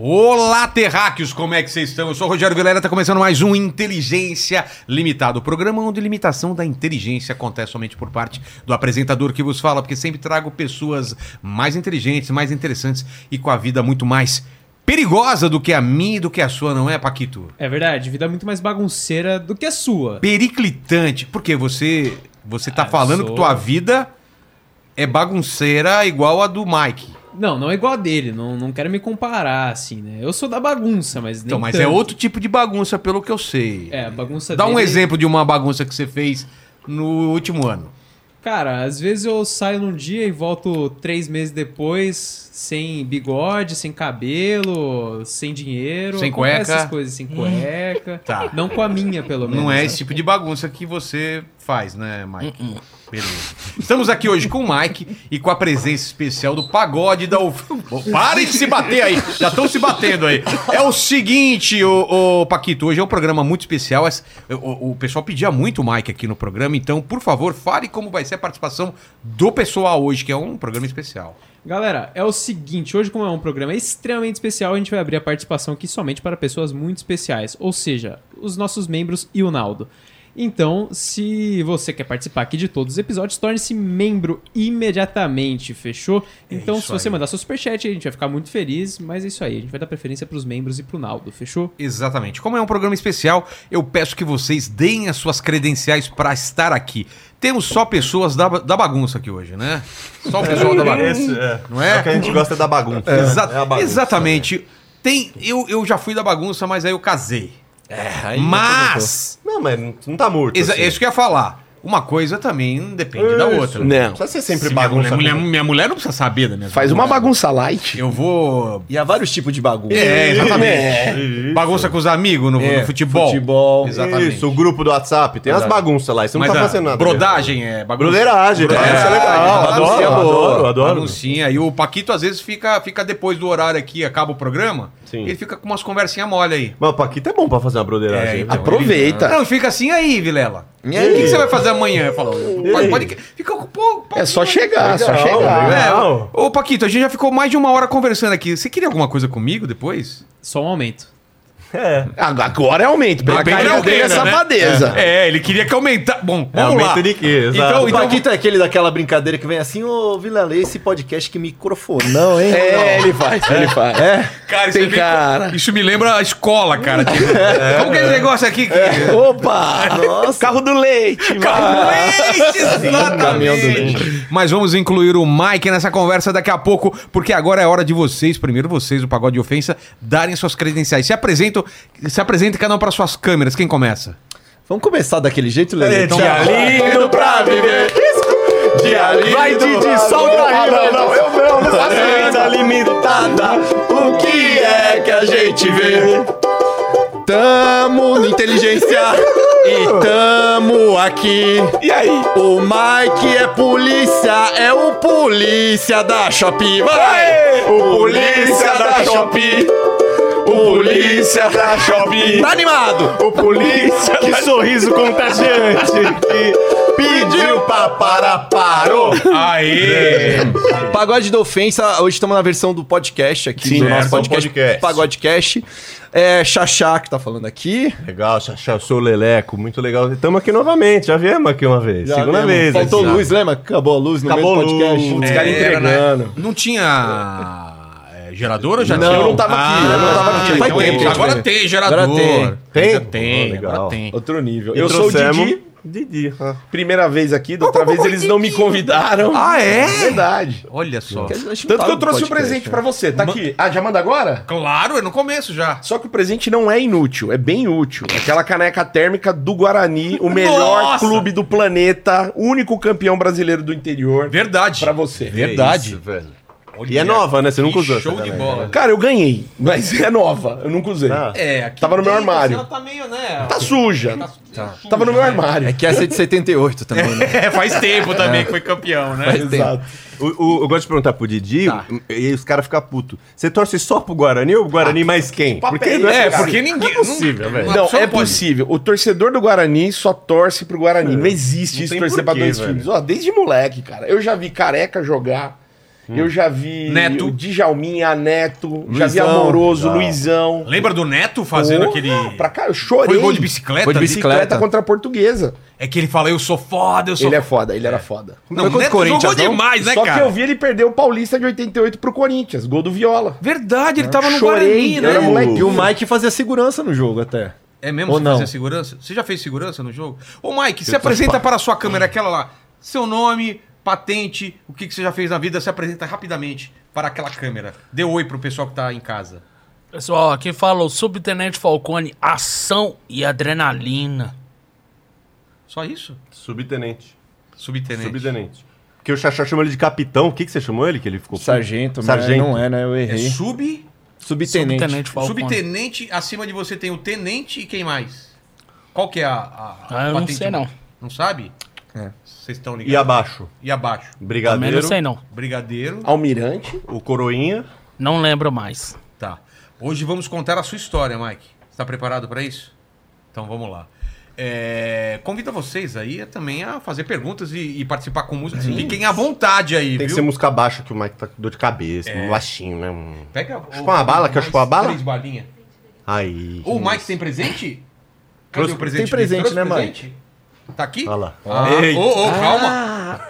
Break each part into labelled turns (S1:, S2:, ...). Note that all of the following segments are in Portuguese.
S1: Olá, terráqueos, como é que vocês estão? Eu sou o Rogério Vilela, tá começando mais um Inteligência Limitada, o programa onde limitação da inteligência acontece somente por parte do apresentador que vos fala, porque sempre trago pessoas mais inteligentes, mais interessantes e com a vida muito mais perigosa do que a minha e do que a sua, não é, Paquito?
S2: É verdade, vida é muito mais bagunceira do que a sua.
S1: Periclitante, porque você você tá
S2: Ah, eu
S1: falando
S2: sou.
S1: que tua vida é bagunceira igual a do Mike.
S2: Não, não é igual a dele, não, não quero me comparar assim, né? Eu sou da bagunça, mas nem
S1: Então, mas
S2: tanto.
S1: é outro tipo de bagunça, pelo que eu sei.
S2: É, a bagunça
S1: Dá um
S2: dele-
S1: exemplo de uma bagunça que você fez no último ano.
S2: Cara, às vezes eu saio num dia e volto três meses depois sem bigode, sem cabelo, sem dinheiro.
S1: Sem
S2: Acontece
S1: cueca.
S2: Essas coisas, sem cueca.
S1: Tá.
S2: Não com a minha, pelo menos.
S1: Não é
S2: né?
S1: esse tipo de bagunça que você faz, né, Mike? Beleza. Estamos aqui hoje com o Mike e com a presença especial do pagode da UF. Pô, Parem de se bater aí! Já estão se batendo aí. É o seguinte, o, Paquito, hoje é um programa muito especial. As- O, o pessoal pedia muito o Mike aqui no programa, então, por favor, fale como vai ser a participação do pessoal hoje, que é um programa especial.
S2: Galera, é o seguinte, hoje como é um programa extremamente especial, a gente vai abrir a participação aqui somente para pessoas muito especiais, ou seja, os nossos membros e o Naldo. Então, se você quer participar aqui de todos os episódios, torne-se membro imediatamente, fechou? Então,
S1: É isso
S2: se você
S1: aí.
S2: mandar seu superchat, a gente vai ficar muito feliz, mas é isso aí, a gente vai dar preferência para os membros e para o Naldo, fechou?
S1: Exatamente. Como é um programa especial, eu peço que vocês deem as suas credenciais para estar aqui. Temos só pessoas da, da bagunça aqui hoje, né? Só o pessoal da bagunça.
S3: Esse, é.
S1: Não é?
S3: o que a gente gosta é da bagunça. né?
S1: Exa-
S3: É a bagunça.
S1: Exatamente. Tem, eu, eu já fui da bagunça, mas aí eu casei.
S3: É, aí
S1: Mas,
S3: Não, mas não- não tá morto.
S1: exa-
S3: assim.
S1: é isso que eu ia falar. Uma coisa também depende da
S3: Isso.
S1: outra.
S4: Não.
S3: Não precisa ser sempre
S1: Se minha,
S3: bagunça.
S1: mulher, mulher- é minha mulher não precisa saber da minha
S4: Faz uma bagunça light.
S1: Eu vou.
S5: E há vários tipos de bagunça.
S1: É, exatamente.
S3: Isso.
S1: Bagunça com os amigos no,
S5: É,
S1: no futebol.
S5: futebol.
S1: Exatamente.
S3: Isso, o grupo do WhatsApp. Tem umas
S5: Verdade.
S3: bagunças lá. e Você não
S1: Mas
S3: tá
S1: a
S3: fazendo nada.
S1: Brodagem é bagunça.
S3: Broderagem. cara,
S1: Broderagem.
S3: Isso é legal.
S1: Bagunça
S3: Adoro,
S1: é
S5: boa.
S3: adoro, adoro.
S1: Baguncinha. E o Paquito, às vezes, fica, fica depois do horário aqui, acaba o programa,
S3: Sim.
S1: ele fica com umas conversinhas mole aí.
S3: Mas o Paquito é bom pra fazer uma broderagem.
S1: É,
S3: né?
S1: então,
S4: Aproveita.
S1: Não, fica assim aí, Vilela.
S4: E
S1: O que,
S4: aí?
S1: que você vai fazer amanhã? Eu falo, pode, pode, fica com pouco.
S4: É só chegar, só
S3: Legal,
S4: chegar.
S3: legal.
S1: É, ô, ô, Paquito, a gente já ficou mais de uma hora conversando aqui. Você queria alguma coisa comigo depois?
S2: Só um aumento.
S3: É.
S4: Ag- Agora é aumento, pela
S1: Depende
S4: cara
S1: da
S4: eu dei a
S1: aldeia, né?
S4: safadeza.
S1: É, ele queria que aumentasse. Bom,
S3: É
S1: vamos lá.
S3: aumento de quê? Exato.
S1: Então,
S5: O
S1: então
S5: Paquito é aquele daquela brincadeira que vem assim, ô Vila Lê, esse podcast que microfonão, hein?
S4: É, ele faz, ele faz.
S1: Cara, isso,
S4: Tem
S1: é bem-
S4: cara.
S1: isso me lembra a escola, cara. Tipo, como que é esse negócio aqui? Que...
S4: Opa!
S5: Nossa.
S4: Carro do leite, mano.
S1: Leite, exatamente.
S4: caminhão do
S1: Mas vamos incluir o Mike nessa conversa daqui a pouco, porque agora é hora de vocês, primeiro vocês, o Pagode de Ofensa, darem suas credenciais. Se apresentam, se apresentem cada um para suas câmeras. Quem começa?
S5: Vamos começar daquele jeito, Lê?
S3: É, dia lindo pra viver. Dia lindo.
S5: Vai, Didi,
S3: pra
S5: solta
S3: viver.
S5: aí,
S3: Ah, Não, não, eu não. não tá
S4: É.
S3: certo.
S5: Tá limitada, o que é que a gente vê?
S4: Tamo no inteligência e tamo aqui. E aí? O Mike é polícia, é o polícia da Shopee. Vai!
S5: O polícia da
S4: Shopee. O polícia da Shopee. Tá animado?
S5: O polícia
S3: Que sorriso contagiante que
S5: pediu pra parar, parou.
S1: Aê!
S5: Pagode da Ofensa, hoje estamos na versão do podcast aqui,
S3: Sim,
S5: do
S3: é,
S5: nosso
S3: versão
S5: podcast,
S3: podcast.
S5: Pagodecast. É, Xaxá que tá falando aqui.
S3: Legal, Xaxá, sou Leleco, muito legal. Estamos aqui novamente, já viemos aqui uma vez. Segunda vez. assim.
S5: Faltou
S3: aqui.
S5: luz, lembra? Acabou a luz no
S3: Acabou
S5: meio do
S3: a luz.
S5: podcast. é Os caras
S1: Era,
S5: entregando.
S1: né? Não tinha é, gerador ou já
S5: Não,
S1: tinha?
S5: eu não tava aqui, eu não tava aqui. Faz
S1: então
S5: tempo,
S1: é, agora
S5: gente.
S1: tem gerador.
S5: Agora tem.
S3: Tem?
S1: Já tem,
S3: Oh, legal.
S1: agora tem.
S4: Outro nível.
S3: E
S4: Eu sou o Didi.
S3: Didi. ah.
S4: Primeira vez aqui,
S5: Ah,
S4: da outra vez eles não me convidaram.
S1: Ah, é?
S4: Verdade.
S1: Olha só.
S4: Tanto que eu trouxe um presente
S5: né?
S4: pra você. Tá aqui. Ah, já manda agora?
S1: Claro, é no começo já.
S4: Só que o presente não é inútil, é bem útil. Aquela caneca térmica do Guarani, o melhor
S1: Nossa!
S4: clube do planeta, único campeão brasileiro do interior.
S1: Verdade.
S4: Pra você.
S1: Verdade.
S3: É Isso, velho.
S1: Olha,
S3: E é nova, né? Você nunca
S1: que
S3: usou.
S1: Show
S3: essa
S1: de
S3: caneca.
S5: né?
S1: bola.
S4: Cara, eu ganhei, mas é nova, eu nunca usei.
S3: Ah.
S1: É, aqui
S4: Tava no meu
S1: dentro,
S4: armário.
S1: assim, ela Tá meio, né?
S4: Tá suja.
S1: Tá.
S4: Tava no meu
S5: É
S4: armário.
S5: que essa é de 78 também, né?
S1: É, faz tempo também que foi campeão, né?
S5: Faz tempo.
S3: O- o- eu gosto de perguntar pro Didi,
S1: Tá.
S3: e os caras ficam putos. Você torce só pro Guarani ou o Guarani mais quem? Porque
S4: é
S1: Ah, É,
S4: esse,
S3: cara?
S1: porque ninguém.
S3: Não é possível, velho.
S4: Não,
S1: Só
S4: é
S1: pode. É.
S4: possível. O torcedor do Guarani só torce pro Guarani. Não existe
S3: Não
S4: isso
S3: tem
S4: torcer pra
S3: porquê,
S4: dois
S3: velho.
S4: times. Ó, desde moleque, cara. Eu já vi careca jogar.
S6: Eu já vi
S1: Hum. Neto.
S6: o Djalminha, Neto, já vi
S4: Luizão.
S6: Amoroso,
S4: Já.
S6: Luizão.
S1: Lembra do Neto fazendo
S6: Porra,
S1: aquele.
S6: Pra cá, eu chorei.
S1: Foi gol de bicicleta?
S4: Foi de
S1: ali?
S4: bicicleta.
S6: Bicicleta contra a portuguesa.
S1: É que ele fala, eu sou foda, eu sou.
S6: Ele é foda, ele era foda.
S4: Foi
S1: Não, o
S4: contra
S1: Neto
S4: o Corinthians,
S1: jogou
S4: não?
S1: demais, né,
S6: Só
S1: cara?
S6: que eu vi ele perder o Paulista de 88 pro Corinthians, gol do Viola.
S1: Verdade, ele
S6: Eu
S1: tava no
S6: chorei,
S4: É,
S1: Guarani,
S6: eu era
S1: né?
S6: moleque.
S5: E o Mike fazia segurança no jogo até.
S1: É mesmo
S5: Ou
S1: você
S5: não?
S1: fazia segurança? Você já fez segurança no jogo? Ô, Mike, se apresenta para a sua câmera, aquela lá. Seu nome, patente, o que, que você já fez na vida, se apresenta rapidamente para aquela câmera. Dê oi pro pessoal que tá em casa.
S7: Pessoal, aqui fala o Subtenente Falcone, ação e adrenalina.
S1: Só isso?
S3: Subtenente.
S1: Subtenente.
S3: Subtenente. Porque o Xaxá chamou ele de capitão. O que, que você chamou ele que ele ficou? puto?
S5: Sargento,
S3: Sargento.
S5: Sargento. não é, né? Eu
S1: É
S5: errei.
S1: sub,
S5: Subtenente.
S7: Falcone.
S1: subtenente, acima de você tem o tenente e quem mais? Qual que é a, a- a
S7: Ah, eu não
S1: patente?
S7: sei, não.
S1: Não sabe? Vocês estão ligados.
S3: É. E abaixo.
S1: E abaixo.
S7: Também
S3: Brigadeiro.
S7: não sei não.
S1: Brigadeiro.
S6: Almirante.
S3: O Coroinha.
S7: Não lembro mais.
S1: Tá. Hoje vamos contar a sua história, Mike. Está preparado para isso? Então vamos lá. É, convido vocês aí a- também a fazer perguntas e, e participar com música. Fiquem à vontade aí,
S3: Tem que
S1: viu? É.
S3: ser música baixa, que o Mike tá com dor de cabeça, um laxinho, né? Um-
S1: Pega
S3: Chupar uma bala, quer
S1: mais
S3: chupar uma bala?
S1: Três balinhas.
S3: Aí.
S1: Ô, o Mike tem presente?
S3: Trouxe-
S1: presente?
S5: tem presente,
S1: Trouxe
S5: né, Mike?
S1: presente? Tá aqui?
S3: Olha lá.
S1: Ah,
S3: Eita.
S1: ô, ô, calma.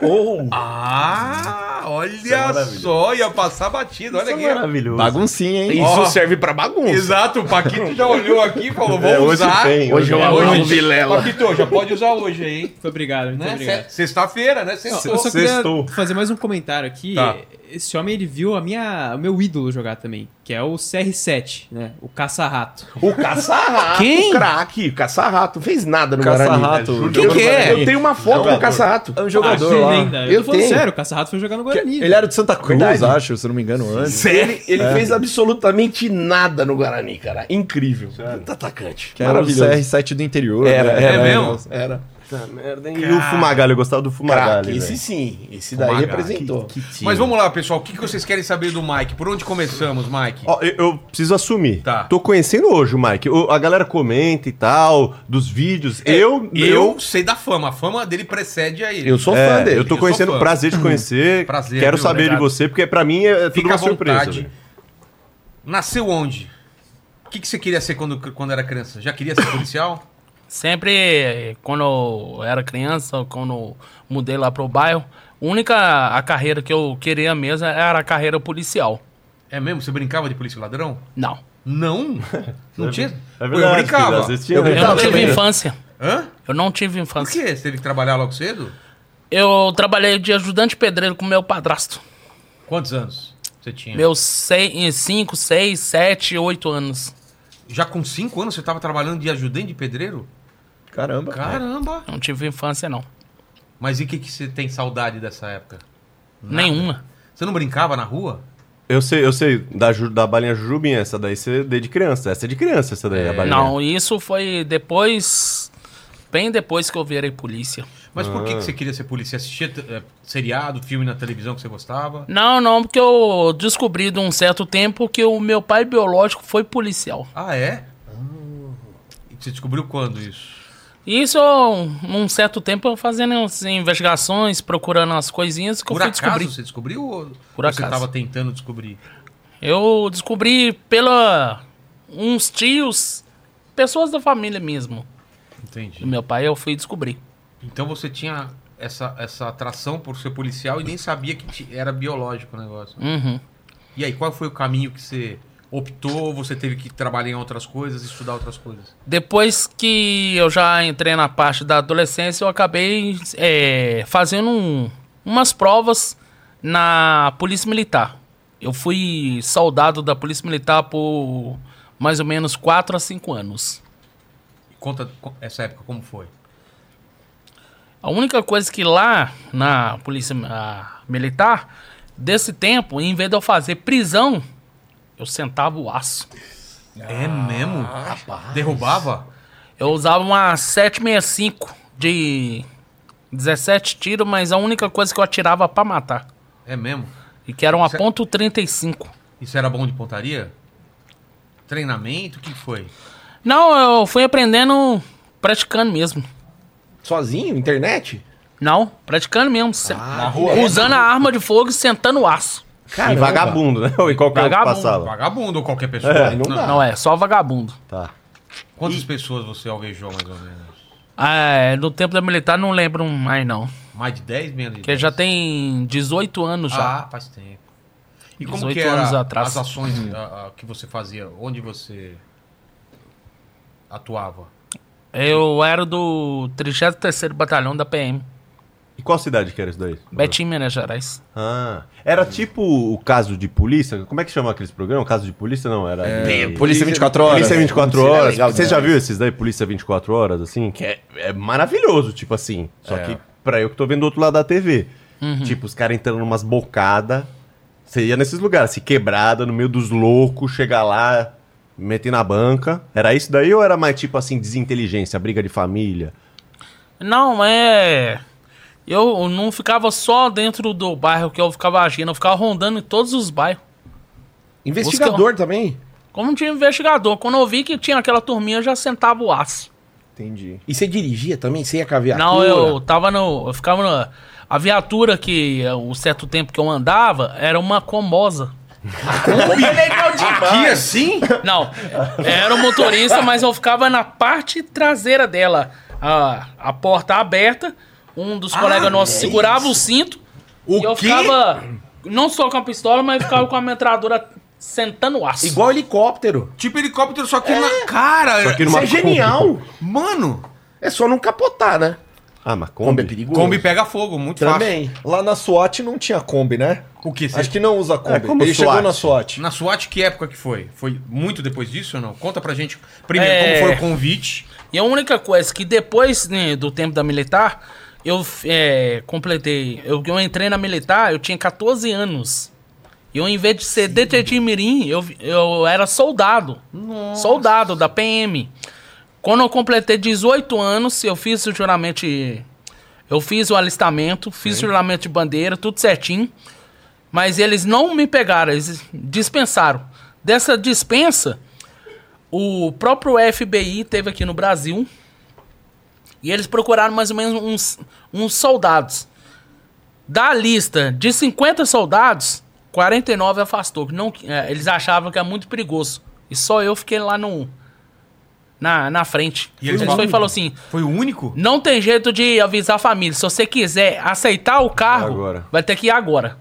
S1: Ah, olha só, ia passar batido, olha
S3: é Isso
S1: aqui.
S3: é maravilhoso.
S5: Baguncinha, hein?
S6: Isso
S1: Ó.
S6: serve pra bagunça.
S1: Exato, o Paquito já olhou aqui e falou, vou
S3: É, hoje
S1: usar.
S3: tem, hoje
S6: eu
S1: Hoje,
S6: amo
S1: gente,
S6: Vilela.
S1: Paquito, já pode usar hoje aí, hein?
S2: Muito obrigado, muito
S1: Né?
S2: obrigado.
S1: Se- Sexta-feira, né? Sextou.
S2: Eu só queria
S3: Sextou.
S2: fazer mais um comentário aqui.
S1: Tá.
S2: Esse homem ele viu a minha, o meu ídolo jogar também, que é o CR7, né? O caça-rato.
S6: O caça-rato.
S2: Quem?
S6: O craque. O caça-rato. Fez nada no Guarani.
S5: Caça-rato.
S6: Juro que é? Eu tenho uma foto do
S5: Jogador.
S6: caça-rato.
S5: É um jogador
S2: Ah,
S5: lá.
S2: lenda. Eu,
S6: Eu
S2: tô falando
S6: tenho.
S2: sério, o caça-rato foi jogar no Guarani.
S5: Ele
S2: velho.
S5: era de Santa Cruz,
S6: Verdade.
S5: acho, se eu não me engano, antes.
S6: Ele, ele fez absolutamente nada no Guarani, cara. Incrível. Puta atacante.
S5: Que era o CR7 do interior.
S6: Era,
S5: né?
S6: era,
S1: É mesmo?
S6: Era. Puta merda, hein?
S3: E o Fumagalho, eu gostava do Fumagalho.
S6: Craque, esse
S3: velho.
S6: sim. Esse
S1: Fumagalli.
S6: daí representou.
S1: Mas vamos lá, pessoal. O que que vocês querem saber do Mike? Por onde começamos, Mike?
S3: Ó, eu, eu preciso assumir.
S1: Tá.
S3: Tô conhecendo hoje o Mike. O- a galera comenta e tal, dos vídeos. eu,
S1: É, eu sei da fama. A fama dele precede a ele.
S6: Eu sou
S3: É,
S6: fã dele.
S3: eu tô
S1: Eu
S3: conhecendo,
S1: sou fã.
S3: prazer de conhecer.
S1: Prazer,
S3: Quero
S1: viu?
S3: saber
S1: Obrigado.
S3: de você, porque pra mim é tudo
S1: Fica à
S3: uma surpresa.
S1: vontade.
S3: velho.
S1: Nasceu onde? O que, que você queria ser quando, quando era criança? Já queria ser policial?
S7: Sempre, quando eu era criança, quando eu mudei lá pro bairro, a única a carreira que eu queria mesmo era a carreira policial.
S1: É mesmo? Você brincava de polícia e ladrão?
S7: Não.
S1: Não. Não tinha?
S3: É
S1: Pô,
S3: verdade,
S1: eu brincava.
S3: filho, às vezes tinha- né?
S5: Eu
S7: Eu
S5: brincava
S7: não tive
S5: também.
S7: infância.
S1: Hã?
S7: Eu não tive
S1: Por
S7: infância.
S1: quê? Você teve que trabalhar logo cedo?
S7: Eu trabalhei de ajudante pedreiro com meu padrasto.
S1: Quantos anos você tinha?
S7: Meus 5, 6, 7, 8 anos.
S1: Já com cinco anos você tava trabalhando de ajudante de pedreiro?
S5: Caramba.
S1: Caramba!
S7: Não tive infância, não.
S1: Mas e o que, que você tem saudade dessa época?
S7: Nenhuma.
S1: Você não brincava na rua?
S3: Eu sei, eu sei, da, ju- da balinha Jujubinha, essa daí você deu de criança. Essa é de criança, essa daí, a balinha.
S7: Não, isso foi depois. Bem depois que eu virei polícia.
S1: Mas por que, que você queria ser polícia? Assistia eh, seriado, filme na televisão que você gostava?
S7: Não, não, porque eu descobri de um certo tempo que o meu pai biológico foi policial.
S1: Ah, é? E você descobriu quando isso?
S7: E Isso, eu, num certo tempo, eu fazendo as investigações, procurando as coisinhas que
S1: Por
S7: eu fui
S1: acaso
S7: descobrir.
S1: você descobriu ou
S7: Por
S1: você
S7: acaso.
S1: estava tentando descobrir?
S7: Eu descobri pela uns tios, pessoas da família mesmo. Do
S1: Entendi.
S7: meu pai, eu fui descobrir.
S1: Então você tinha essa, essa atração por ser policial e nem sabia que ti- era biológico o negócio.
S7: Uhum.
S1: E aí, qual foi o caminho que você optou? Você teve que trabalhar em outras coisas, estudar outras coisas?
S7: Depois que eu já entrei na parte da adolescência, eu acabei é, fazendo um- umas provas na Polícia Militar. Eu fui soldado da Polícia Militar por mais ou menos 4 a 5 anos.
S1: Conta co- essa época como foi.
S7: A única coisa que lá na Polícia ah, Militar, desse tempo, em vez de eu fazer prisão, eu sentava o aço.
S1: é mesmo? Derrubava?
S7: Eu usava uma 765 de 17 tiros, mas a única coisa que eu atirava pra matar.
S1: É mesmo?
S7: E que era uma
S1: Cê-
S7: ponto .35.
S1: Isso era bom de pontaria? Treinamento? O que foi?
S7: Não, eu fui aprendendo praticando mesmo.
S6: Sozinho, internet?
S1: Ah.
S7: Não, praticando mesmo. se- Usando a arma de fogo e sentando o aço.
S3: E vagabundo, né? Ou em qualquer outro
S7: Vagabundo,
S3: passava.
S1: Vagabundo ou qualquer pessoa.
S3: É, não
S1: Não.
S3: dá.
S7: Não é, só vagabundo.
S3: Tá.
S1: Quantas pessoas você alvejou, mais ou menos?
S7: Ah, é, no tempo da militar não lembro mais não.
S1: Mais de 10, menos de
S7: Porque
S1: 10?
S7: já tem 18 anos já.
S1: Ah, faz tempo. E como
S7: 18
S1: que era
S7: anos atrás.
S1: as ações a- a- que você fazia? Onde você atuava?
S7: Eu era do 33º Batalhão da PM,
S3: E qual cidade que era isso daí?
S7: Betim, Minas Gerais.
S3: Ah, era tipo o caso de polícia? Como é que chama aqueles programas? Caso de polícia não, era... de-
S4: Polícia 24 horas.
S3: Polícia 24
S4: Seria
S3: horas.
S4: legal
S3: Você
S4: demais.
S3: já viu esses daí, Polícia 24 horas, assim? Que é, é maravilhoso, tipo assim. Só que pra eu que tô vendo do outro lado da TV. Tipo, os caras entrando numas bocadas. Você ia nesses lugares, assim, quebrada, no meio dos loucos, chegar lá, meter na banca. Era isso daí ou era mais tipo assim, desinteligência, briga de família?
S7: Não, é. Eu não ficava só dentro do bairro que eu ficava agindo, eu ficava rondando em todos os bairros.
S6: Investigador também?
S7: Como tinha investigador, quando eu vi que tinha aquela turminha, eu já sentava o aço.
S5: Entendi.
S6: E você dirigia também? Você ia com a viatura?
S7: Não, eu tava no. Eu ficava na. A viatura que eh, o certo tempo que eu andava era uma comosa.
S1: Aqui assim?
S7: Não, era o motorista, mas eu ficava na parte traseira dela. A, a porta aberta, um dos colegas nossos segurava o cinto
S1: Ah, O
S7: e eu
S1: quê?
S7: ficava não só com a pistola, mas ficava com a metralhadora sentando o aço.
S6: Igual helicóptero.
S1: Tipo helicóptero, só que na cara.
S3: Só que
S6: Isso
S3: numa
S6: é genial.
S1: Mano,
S6: É só não capotar, né?
S3: Ah, mas
S5: Kombi é
S3: Kombi?
S5: perigoso.
S1: Kombi pega fogo, muito fácil.
S6: Também.
S5: Lá na SWAT não tinha Kombi, né?
S1: O que? Você...
S5: Acho que não usa Kombi.
S3: É, como
S5: Ele chegou
S3: SWAT.
S5: na SWAT.
S1: Na SWAT, que época que foi? Foi muito depois disso ou não? Conta pra gente primeiro
S7: É.
S1: como foi o convite.
S7: E a única coisa que depois né, do tempo da militar, eu é, completei. Eu, eu entrei na militar, eu tinha 14 anos. E eu, em vez de ser detetive mirim, eu, eu era soldado. Soldado da PM. Quando eu completei 18 anos, eu fiz o juramento. de- Eu fiz o alistamento, fiz o juramento de bandeira, tudo certinho. Mas eles não me pegaram, eles dispensaram. Dessa dispensa, o próprio FBI teve aqui no Brasil e eles procuraram mais ou menos uns, uns soldados. Da lista de 50 soldados, 49 afastou. que Não, é, eles achavam que era muito perigoso. E só eu fiquei lá no, na, na frente.
S1: E eles
S7: eles
S1: falam-
S7: foi e falou assim:
S1: Foi o único?
S7: não tem jeito de avisar a família. Se você quiser aceitar o carro,
S3: É agora.
S7: vai ter que ir agora.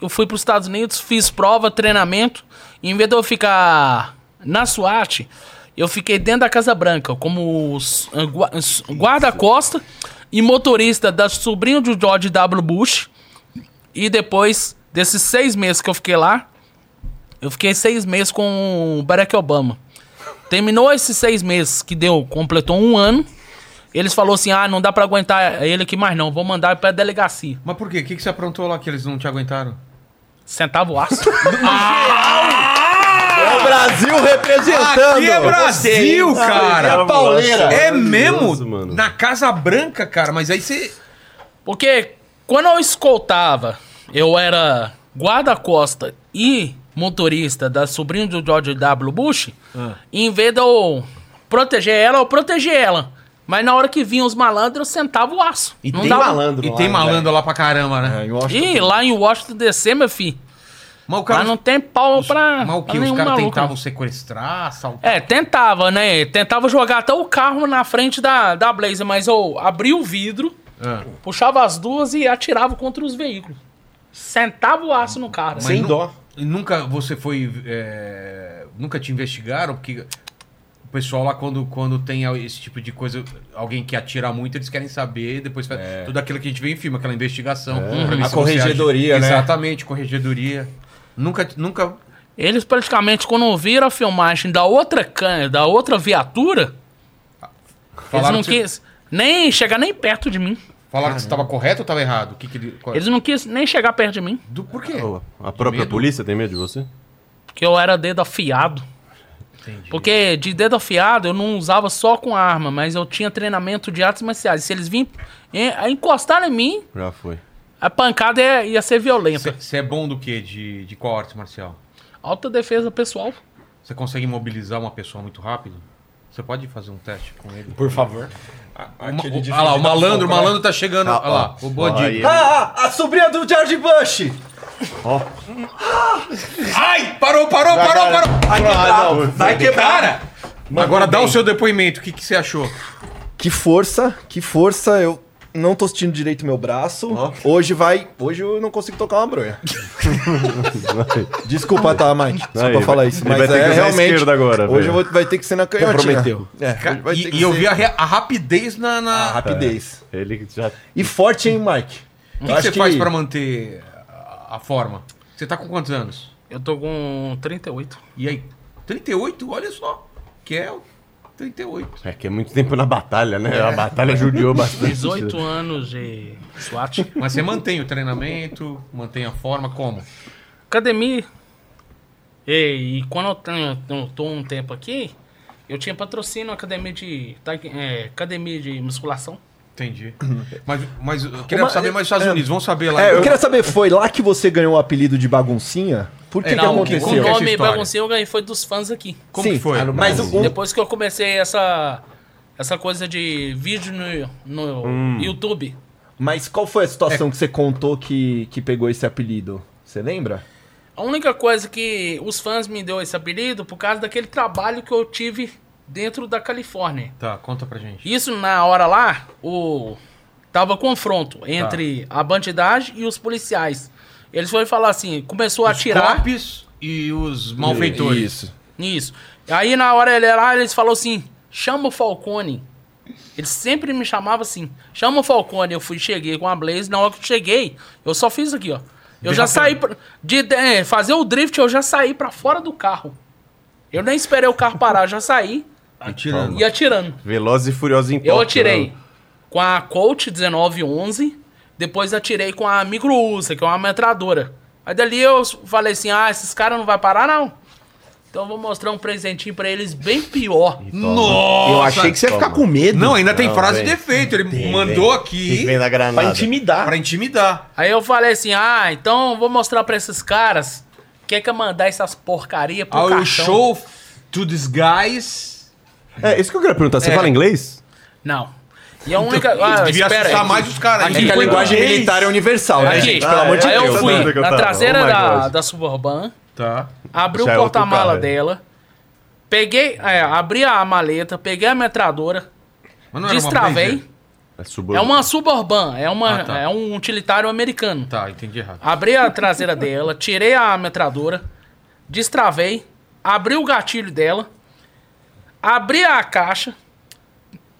S7: Eu fui para os Estados Unidos, fiz prova, treinamento. E em vez de eu ficar na SWAT, eu fiquei dentro da Casa Branca, como os- eh, gua- s- guarda-costa e motorista da sobrinho do George W. Bush. E depois desses seis meses que eu fiquei lá, eu fiquei seis meses com o Barack Obama. Terminou esses seis meses que deu, completou um ano. Eles falou assim: ah, não dá pra aguentar ele aqui mais não, vou mandar pra delegacia.
S1: Mas por quê? O que, que você aprontou lá que eles não te aguentaram?
S7: Sentava o aço.
S4: É o Brasil representando.
S1: Aqui é Brasil, cara!
S4: É pauleira.
S1: É mesmo?
S3: Maravilhoso, mano.
S1: Na Casa Branca, cara, mas aí você.
S7: Porque quando eu escoltava, eu era guarda-costa e motorista da sobrinha do George W. Bush,
S1: Ah.
S7: em vez de eu proteger ela, eu protegia ela. Mas na hora que vinham os malandros, eu sentava o aço.
S6: E tem malandro
S1: E
S6: lá,
S1: tem
S6: né,
S1: malandro lá pra caramba, né?
S5: É, em Washington.
S7: E lá em Washington DC, meu filho,
S1: Mas o
S7: lá não tem pau
S1: os-
S7: pra.
S1: Mas o que?
S7: pra
S1: Os
S7: nenhum
S1: caras
S7: maluco, né?
S1: tentavam
S7: não.
S1: sequestrar, assaltar.
S7: É, tentava, né? Tentava jogar até o carro na frente da, da Blazer, mas eu abri o vidro,
S6: É.
S1: Ah.
S7: puxava as duas e atirava contra os veículos. Sentava o aço no assim. carro.
S1: Mas nu- E nunca você foi. é, Nunca te investigaram? Porque o pessoal lá, quando, quando tem esse tipo de coisa, alguém que atira muito, eles querem saber. Depois faz
S6: É.
S1: tudo aquilo que a gente vê em filme, aquela investigação. pra ver
S5: A
S1: se você acha-
S5: corregedoria, né?
S1: Exatamente, corregedoria. Nunca. nunca...
S7: Eles praticamente, quando viram a filmagem da outra can da outra viatura,
S1: Falaram
S7: eles
S1: que
S7: não
S1: você-
S7: quis nem chegar nem perto de mim.
S1: Falaram que você estava correto ou estava errado? O que que ele- qual-
S7: Eles não quis nem chegar perto de mim,
S1: Do, por quê?
S3: A própria
S1: medo.
S3: polícia tem medo de você?
S7: porque eu era dedo afiado.
S1: Entendi.
S7: Porque de dedo afiado eu não usava só com arma, mas eu tinha treinamento de artes marciais. Se eles vinham en- encostar em mim,
S3: Já foi.
S7: a pancada é, ia, ia ser violenta.
S1: Você é bom do quê? De, de qual arte marcial?
S7: Alta defesa pessoal.
S1: Você consegue mobilizar uma pessoa muito rápido? Você pode fazer um teste com ele?
S5: Por favor.
S1: Uma- Ah, o- né? Olha
S5: Tá,
S3: ah,
S1: lá, o malandro, o malandro tá chegando. Olha lá, o bandido.
S5: Ah, a sobrinha do George Bush!
S1: Ai, parou, parou, parou, parou.
S5: Vai quebrar, vai quebrar.
S1: Cara, agora dá o seu depoimento. O que, que você achou?
S5: Que força, que força. Eu não tô sentindo direito meu braço. Hoje vai. Hoje eu não consigo tocar uma bronha. Desculpa, tá, Mike? Desculpa
S3: Aí,
S5: falar
S3: vai-
S5: isso.
S3: ele
S5: Mas
S3: vai ter
S5: é
S3: que usar a
S5: realmente.
S3: esquerda agora,
S5: hoje
S3: velho.
S5: eu vou- vai ter que ser na canhotinha.
S6: Comprometeu.
S5: É, vai ter
S1: E,
S5: que
S1: e eu
S5: ser Ah,
S1: vi a, re- a rapidez na. na...
S5: a
S3: Ah,
S5: rapidez.
S3: Ele já.
S5: E forte, hein, Mike?
S1: O que, que você faz pra manter a, a forma? Você tá com quantos anos?
S7: Eu tô com 38.
S1: E aí? 38? Olha só. Que é o 38.
S3: É que é muito tempo na batalha, né?
S1: É.
S3: A batalha judiou bastante.
S7: 18 anos de SWAT.
S1: Mas você mantém o treinamento, mantém a forma, como?
S7: Academia. E, e quando eu, tenho, eu tô um tempo aqui, eu tinha patrocínio na academia de. ta- é, academia de musculação.
S1: Entendi. Mas, mas eu queria
S5: Uma-
S1: saber mais dos Estados Unidos. Vamos saber lá. então.
S5: É, eu queria saber, foi lá que você ganhou o apelido de baguncinha? Por que,
S1: É,
S5: que
S1: não,
S7: que-
S5: aconteceu?
S7: o
S1: Essa
S7: nome
S1: história.
S7: bagunceiro eu ganhei foi dos fãs aqui.
S1: Como que
S6: Ah,
S1: foi?
S5: Mas um, o, o-
S7: Depois que eu comecei essa, essa coisa de vídeo no, no
S1: Hum.
S7: YouTube,
S5: Mas qual foi a
S1: É.
S5: situação que você contou que, que pegou esse apelido? Você lembra?
S7: a única coisa que os fãs me deu esse apelido por causa daquele trabalho que eu tive dentro da Califórnia.
S1: Tá, conta pra gente.
S7: Isso na hora lá, o tava confronto entre a bandidagem e os policiais. Eles foram falar assim, começou a atirar.
S1: Copes e os malfeitores.
S5: Isso.
S7: Isso. Aí na hora ele lá, eles falou assim: chama o Falcone. Ele sempre me chamava assim: chama o Falcone. Eu fui, cheguei com a Blaze. Na hora que eu cheguei, eu só fiz aqui, ó. Eu já saí pra, de, de- é, fazer o drift, eu já saí pra fora do carro. Eu nem esperei o carro parar, eu já saí
S1: Atirando.
S7: e atirando.
S3: Veloz e furioso em
S7: Eu
S3: Tóquio,
S7: atirei
S3: né?
S7: com a Colt 1911, depois atirei com a Micro Ursa, que é uma metralhadora. Aí dali eu falei assim: ah, esses caras não vão parar, não. Então eu vou mostrar um presentinho pra eles bem pior.
S1: Nossa!
S6: Eu achei que você ia ficar com medo.
S1: Não, ainda tem
S3: Não,
S1: frase
S3: vem.
S1: de defeito. Ele
S3: Tem,
S1: mandou
S3: né? vem.
S1: aqui
S3: Que vem da
S6: Pra
S3: granada.
S6: intimidar.
S1: pra intimidar.
S7: Aí eu falei assim: ah, então eu vou mostrar pra esses caras que é que é mandar essas porcaria pro
S5: Ah,
S1: Ao
S7: um cartão.
S1: show to these guys.
S3: É, isso que eu queria perguntar. Você fala inglês?
S7: Não. E a única. Ah,
S1: devia
S7: espera
S1: assustar
S7: aí.
S1: mais os caras.
S7: Aqui,
S1: né?
S7: a linguagem
S5: militar é universal, né,
S7: Aqui.
S5: gente?
S6: Ah,
S5: Pelo amor de
S7: Aí eu
S5: Deus.
S7: fui
S3: né? Onde é que eu
S7: na
S3: tava?
S7: traseira
S3: Oh my
S7: da,
S3: God.
S7: da Suburban.
S1: Tá.
S7: Abri
S3: Já é
S7: o
S3: outro
S7: porta-mala
S3: carro, é.
S7: dela. Peguei. É, abri a maleta, peguei a metradora,
S1: Mas não era uma né?
S7: destravei.
S1: Blazer?
S3: É,
S7: É
S3: suburban.
S7: uma suburban, é, uma,
S1: Ah, tá.
S7: é um utilitário americano.
S1: Tá, entendi errado.
S7: Abri a traseira dela, tirei a metradora, destravei, abri o gatilho dela, abri a caixa,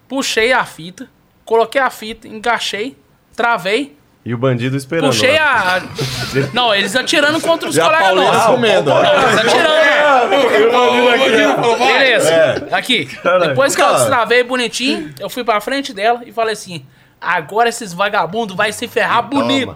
S7: puxei a fita, coloquei a fita, encaixei, travei,
S3: E o bandido esperando. né?
S7: puxei
S3: lá.
S7: a. Não, eles atirando contra os colegas
S5: Pauleira
S3: né?
S7: nossos.
S5: comendo.
S7: Eles atirando.
S1: Beleza.
S7: Beleza. Aqui. Depois que eu destravei bonitinho, eu fui pra frente dela e falei assim: agora esses vagabundos vai se ferrar bonito.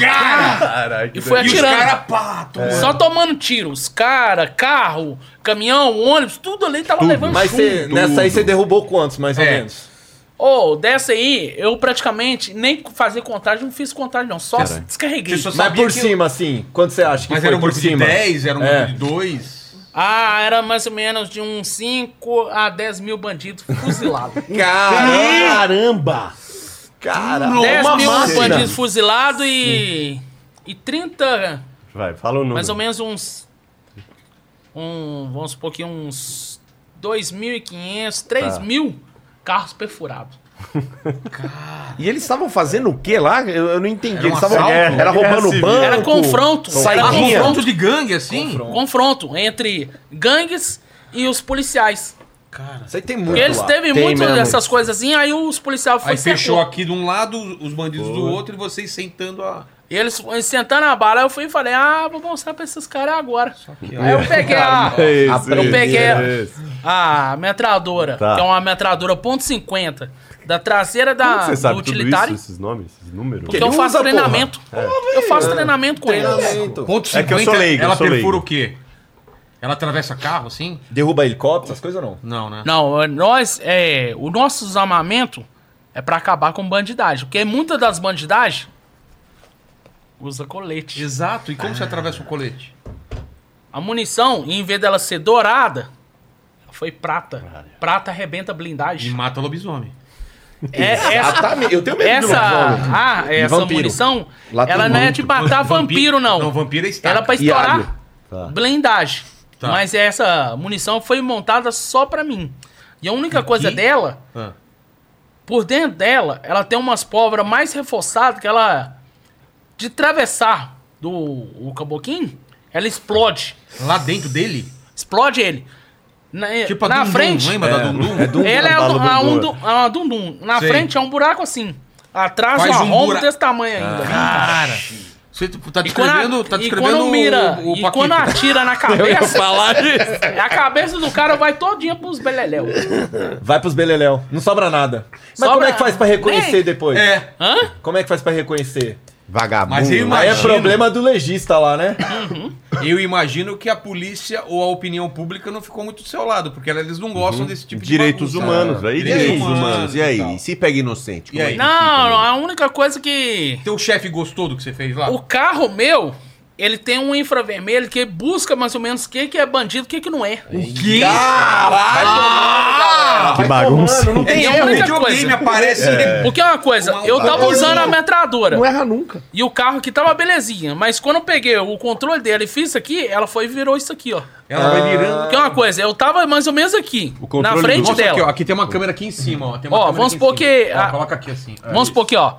S3: Caralho.
S7: E foi
S1: E os
S7: atirando.
S1: caras, pá, tu-
S7: Só tomando tiros. Cara, carro, caminhão, ônibus, tudo ali tava levando
S5: Mas
S7: chumbo.
S5: você- nessa aí você derrubou quantos, mais ou
S1: É.
S5: menos?
S7: Ô, dessa aí, eu praticamente nem fazer contagem, não fiz contagem não. Só descarreguei.
S1: Você só
S5: Mas
S1: sabia
S5: por
S1: que-
S5: cima, assim, quanto você acha que
S1: Mas
S5: foi
S1: era um
S5: por
S1: grupo de
S5: cima?
S1: 10, era um
S5: É.
S1: grupo de 2.
S7: Ah, era mais ou menos de uns 5 a 10 mil bandidos fuzilados.
S6: Caramba!
S5: Cara,
S1: É
S7: 10
S5: uma
S7: mil
S1: né?
S5: máquina.
S7: bandidos fuzilados e. E 30.
S3: Vai, fala o número.
S7: Mais ou menos uns. Um, vamos supor que uns 2.500,
S3: Tá.
S7: 3.000 carros perfurados.
S6: E eles estavam fazendo o que lá? Eu, eu não entendi.
S1: Era um
S6: eles estavam é,
S1: assalto?
S6: era,
S3: Guerra
S5: É,
S6: roubando
S5: assim,
S3: civil.
S6: banco.
S7: Era confronto.
S6: Saidinha.
S7: Era confronto,
S1: Confronto de gangue, assim?
S7: confronto entre gangues e os policiais.
S5: Isso aí tem
S7: Porque
S5: muito
S7: eles
S5: lá.
S7: teve
S6: Tem
S7: muito
S6: mesmo.
S7: dessas coisas assim, aí os policiais
S1: Aí
S7: foram
S1: fechou aqui de um lado, os bandidos do outro e vocês sentando a.
S7: E eles eles sentando a bala, eu fui e falei, ah, vou mostrar pra esses caras agora. Aí eu peguei a,
S3: É
S7: Ah, eu peguei a metralhadora,
S3: Tá.
S7: que é uma metralhadora .50, da traseira da,
S3: Como você
S7: do
S3: sabe tudo isso,
S7: Ah, utilitário.
S3: esses nomes, esses números?
S7: Porque eu
S5: Ele
S7: faço
S5: usa,
S7: Então treinamento.
S6: É.
S7: Eu faço treinamento com eles.
S5: Treinamento.
S1: Ponto
S3: É que eu sou leigo,
S1: ela
S3: eu sou
S1: perfura o
S3: leigo.
S1: quê? Ela atravessa carro, assim?
S5: Derruba helicóptero, essas coisas não.
S1: Não, né?
S7: Não, nós, é, o nosso desarmamento é pra acabar com bandidagem. Porque muitas das bandidagens usa colete.
S1: Exato. E como você atravessa o colete?
S7: A munição, em vez dela ser dourada, ela foi prata. Prata arrebenta
S1: E
S7: blindagem.
S1: mata lobisomem.
S7: É, essa,
S6: Hum, Exatamente. Eu tenho medo
S7: essa,
S6: lobisomem.
S7: ah, essa
S6: vampiro.
S7: munição,
S6: Lá
S7: ela
S6: tem
S7: não é
S6: muito.
S7: de matar vampiro, não.
S1: Não, vampiro é
S7: Ela é
S1: estaca.
S7: pra estourar
S6: alho.
S7: blindagem.
S1: Tá.
S7: Mas essa munição foi montada só pra mim. E a única coisa dela,
S1: Ah.
S7: por dentro dela, ela tem umas pólvora mais reforçadas que ela. De travessar do o caboquinho, ela explode.
S1: Lá dentro dele?
S7: Explode ele. Na, eh,
S1: Tipo a
S7: na
S1: Dundum,
S7: frente.
S1: lembra da Dundum?
S7: Ela é a,
S3: Bala
S7: du- a,
S3: Dundum.
S7: um, du- a dundum. Na
S1: Sei.
S7: frente é um buraco assim. Atrás
S1: Faz
S7: uma
S1: um
S7: rombo
S1: bura- Ah.
S7: desse tamanho ainda.
S1: Cara, você tá
S7: E quando, a-
S1: descrevendo, tá
S7: e
S1: descrevendo
S7: quando mira,
S1: o, o
S7: e
S1: Paquito.
S7: quando atira na cabeça,
S4: falar disso.
S7: a cabeça do cara vai todinha pros beleléu.
S5: Vai pros beleléu. Não sobra nada. Mas
S7: Sobra-
S5: como é que faz pra reconhecer
S7: Nem-
S5: depois?
S1: É,
S7: Hã?
S5: Como é que faz pra reconhecer?
S3: Vagabundo.
S1: mas eu
S3: né?
S5: Aí
S1: imagino,
S5: é problema do legista lá, né?
S1: eu imagino que a polícia ou a opinião pública não ficou muito do seu lado, porque eles não gostam desse tipo de
S3: Uhum. Direitos
S1: bagunça.
S3: humanos, aí
S1: Direitos
S3: direitos
S1: humanos
S3: humanos.
S1: e
S3: E aí?
S1: tal.
S3: E se pega inocente?
S1: E aí?
S3: é que
S7: Não,
S3: fica, né?
S7: a única coisa que.
S1: Teu Então chefe gostou do que você fez lá?
S7: O carro meu, ele tem um infravermelho que busca mais ou menos o que, que é bandido e o que, que não é.
S1: Que? Caralho!
S3: Que bagunça.
S6: Mano, não,
S1: Ah! Tem
S7: É
S1: um
S7: tá muita
S1: videogame,
S7: coisa.
S1: aparece...
S7: Porque é uma coisa, é- eu tava usando a metralhadora.
S6: não erra nunca.
S7: E o carro aqui tava belezinha. Mas quando eu peguei o controle dela e fiz isso aqui, ela foi e virou isso aqui, ó.
S1: Ela vai virando...
S7: Porque é uma coisa, eu tava mais ou menos aqui. Na
S3: Ah, controle do-
S7: frente
S1: Mostra
S7: dela.
S1: aqui, ó. Aqui tem uma câmera aqui em cima, ó. Tem uma
S7: Ó,
S1: câmera
S7: vamos
S1: aqui em cima.
S7: supor que-
S1: Ó,
S7: a-
S1: Coloca aqui assim. É,
S7: Vamos supor aqui, ó.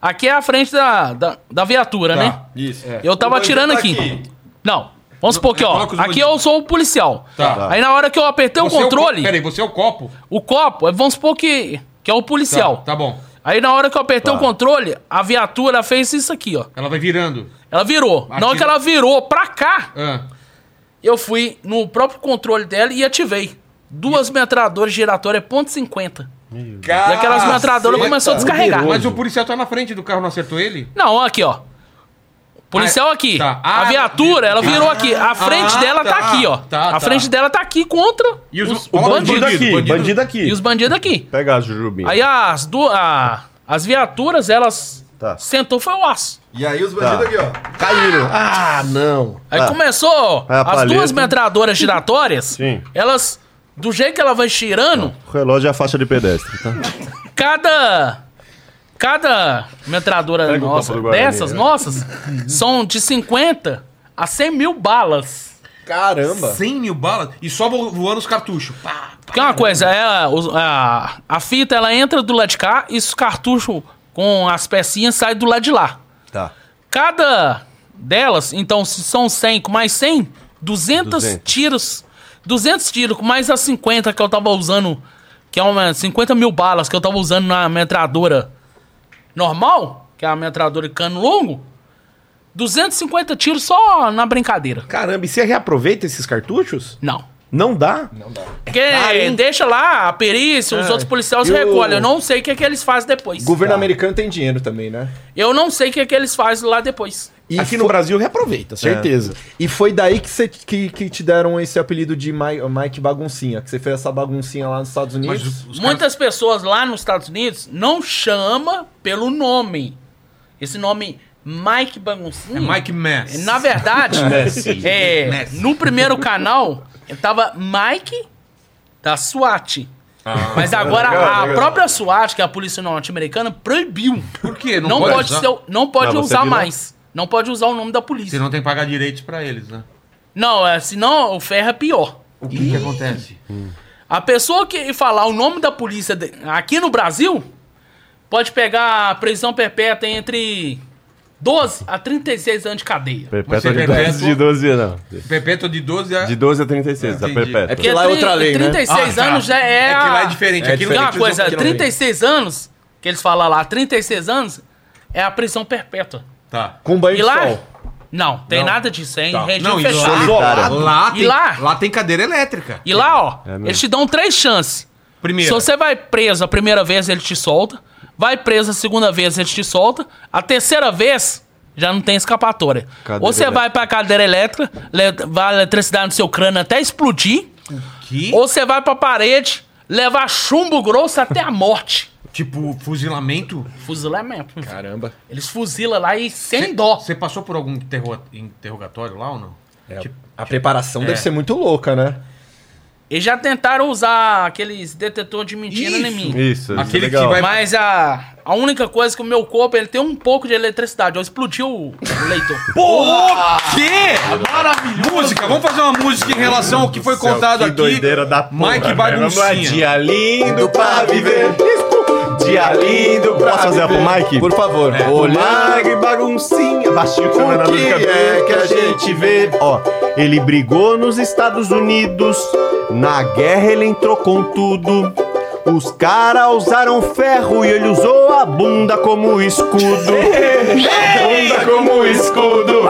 S7: Aqui é a frente da, da, da viatura,
S1: Tá.
S7: né?
S5: Isso.
S1: É.
S7: Eu tava
S1: Então,
S5: O bandido
S7: atirando
S5: tá
S7: aqui.
S5: aqui.
S7: Não. Vamos supor que, ó.
S1: Coloca os
S7: Aqui
S1: bandidos.
S7: eu sou o policial.
S1: Tá.
S7: Aí na hora que eu apertei o
S1: Você é co-
S7: controle,
S1: Peraí, você é o copo?
S7: o copo, vamos supor que, que é o policial.
S1: Tá, tá bom.
S7: Aí na hora que eu apertei
S1: Tá.
S7: o controle, a viatura fez isso aqui, ó.
S1: Ela vai virando.
S7: Ela virou.
S1: Aqui-
S7: Na hora que ela virou pra cá,
S1: Ah.
S7: eu fui no próprio controle dela e ativei. Duas metralhadoras giratórias ponto .50. E aquelas metralhadoras começou a descarregar.
S1: Mas o policial tá na frente do carro, não acertou ele?
S7: Não, aqui, ó. Policial
S1: Ah,
S7: aqui.
S1: tá.
S7: a
S1: Ah,
S7: viatura, ela virou
S1: ah,
S7: aqui. A frente
S1: ah,
S7: dela tá,
S1: tá.
S7: aqui, ó.
S1: Tá,
S7: a
S1: tá.
S7: frente dela tá aqui contra
S1: E os,
S7: os,
S1: olha lá os
S7: bandidos.
S1: bandidos,
S6: aqui,
S1: bandido-
S6: bandido aqui.
S7: E os bandidos aqui.
S3: Pega a Jujubinha.
S7: Aí as duas. As viaturas, elas.
S3: Tá.
S7: Sentou, foi o aço.
S5: E aí os bandidos aqui, ó.
S3: Caíram. Tá.
S6: Ah, não.
S7: Aí começou
S3: É a
S7: as duas
S3: palheta.
S7: metralhadoras giratórias.
S3: Sim.
S7: Elas. Do jeito que ela vai girando,
S3: O relógio é a faixa de pedestre, tá?
S7: cada. Cada metralhadora
S3: Pega o
S7: nossa,
S3: copo do Guarani,
S7: dessas
S3: né?
S7: nossas, são de 50 a 100 mil balas.
S5: Caramba.
S1: 100 mil balas e só vo- voando os cartuchos. Pá, pá.
S7: Porque é uma coisa, é, a- os- a, a fita ela entra do lado de cá e os cartuchos com as pecinhas saem do lado de lá.
S3: Tá.
S7: Cada delas, então, se são 100 com mais 100, 200,
S3: 200.
S7: tiros. 200 tiros com mais as 50 que eu tava usando, que é uma 50 mil balas que eu tava usando na metralhadora normal, que é a metralhadora de cano longo. 250 tiros só na brincadeira.
S6: Caramba, e você reaproveita esses cartuchos?
S7: Não.
S6: Não dá?
S7: Porque
S5: É
S7: deixa lá a perícia, os outros policiais
S5: e o-
S7: recolhem. Eu não sei o que é que eles fazem depois.
S5: O governo americano tem dinheiro também, né?
S7: Eu não sei o que é que eles fazem lá depois.
S5: E
S6: aqui no
S5: foi-
S6: Brasil reaproveita, certeza.
S5: É. E foi daí que, cê, que, que te deram esse apelido de Mike, Mike Baguncinha, que você fez essa baguncinha lá nos Estados
S1: Mas
S5: Unidos.
S1: os, os
S7: Muitas pessoas lá nos Estados Unidos não chama pelo nome. Esse nome Mike Baguncinho.
S1: caras... É Mike Mess.
S7: Na verdade, é,
S1: Messi.
S7: no primeiro canal tava Mike da SWAT.
S1: Ah,
S7: Mas agora a própria SWAT, que é a polícia norte-americana, proibiu.
S1: Por quê?
S7: Não, pode,
S1: usar?
S7: ser o- não pode
S3: Mas você
S7: usar
S3: virou?
S7: mais. Não pode usar o nome da polícia.
S1: Você não tem que pagar direitos pra eles, né?
S7: Não, é, senão o ferro é pior.
S1: O que, que acontece?
S7: A pessoa que falar o nome da polícia de- aqui no Brasil pode pegar prisão perpétua entre 12 a 36 anos de cadeia.
S3: Perpétua
S1: Mas
S3: de
S1: é
S3: 12,
S1: perpétua?
S3: de 12 anos.
S1: Perpétua de 12 a...
S3: De 12 a 36, da
S1: Ah, Entendi.
S3: perpétua.
S5: É porque lá é
S7: tri-
S5: outra lei, né?
S7: 36
S1: Ah, tá.
S7: anos já é.
S1: É que lá é
S7: a-
S1: diferente.
S5: É
S1: aqui
S7: Porque é
S1: não
S7: uma
S5: diferente, eles
S7: coisa,
S5: não tiram
S7: 36 anos, que eles falam lá, 36 anos é a prisão perpétua.
S1: Tá.
S5: Com banho
S7: E
S5: de
S7: lá.
S5: sol.
S7: Não, tem
S1: Não.
S7: nada disso, é hein?
S1: Tá.
S7: Regime
S1: Não, e
S7: fechado.
S1: lá,
S3: Solitária.
S1: lá,
S7: E
S1: tem,
S7: lá?
S1: lá tem cadeira elétrica.
S7: E lá, ó,
S3: É mesmo.
S7: eles te dão três chances.
S1: Primeira.
S7: Se você vai preso a primeira vez, ele te solta. Vai preso a segunda vez, ele te solta. A terceira vez, já não tem escapatória.
S3: Cadeira
S7: ou você
S3: elétrica.
S7: vai pra cadeira elétrica, le- vai eletricidade no seu crânio até explodir.
S1: Que?
S7: Ou você vai pra parede, levar chumbo grosso até a morte.
S1: Tipo, fuzilamento?
S7: Fuzilamento.
S5: Caramba.
S7: Eles fuzilam lá e sem dó.
S1: Você passou por algum interro- interrogatório lá ou não? Tipo,
S5: A preparação deve ser muito louca, né?
S7: Eles já tentaram usar aqueles detetor de mentira em mim.
S3: Isso, isso
S1: Aquele
S3: é legal.
S1: que vai-
S7: Mas a, a única coisa que o meu corpo ele tem um pouco de eletricidade. Eu explodi o o leitor.
S1: Porra! Que? Maravilhoso! Música, vamos fazer uma música em relação ao que foi contado
S3: que
S1: aqui.
S3: doideira da porra, né,
S1: Mike
S3: velho.
S1: Baguncinha.
S3: É Dia lindo pra viver. Dia lindo pra
S4: Posso fazer a pro Mike?
S3: Por
S4: favor.
S1: É.
S4: Olhar.
S3: Mike Baguncinha. Baixinho que você não é nada
S4: O
S3: de
S4: que
S3: cabeça.
S4: é que a gente
S3: vê? Ó, ele brigou nos Estados Unidos. Na guerra ele entrou com tudo. Os caras usaram ferro e ele usou a bunda como escudo.
S4: A bunda como escudo.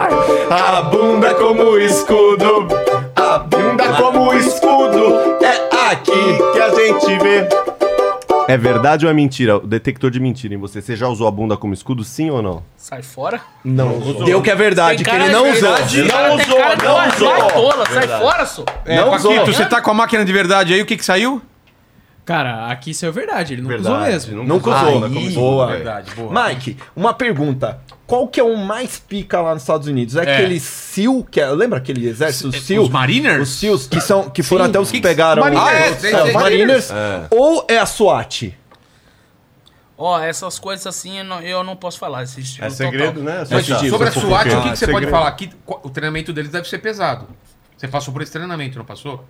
S4: A bunda como escudo. A bunda como escudo. É aqui.
S3: que a gente vê. É verdade ou é mentira? O detector de mentira em você. Você já usou a bunda como escudo, sim ou não?
S7: Sai fora.
S5: Deu que é verdade, que ele não usou.
S7: Não cara, tem cara de vai tola. Sai fora, só.
S1: É,
S4: Não
S1: Paquito,
S4: usou.
S1: você tá com a máquina de verdade aí, o que que saiu?
S2: Cara, aqui isso é verdade, ele não usou
S3: Verdade, né?
S2: mesmo.
S5: Nunca
S4: Ah,
S5: usou.
S4: aí.
S5: Nunca usou.
S3: é
S4: Boa.
S1: Verdade, boa.
S5: né? Mike, uma pergunta. Qual que é o mais pica lá nos Estados Unidos? É,
S1: É.
S5: aquele SEAL, que é, lembra aquele exército SEAL?
S1: Os Mariners?
S5: Os SEALs, que, são, que foram até os que pegaram...
S1: Mariners.
S5: Ah,
S1: Ah, é, tem- tem-
S5: Mariners. Ou é a SWAT?
S7: Ó, essas coisas assim eu não, eu não posso falar. Esse estilo
S3: É
S7: total.
S3: segredo, né?
S1: Então tá Mas tipo, sobre a SWAT, o que, é? que você pode
S3: segredo.
S1: falar? aqui? o treinamento deles deve ser pesado. Você passou por esse treinamento, não passou?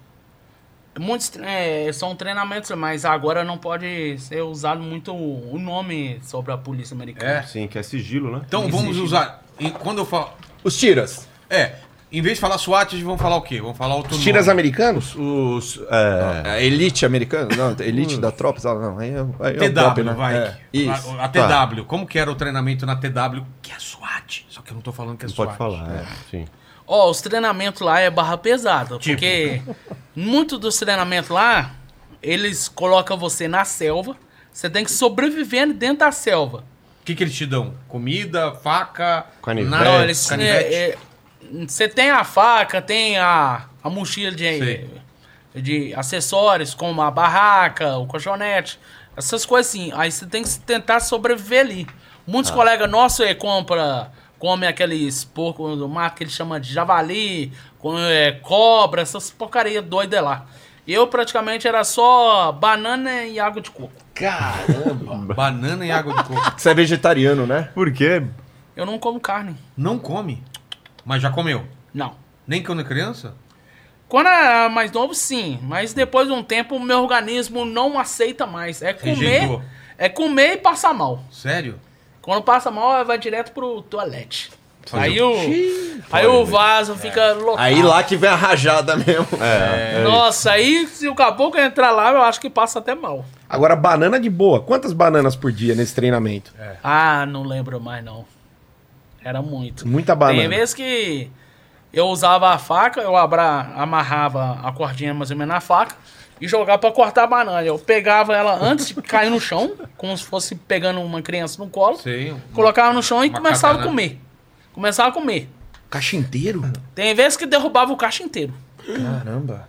S7: Muitos tre- é, são treinamentos, mas agora não pode ser usado muito o nome sobre a polícia americana.
S1: É.
S3: Sim, que é sigilo, né?
S1: Então vamos usar. e quando eu falo.
S5: Os tiras.
S1: É, em vez de falar SWAT, eles vão falar o quê? Vão falar outro nome.
S6: Tiras americanos?
S3: Os. É,
S5: A elite americana? Não, a elite da tropa? sabe? Não, aí é, aí é o top, né?
S1: TW, vai.
S5: É, isso.
S1: A, a TW. Como que era o treinamento na TW? Que é SWAT. Só que eu não tô falando que é
S3: não
S1: SWAT.
S3: pode falar, é. Sim.
S7: Ó, os treinamentos lá é barra pesada,
S1: Tipo?
S7: porque muito dos treinamentos lá, eles colocam você na selva, você tem que sobreviver dentro da selva.
S1: O que, que eles te dão? Comida, faca,
S3: Canivete.
S1: nada?
S7: Não, eles,
S1: Né? Canivete.
S7: é, é, você tem a faca, tem a, a mochila de,
S1: Sei.
S7: de acessórios, como a barraca, o colchonete, essas coisas assim. Aí você tem que se tentar sobreviver ali. Muitos colegas nossos é, compra, comem aqueles porcos do mato que eles chamam de javali, com, é, cobra, essas porcaria doida lá. Eu praticamente era só banana e água de coco. é.
S1: Banana e água de coco.
S5: Você é vegetariano, né?
S3: Por quê?
S7: Eu não como carne,
S1: Não come. Mas já comeu.
S7: não.
S1: Nem quando é criança?
S7: Quando era mais novo, sim. Mas depois de um tempo, o meu organismo não aceita mais. É comer.
S1: Rejeitou.
S7: É comer e passar mal.
S1: Sério?
S7: Quando passa mal, vai direto pro toalete. Aí o, aí o vaso fica lotado.
S5: Aí lá que vem a rajada mesmo.
S7: Nossa, aí se o caboclo entrar lá, eu acho que passa até mal.
S6: Agora, banana de boa. Quantas bananas por dia nesse treinamento?
S7: Ah, não lembro mais, não. Era muito.
S6: Muita né?
S7: Tem
S6: banana.
S7: vezes que eu usava a faca, eu abra, amarrava a cordinha mais ou menos na faca e jogava pra cortar a banana. Eu pegava ela antes de cair no chão, como se fosse pegando uma criança no colo,
S1: Sei.
S7: colocava no chão e
S1: Uma
S7: começava a
S1: katana.
S7: comer. Começava a comer.
S6: Caixa inteiro?
S7: Tem vezes que derrubava o caixa inteiro.
S5: Caramba.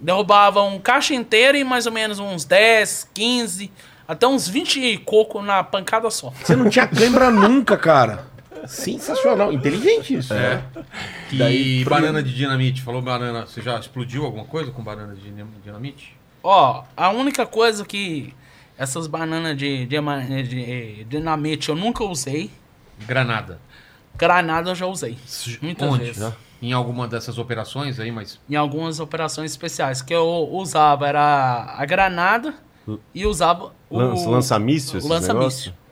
S7: Derrubava um caixa inteiro e mais ou menos uns 10, 15, até uns 20 coco na pancada só.
S6: Você não tinha cãibra nunca, cara. Sensacional. Inteligente isso. né?
S1: E banana de dinamite. Falou banana. Você já explodiu alguma coisa com banana de dinam- dinamite?
S7: Ó, a única coisa que essas bananas de, de, ma- de- de dinamite eu nunca usei,
S1: Granada.
S7: granada eu já usei. Muitas
S1: Onde?
S7: vezes.
S3: né?
S1: Em alguma dessas operações aí, mas.
S7: Em algumas operações especiais que eu usava era a granada e usava o
S3: Lança, lança-míssil,
S7: o
S3: esses
S7: lança-míssil.
S3: lança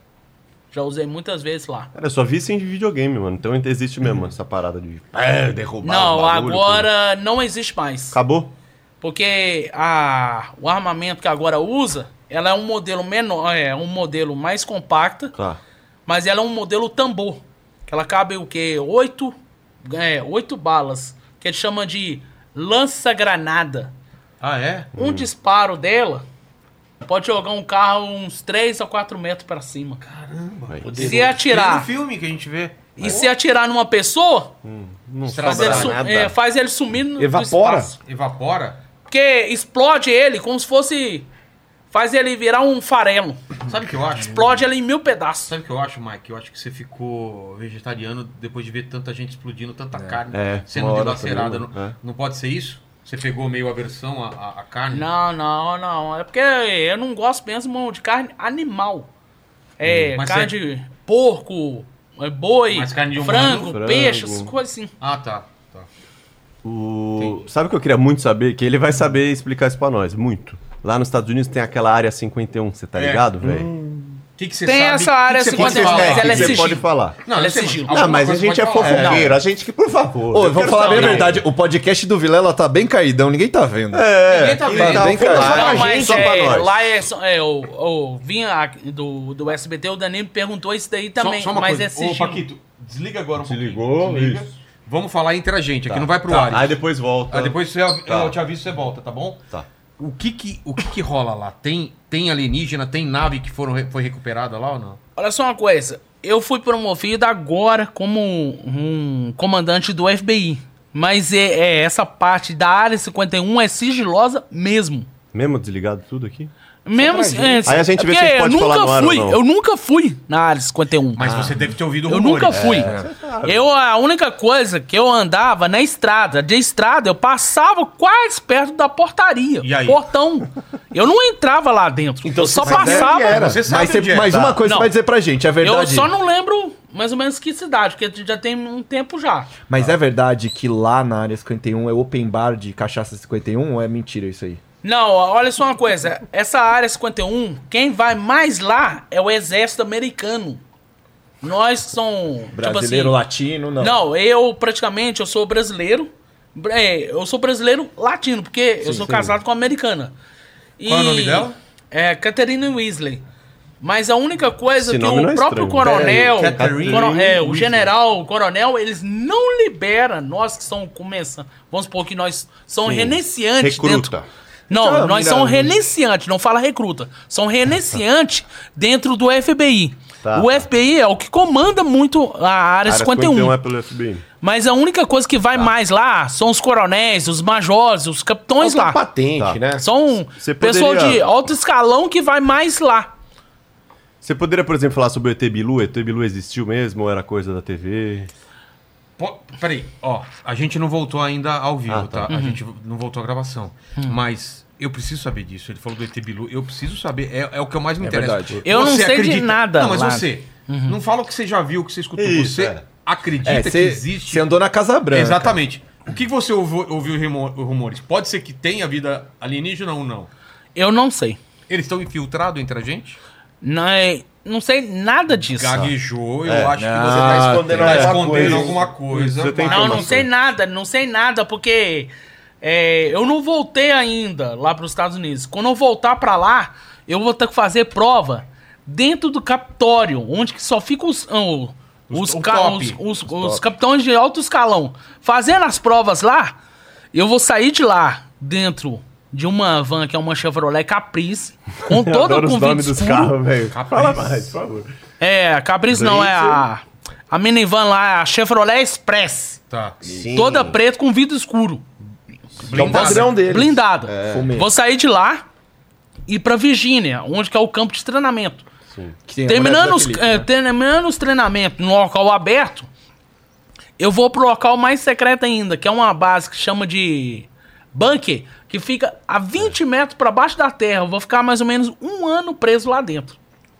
S7: Já usei muitas vezes lá.
S3: Cara, eu só vi isso em videogame, mano. Então existe
S1: Uhum.
S3: mesmo essa parada de é, derrubar
S7: não,
S3: os bagulho,
S7: agora não existe mais.
S3: tudo. Acabou?
S7: Porque a, o armamento que agora usa, ela é um modelo menor, é um modelo mais compacta,
S3: Tá.
S7: mas ela é um modelo tambor. Que ela cabe o quê? Oito, é, oito balas, que eles chamam de lança-granada.
S1: Ah, é?
S7: Um disparo dela pode jogar um carro uns 3 a 4 metros pra cima. Se
S1: Tem
S7: atirar
S1: no filme que a gente vê.
S7: e se atirar numa pessoa,
S3: Não
S1: Estragar
S7: faz ele, su-
S3: nada.
S7: é, faz ele sumir no do
S6: Evapora.
S7: espaço.
S1: Evapora.
S7: Porque explode ele como se fosse. Faz ele virar um farelo.
S1: Sabe o que eu acho?
S7: Explode ele em mil pedaços.
S1: Sabe o que eu acho, Mike? Eu acho que você ficou vegetariano depois de ver tanta gente explodindo, tanta carne
S3: É,
S1: sendo
S3: uma hora
S1: dilacerada.
S3: também,
S1: não,
S3: né?
S1: não pode ser isso? Você pegou meio aversão à, à- à carne?
S7: Não, não, não. É porque eu não gosto mesmo de carne animal. É,
S1: Hum, mas
S7: carne
S1: é-
S7: de porco, é, boi,
S1: Mas carne de
S7: frango,
S3: humano?
S7: peixe,
S3: Frango.
S7: essas coisas assim.
S1: Ah, tá. tá.
S3: O... Sabe o que eu queria muito saber? Que ele vai saber explicar isso pra nós, muito. Lá nos Estados Unidos tem aquela área 51, você tá
S1: É.
S3: ligado, velho?
S1: O que, que você
S7: Tem
S1: sabe?
S7: essa
S1: que que
S7: área
S1: você pode
S7: 51,
S1: falar?
S7: mas ela é
S3: você
S7: sigilo.
S3: pode falar.
S1: Não,
S7: Ela
S1: eu
S7: é
S1: sei,
S7: sigilo.
S1: mas
S3: Não,
S1: alguma
S3: mas a
S1: coisa
S3: gente é
S1: pode falar.
S3: fofoqueiro, a gente que, por favor.
S5: Ô,
S3: eu
S5: vamos
S3: quero
S5: falar bem a
S3: saber.
S5: verdade. O podcast do Vilela tá bem caidão, ninguém tá vendo.
S3: É,
S1: Ninguém tá vendo.
S5: Tá bem
S3: Fala
S5: caidão.
S3: pra
S7: Não,
S3: gente,
S7: mas
S3: só pra
S7: é,
S3: nós.
S7: lá é, só- é o, o vinha a- do, do SBT, o Danilo perguntou isso daí
S1: Só-
S7: também,
S1: só uma
S7: mas
S1: coisa.
S7: é
S1: Ô,
S7: sigilo.
S1: Paquito, desliga agora um
S3: Desligou,
S1: pouquinho. Desliga.
S3: isso.
S1: Vamos falar entre a gente, aqui não vai pro
S3: Tá,
S1: ar.
S3: Aí
S1: isso.
S3: depois volta.
S1: Aí depois você, eu
S3: Tá.
S1: te aviso, você volta, tá bom?
S3: Tá.
S1: O que que, o que, que rola lá? Tem, tem alienígena? Tem nave que foram, re- foi recuperada lá ou não?
S7: Olha só uma coisa, eu fui promovido agora como um, um comandante do FBI, mas é, é, essa parte da área 51 é sigilosa mesmo.
S3: Mesmo desligado tudo aqui?
S7: Mesmo é,
S3: Aí a gente vê se
S7: porque
S3: a gente pode
S7: eu
S3: falar
S7: nunca
S3: no ar ou
S7: fui,
S3: não.
S7: eu nunca fui na área 51.
S1: Mas né? você deve ter ouvido
S7: Eu
S1: rumores.
S7: nunca fui.
S1: É.
S7: Eu, a única coisa que eu andava na estrada, de estrada, eu passava quase perto da portaria,
S1: E aí?
S7: portão. Eu não entrava lá dentro, eu só passava.
S1: era. Você sabe
S5: Mas, você-
S1: onde é.
S5: mas
S1: Tá.
S5: uma coisa
S7: Não.
S5: você vai dizer pra gente, é
S7: Eu
S5: verdade.
S7: só não lembro mais ou menos que cidade, porque já tem um tempo já.
S5: Mas é verdade que lá na área 51 é open bar de cachaça 51 ou é mentira isso aí?
S7: Não, olha só uma coisa. Essa área 51, quem vai mais lá é o exército americano. Nós somos.
S5: Brasileiro,
S7: tipo assim,
S5: latino, não.
S7: Não, eu praticamente eu sou brasileiro. É, eu sou brasileiro latino, porque eu sou casado com uma americana.
S1: Qual é o nome dela?
S7: É, Catherine Weasley. Mas a única coisa
S3: Esse
S7: que
S3: nome
S7: o
S3: não é
S7: próprio
S3: estranho.
S7: coronel,
S1: Peraí, Catherine
S7: coro- é, o
S1: Weasley.
S7: general, o coronel, eles não liberam nós que são começa, vamos supor que nós são renunciantes
S3: Recruta. Então, um-
S7: dentro. Não,
S5: Ah,
S7: nós
S5: mira-
S7: somos renunciantes, não fala recruta. São renunciantes dentro do FBI.
S3: Ah, Tá.
S7: o FBI é o que comanda muito a área,
S3: Área
S7: 51.
S3: é pelo FBI.
S7: Mas a única coisa que
S3: Tá.
S7: vai mais lá são os coronéis, os majores, os capitões lá.
S6: patente,
S3: Tá.
S6: né?
S7: São
S3: Você
S7: pessoal
S3: poderia-
S7: de alto escalão que vai mais lá.
S3: Você poderia, por exemplo, falar sobre o ET Bilu? O ET Bilu existiu mesmo ou era coisa da TV?
S1: Pô, Peraí, ó, a gente não voltou ainda ao vivo,
S3: Ah,
S1: tá? A
S7: Uhum.
S1: gente não voltou à gravação.
S7: Hum.
S1: Mas eu preciso saber disso. Ele falou do ET Bilu, eu preciso saber. É, é o que eu mais me interessa.
S5: verdade.
S7: Eu não sei de nada
S1: Não, mas
S7: lá. Uhum.
S1: você, não fala o que você já viu, o que você escutou.
S3: Isso,
S1: você
S3: é.
S1: acredita
S5: É,
S1: que
S5: você
S1: existe.
S5: você andou na Casa Branca.
S1: Exatamente. O que você ouviu, ouviu rumor- rumores? Pode ser que tenha vida alienígena ou não.
S7: Eu não sei.
S1: Eles estão infiltrados entre a gente?
S7: Não, é- não sei nada disso.
S1: Gaguejou, eu acho que você
S5: Ah,
S1: tá
S5: tem
S1: escondendo, tá
S5: alguma
S1: escondendo
S5: coisa.
S1: alguma coisa.
S3: Você tem
S1: Vai.
S7: Não, não
S3: informação.
S7: sei nada, não sei nada, porque é, eu não voltei ainda lá para os Estados Unidos. Quando eu voltar para lá, eu vou ter que fazer prova dentro do Capitório, onde que só ficam os, ah, os,
S1: Os-
S3: um
S1: o
S7: ca-
S1: top.
S7: os- os- os capitões de alto escalão. Fazendo as provas lá, eu vou sair de lá dentro de uma van que é uma Chevrolet Caprice, com
S3: Eu
S7: todo
S3: adoro
S7: o
S3: os
S7: convite
S3: nomes dos
S7: escuro.
S3: carros, velho.
S1: Capaz.
S3: Fala mais, por favor.
S7: É, a Caprice não, é a, a minivan lá, é a Chevrolet Express.
S1: Tá.
S7: Toda preta com vidro escuro.
S6: É
S5: Então,
S6: o padrão dele.
S7: Blindada.
S5: Fumê.
S7: Vou sair de lá e ir pra Virgínia, onde que é o campo de treinamento.
S5: Que tem a
S7: Terminando
S5: mulher
S7: os,
S5: da Felipe,
S7: eh,
S5: né?
S7: terminando os treinamentos no local aberto, eu vou pro local mais secreto ainda, que é uma base que chama de bunker, que fica a
S1: É.
S7: 20 metros pra baixo da terra. Eu vou ficar mais ou menos um ano preso lá dentro.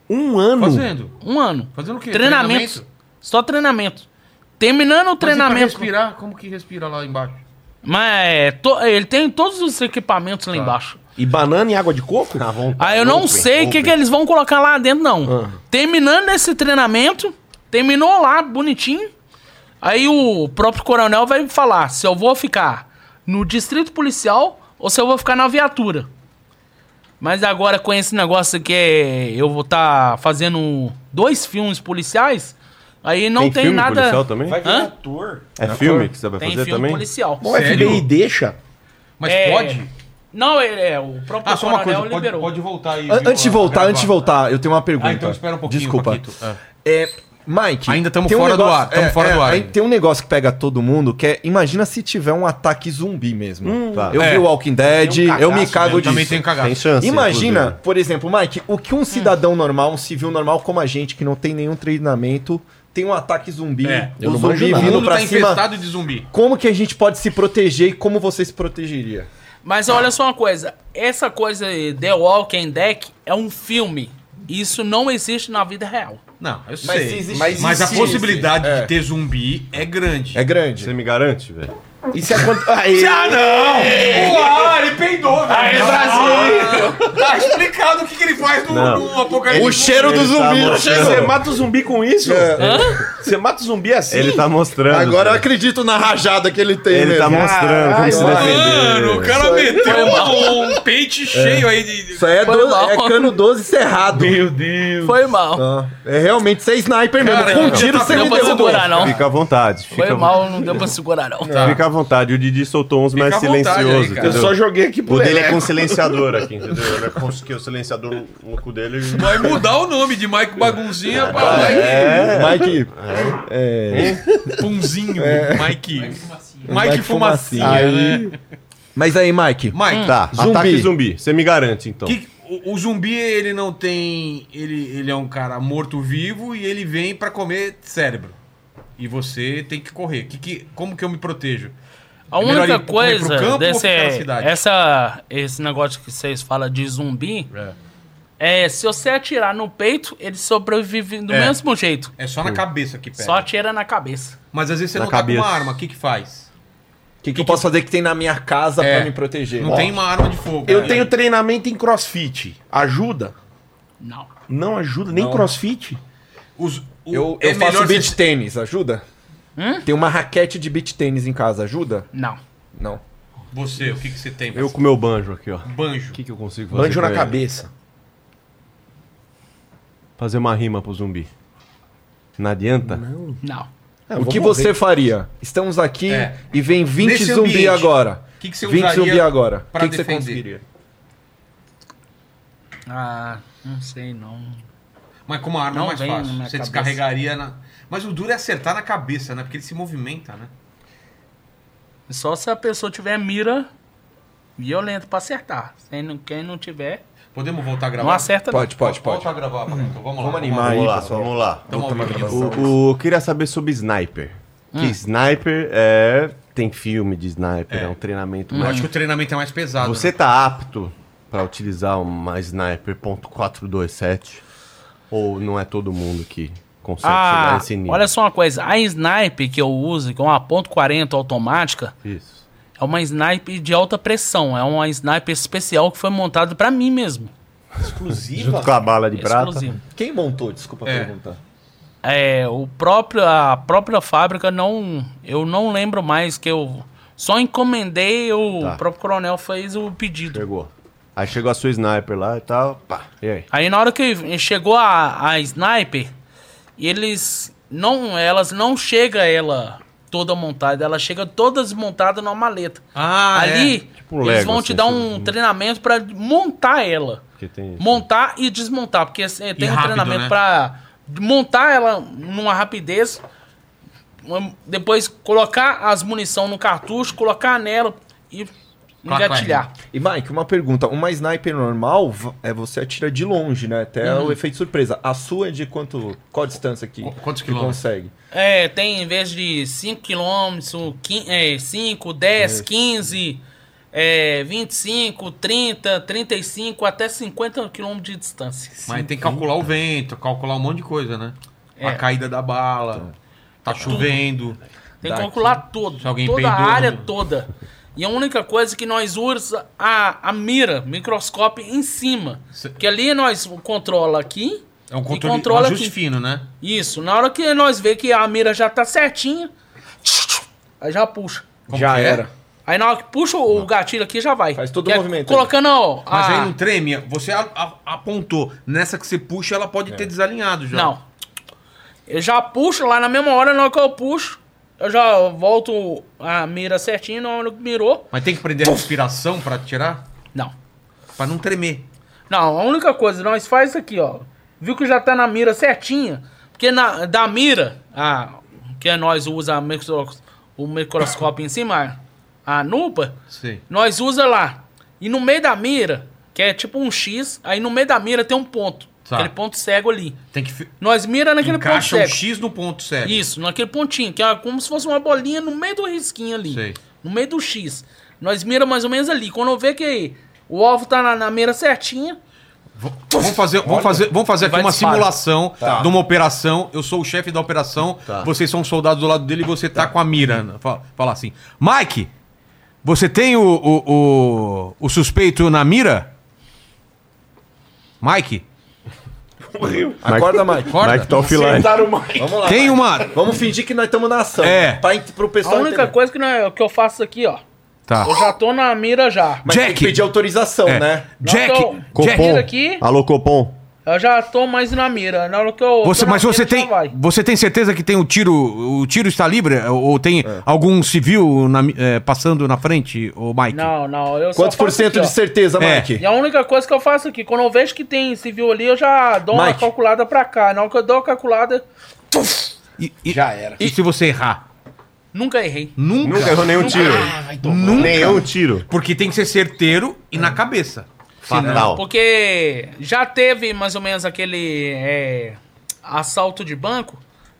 S3: Um ano?
S1: Fazendo.
S7: Um ano.
S1: Fazendo o quê?
S7: Treinamento.
S1: Treinamento?
S7: Só treinamento. Terminando o
S1: Mas e
S7: treinamento.
S1: pra respirar, "Ah, como que respira lá embaixo?
S7: Mas é, to- ele tem todos os equipamentos lá embaixo.
S6: E banana e água de coco?
S5: Tá
S3: À vontade.
S7: Ah, eu não
S3: Tá. Open,
S7: sei o que,
S3: open. Ah.
S7: que eles vão colocar lá dentro, não. Terminando esse treinamento, terminou lá, bonitinho. Aí o próprio coronel vai falar se eu vou ficar no distrito policial ou se eu vou ficar na viatura. Mas agora com esse negócio que é, eu vou estar fazendo um, dois filmes policiais, aí não tem,
S3: filme
S7: nada.
S3: policial também?
S6: Vai virar
S7: Hã?
S6: ator.
S3: É filme que você vai
S7: Tem
S3: fazer
S7: filme
S3: também?
S7: policial.
S6: O
S1: Sério?
S6: FBI deixa.
S1: Mas
S7: É,
S1: pode?
S7: Não, ele é, o próprio
S1: Ah, só uma
S7: coronel
S1: coisa, pode,
S7: liberou.
S1: pode voltar aí.
S5: An-
S1: viu,
S5: Antes de
S1: a-
S5: voltar,
S1: a
S5: antes de
S1: gravar.
S5: voltar, eu tenho uma pergunta.
S1: Ah, então espera um pouquinho,
S5: Desculpa.
S1: Paquito. Ah.
S5: É, Mike.
S1: Ainda tamo
S5: tem um
S1: fora do ar, tamo fora do ar
S5: aí
S1: ainda.
S5: Tem um negócio que pega todo mundo que é. Imagina se tiver um ataque zumbi mesmo.
S3: Tá.
S5: Eu
S1: É.
S5: vi o Walking Dead,
S6: Hum. Tem um
S5: eu me
S6: cagaço
S5: cago
S1: Eu
S5: disso.
S1: também tenho cagado.
S3: Tem chance.
S5: Imagina,
S3: inclusive.
S6: É.
S5: por exemplo, Mike, o que um cidadão normal, um civil normal como a gente, que não tem nenhum treinamento, tem um ataque zumbi,
S1: É,
S5: o
S6: não manjo
S5: zumbi
S6: nada.
S1: O
S5: vindo
S1: mundo
S5: pra
S1: tá
S5: cima.
S1: infestado de zumbi.
S5: Como que a gente pode se proteger e como você se protegeria?
S7: Mas olha só uma coisa, essa coisa aí, The Walking Dead é um filme. Isso não existe na vida real.
S1: Não, eu
S5: Mas se
S1: sei.
S5: existe-
S1: mas
S5: mas
S1: a
S5: se
S1: possibilidade
S5: existe, é.
S1: de ter zumbi é grande.
S5: É grande.
S3: Você me garante, velho?
S6: E se acontecer. Aí,
S1: Ah, ele peidou, velho.
S6: aí Brasil!
S1: Tá explicado o que, que ele faz no,
S3: Não.
S1: no apocalipse.
S5: O cheiro do
S3: Ele tá
S5: zumbi.
S3: mostrando.
S5: o cheiro-
S6: Você mata o zumbi com isso?
S1: É.
S7: Hã?
S6: Você mata o zumbi assim?
S3: É. Ele tá mostrando.
S5: Agora eu
S3: velho.
S5: acredito na rajada que ele tem.
S3: Ele tá
S5: mesmo.
S3: mostrando como se
S6: Caralho,
S3: defender.
S1: Mano, o cara meteu um, um pente cheio aí de. de-
S5: Isso aí é,
S7: Foi
S5: do-
S7: mal.
S5: é cano 12 cerrado.
S6: Meu Deus.
S7: Foi mal.
S5: Ah, é realmente ser sniper mesmo.
S1: Cara,
S5: Com um
S1: eu
S5: tiro
S1: tô-
S5: você
S1: eu
S5: me
S7: Não deu pra
S5: derrubou.
S7: segurar, não.
S3: Fica à vontade. Fica,
S7: Foi mal, tá. não deu pra segurar, não.
S1: É.
S3: Fica à vontade. O Didi soltou uns
S1: Fica à
S3: mais
S1: vontade aí,
S3: silenciosos,
S1: cara.
S6: Eu
S3: entendeu?
S6: só joguei aqui pro
S3: O dele é
S6: Leleco.
S3: com silenciador aqui, entendeu? Ele é com que o silenciador no cu dele.
S1: Vai mudar o nome de Mike Bagunzinha pra
S5: Mike.
S1: Mike Punzinho. Mike. é. Mike
S5: Mike
S1: Fumacinha,
S5: Fumacinha.
S1: né?
S5: Mas aí, Mike.
S1: Mike,
S3: Tá,
S5: Zumbi.
S3: ataque zumbi. Você me garante, então.
S1: que- o, o zumbi ele não tem. Ele, ele é um cara morto-vivo e ele vem pra comer cérebro. E você tem que correr. Que, que, como que eu me protejo?
S7: A
S1: É melhor ir
S7: única
S1: pro- correr pro
S7: coisa
S1: campo ou
S7: desse é
S1: ficar na cidade?
S7: essa, esse negócio que vocês falam de zumbi
S1: É.
S7: é se você atirar no peito, ele sobrevive do
S1: É.
S7: mesmo jeito.
S1: É só na cabeça que pega.
S7: Só atira na cabeça.
S1: Mas às vezes você
S3: Na
S1: não tá
S3: cabeça.
S1: com uma arma, o que que faz?
S5: O que, que eu posso fazer que tem na minha casa
S1: É.
S5: pra me proteger?
S1: Não tem uma arma de fogo.
S6: Eu
S1: né?
S6: tenho treinamento em crossfit. Ajuda?
S7: Não.
S6: Não ajuda, nem crossfit.
S1: Os- o-
S5: Eu,
S1: é
S5: eu faço
S1: melhor
S5: beat
S1: você- Hum?
S5: tênis, ajuda? Tem uma raquete de beat tênis em casa, ajuda?
S7: Não.
S5: Não.
S1: Você, o que, que você tem?
S3: Eu com meu banjo aqui, ó. O
S1: Banjo.
S3: que, que eu consigo fazer?
S6: Banjo
S3: com
S6: na
S3: ele?
S6: cabeça.
S3: Fazer uma rima pro zumbi. Não adianta?
S7: Não.
S5: o que você faria? Estamos aqui
S1: É.
S5: e vem 20
S1: Nesse
S5: zumbi
S1: ambiente,
S5: agora.
S1: o que que você
S5: 20
S1: usaria
S5: zumbi agora. O
S1: pra
S5: que, que você
S1: defender?
S5: conseguiria?
S7: Ah, não sei não.
S1: Mas com uma arma
S7: Não
S1: é mais
S7: vem
S1: fácil.
S7: na
S1: Você
S7: minha cabeça.
S1: descarregaria na. Mas o duro é acertar na cabeça, né? Porque ele se movimenta, né?
S7: Só se a pessoa tiver mira violenta pra acertar. Quem não, quem não tiver,
S1: Podemos voltar a gravar?
S7: não acerta Hum.
S5: Pode, pode,
S1: Volta
S5: pode.
S1: a gravar, Paquito. Vamos lá. Vamos
S5: animar
S3: Vamos
S5: Aí,
S3: lá,
S5: pessoal.
S3: vamos lá.
S1: Tamo ao vivo.
S3: O, o- queria saber sobre sniper.
S7: Hum.
S3: Que sniper é. Tem filme de sniper, é, um
S7: Hum.
S3: treinamento
S1: Eu
S3: mais.
S1: acho que o treinamento é mais pesado.
S3: Você
S1: né?
S3: tá apto pra utilizar uma sniper .427? Ou não é todo mundo que consegue chegar
S7: Ah,
S3: a esse nível?
S7: olha só uma coisa. A sniper que eu uso, que é uma .40 automática,
S3: Isso.
S7: é uma sniper de alta pressão. É uma sniper especial que foi montada pra mim mesmo.
S3: Junto com a bala de prata.
S7: Exclusivo.
S5: Quem montou? Desculpa
S1: É.
S5: perguntar.
S7: É, o próprio, a própria fábrica não. Eu não lembro mais que eu. Só encomendei, o
S3: Tá.
S7: próprio coronel fez o pedido.
S3: Chegou. Aí chegou a sua sniper lá e tal. Pá. E aí?
S7: Aí na hora que chegou a, a sniper, eles não, elas não chega ela toda montada, ela chega toda desmontada numa maleta.
S1: Ah,
S7: Ali
S1: é.
S3: Tipo um
S7: eles
S3: Lego,
S7: vão
S3: assim,
S7: te dar um
S3: você-
S7: treinamento pra montar ela,
S3: Porque tem.
S7: montar e desmontar, porque assim, tem um
S1: rápido,
S7: treinamento
S1: né?
S7: pra montar ela numa rapidez, um- depois colocar as munição no cartucho, colocar nela e
S1: Clac,
S7: engatilhar.
S5: E Mike, uma pergunta. Uma sniper normal v- é você atira de longe, né? Até
S7: Uhum.
S5: o efeito surpresa. A sua é de quanto? Qual a distância que,
S1: Qu- quantos
S5: que
S1: quilômetros?
S5: consegue?
S7: É, tem em vez de 5 km, é, 5, 10, 15, é, 25, 30, 35, até 50 km de distância.
S1: Mas tem que calcular o vento, calcular um monte de coisa, né? A
S7: É.
S1: caída da bala. Tá chovendo.
S7: Tem que calcular todo,
S1: Se alguém
S7: toda a
S1: peidou,
S7: área
S1: né?
S7: toda. E a única coisa é que nós usa a, a mira, microscópio em cima.
S1: Cê-
S7: Porque ali nós controla aqui
S1: É um
S7: e
S1: controle
S7: controla
S1: ajuste
S7: aqui.
S1: fino, né?
S7: Isso, na hora que nós vê que a mira já tá certinha, aí já puxa.
S1: Como
S5: Já
S1: que é?
S5: era.
S7: Aí na hora que puxa o gatilho aqui, já vai.
S5: Faz todo o
S7: Que é
S5: movimento aí.
S7: Colocando, ó. ah,
S1: Mas
S7: a-
S1: aí não treme? Você a- a- apontou. Nessa que você puxa, ela
S5: É.
S1: pode ter desalinhado já.
S7: Não. Eu já puxo lá na mesma hora, na hora que eu puxo, eu já volto a mira certinho, na hora que mirou.
S1: Mas tem que prender a respiração pra tirar?
S7: Não.
S1: Pra não tremer.
S7: Não, a única coisa, nós faz isso aqui, ó. Viu que já tá na mira certinha? Porque na, da mira, a, que é nós usa a micro- o microscópio em cima, a, a nupa,
S1: Sim.
S7: nós usa lá. E no meio da mira, que é tipo um X, aí no meio da mira tem um ponto.
S1: Tá.
S7: Aquele ponto cego ali.
S1: Tem que fi-
S7: Nós mira naquele ponto
S1: encaixa um
S7: cego.
S1: X no ponto cego.
S7: Isso, naquele pontinho, que é como se fosse uma bolinha no meio do risquinho ali.
S1: Sei.
S7: No meio do X. Nós mira mais ou menos ali. Quando vê que o alvo tá na, na mira certinha,
S1: V- Vamos fazer, vamos fazer, vamos fazer aqui
S7: Vai
S1: uma
S7: disparar.
S1: simulação
S5: Tá.
S1: de uma operação. Eu sou o chefe da operação, vocês são os soldados do lado dele e você tá, com a mira. Fa- Fala, assim: Mike, você tem o, o, o, o suspeito na mira? Mike,
S5: Acorda, Mike.
S1: acorda.
S3: Mike tá offline.
S6: Sentaram o Mike.
S5: Vamos lá.
S1: tem
S5: Mike.
S1: uma.
S5: Vamos fingir que nós estamos na ação.
S1: É.
S5: Pra, ent- pro
S7: a
S5: pessoal
S7: única
S5: entender.
S7: coisa que, nós- que eu faço aqui, ó.
S1: Tá.
S7: Eu já tô na mira já.
S5: Mas tem
S1: Jack.
S5: que pedir autorização,
S1: É.
S5: né?
S1: Jack,
S7: tô-
S1: Jack,
S7: Mira
S3: Copom.
S7: aqui.
S3: Alô, Copom.
S7: Eu já tô mais na mira. Na hora que eu.
S1: você,
S7: tô na
S1: mas
S7: mira,
S1: você
S7: já
S1: tem,
S7: vai.
S1: você tem certeza que tem o tiro, o tiro está livre ou tem algum civil na mi- eh, passando na frente, o Mike?
S7: Não, não. Eu só
S5: Quantos por
S7: faço
S5: cento
S7: aqui,
S5: de
S7: ó.
S5: certeza,
S1: É.
S5: Mike?
S7: E a única coisa que eu faço aqui, quando eu vejo que tem civil ali, eu já dou uma
S5: Mike.
S7: calculada pra cá. Na hora que eu dou a calculada,
S1: E, e-
S6: Já era.
S1: E se você errar?
S7: nunca errei.
S1: Nunca.
S3: Nunca errou nenhum tiro. Nenhum tiro.
S1: Porque tem que ser certeiro e na cabeça.
S3: Fatal.
S7: Porque já teve mais ou menos aquele é, assalto de banco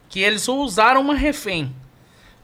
S7: que eles usaram uma refém.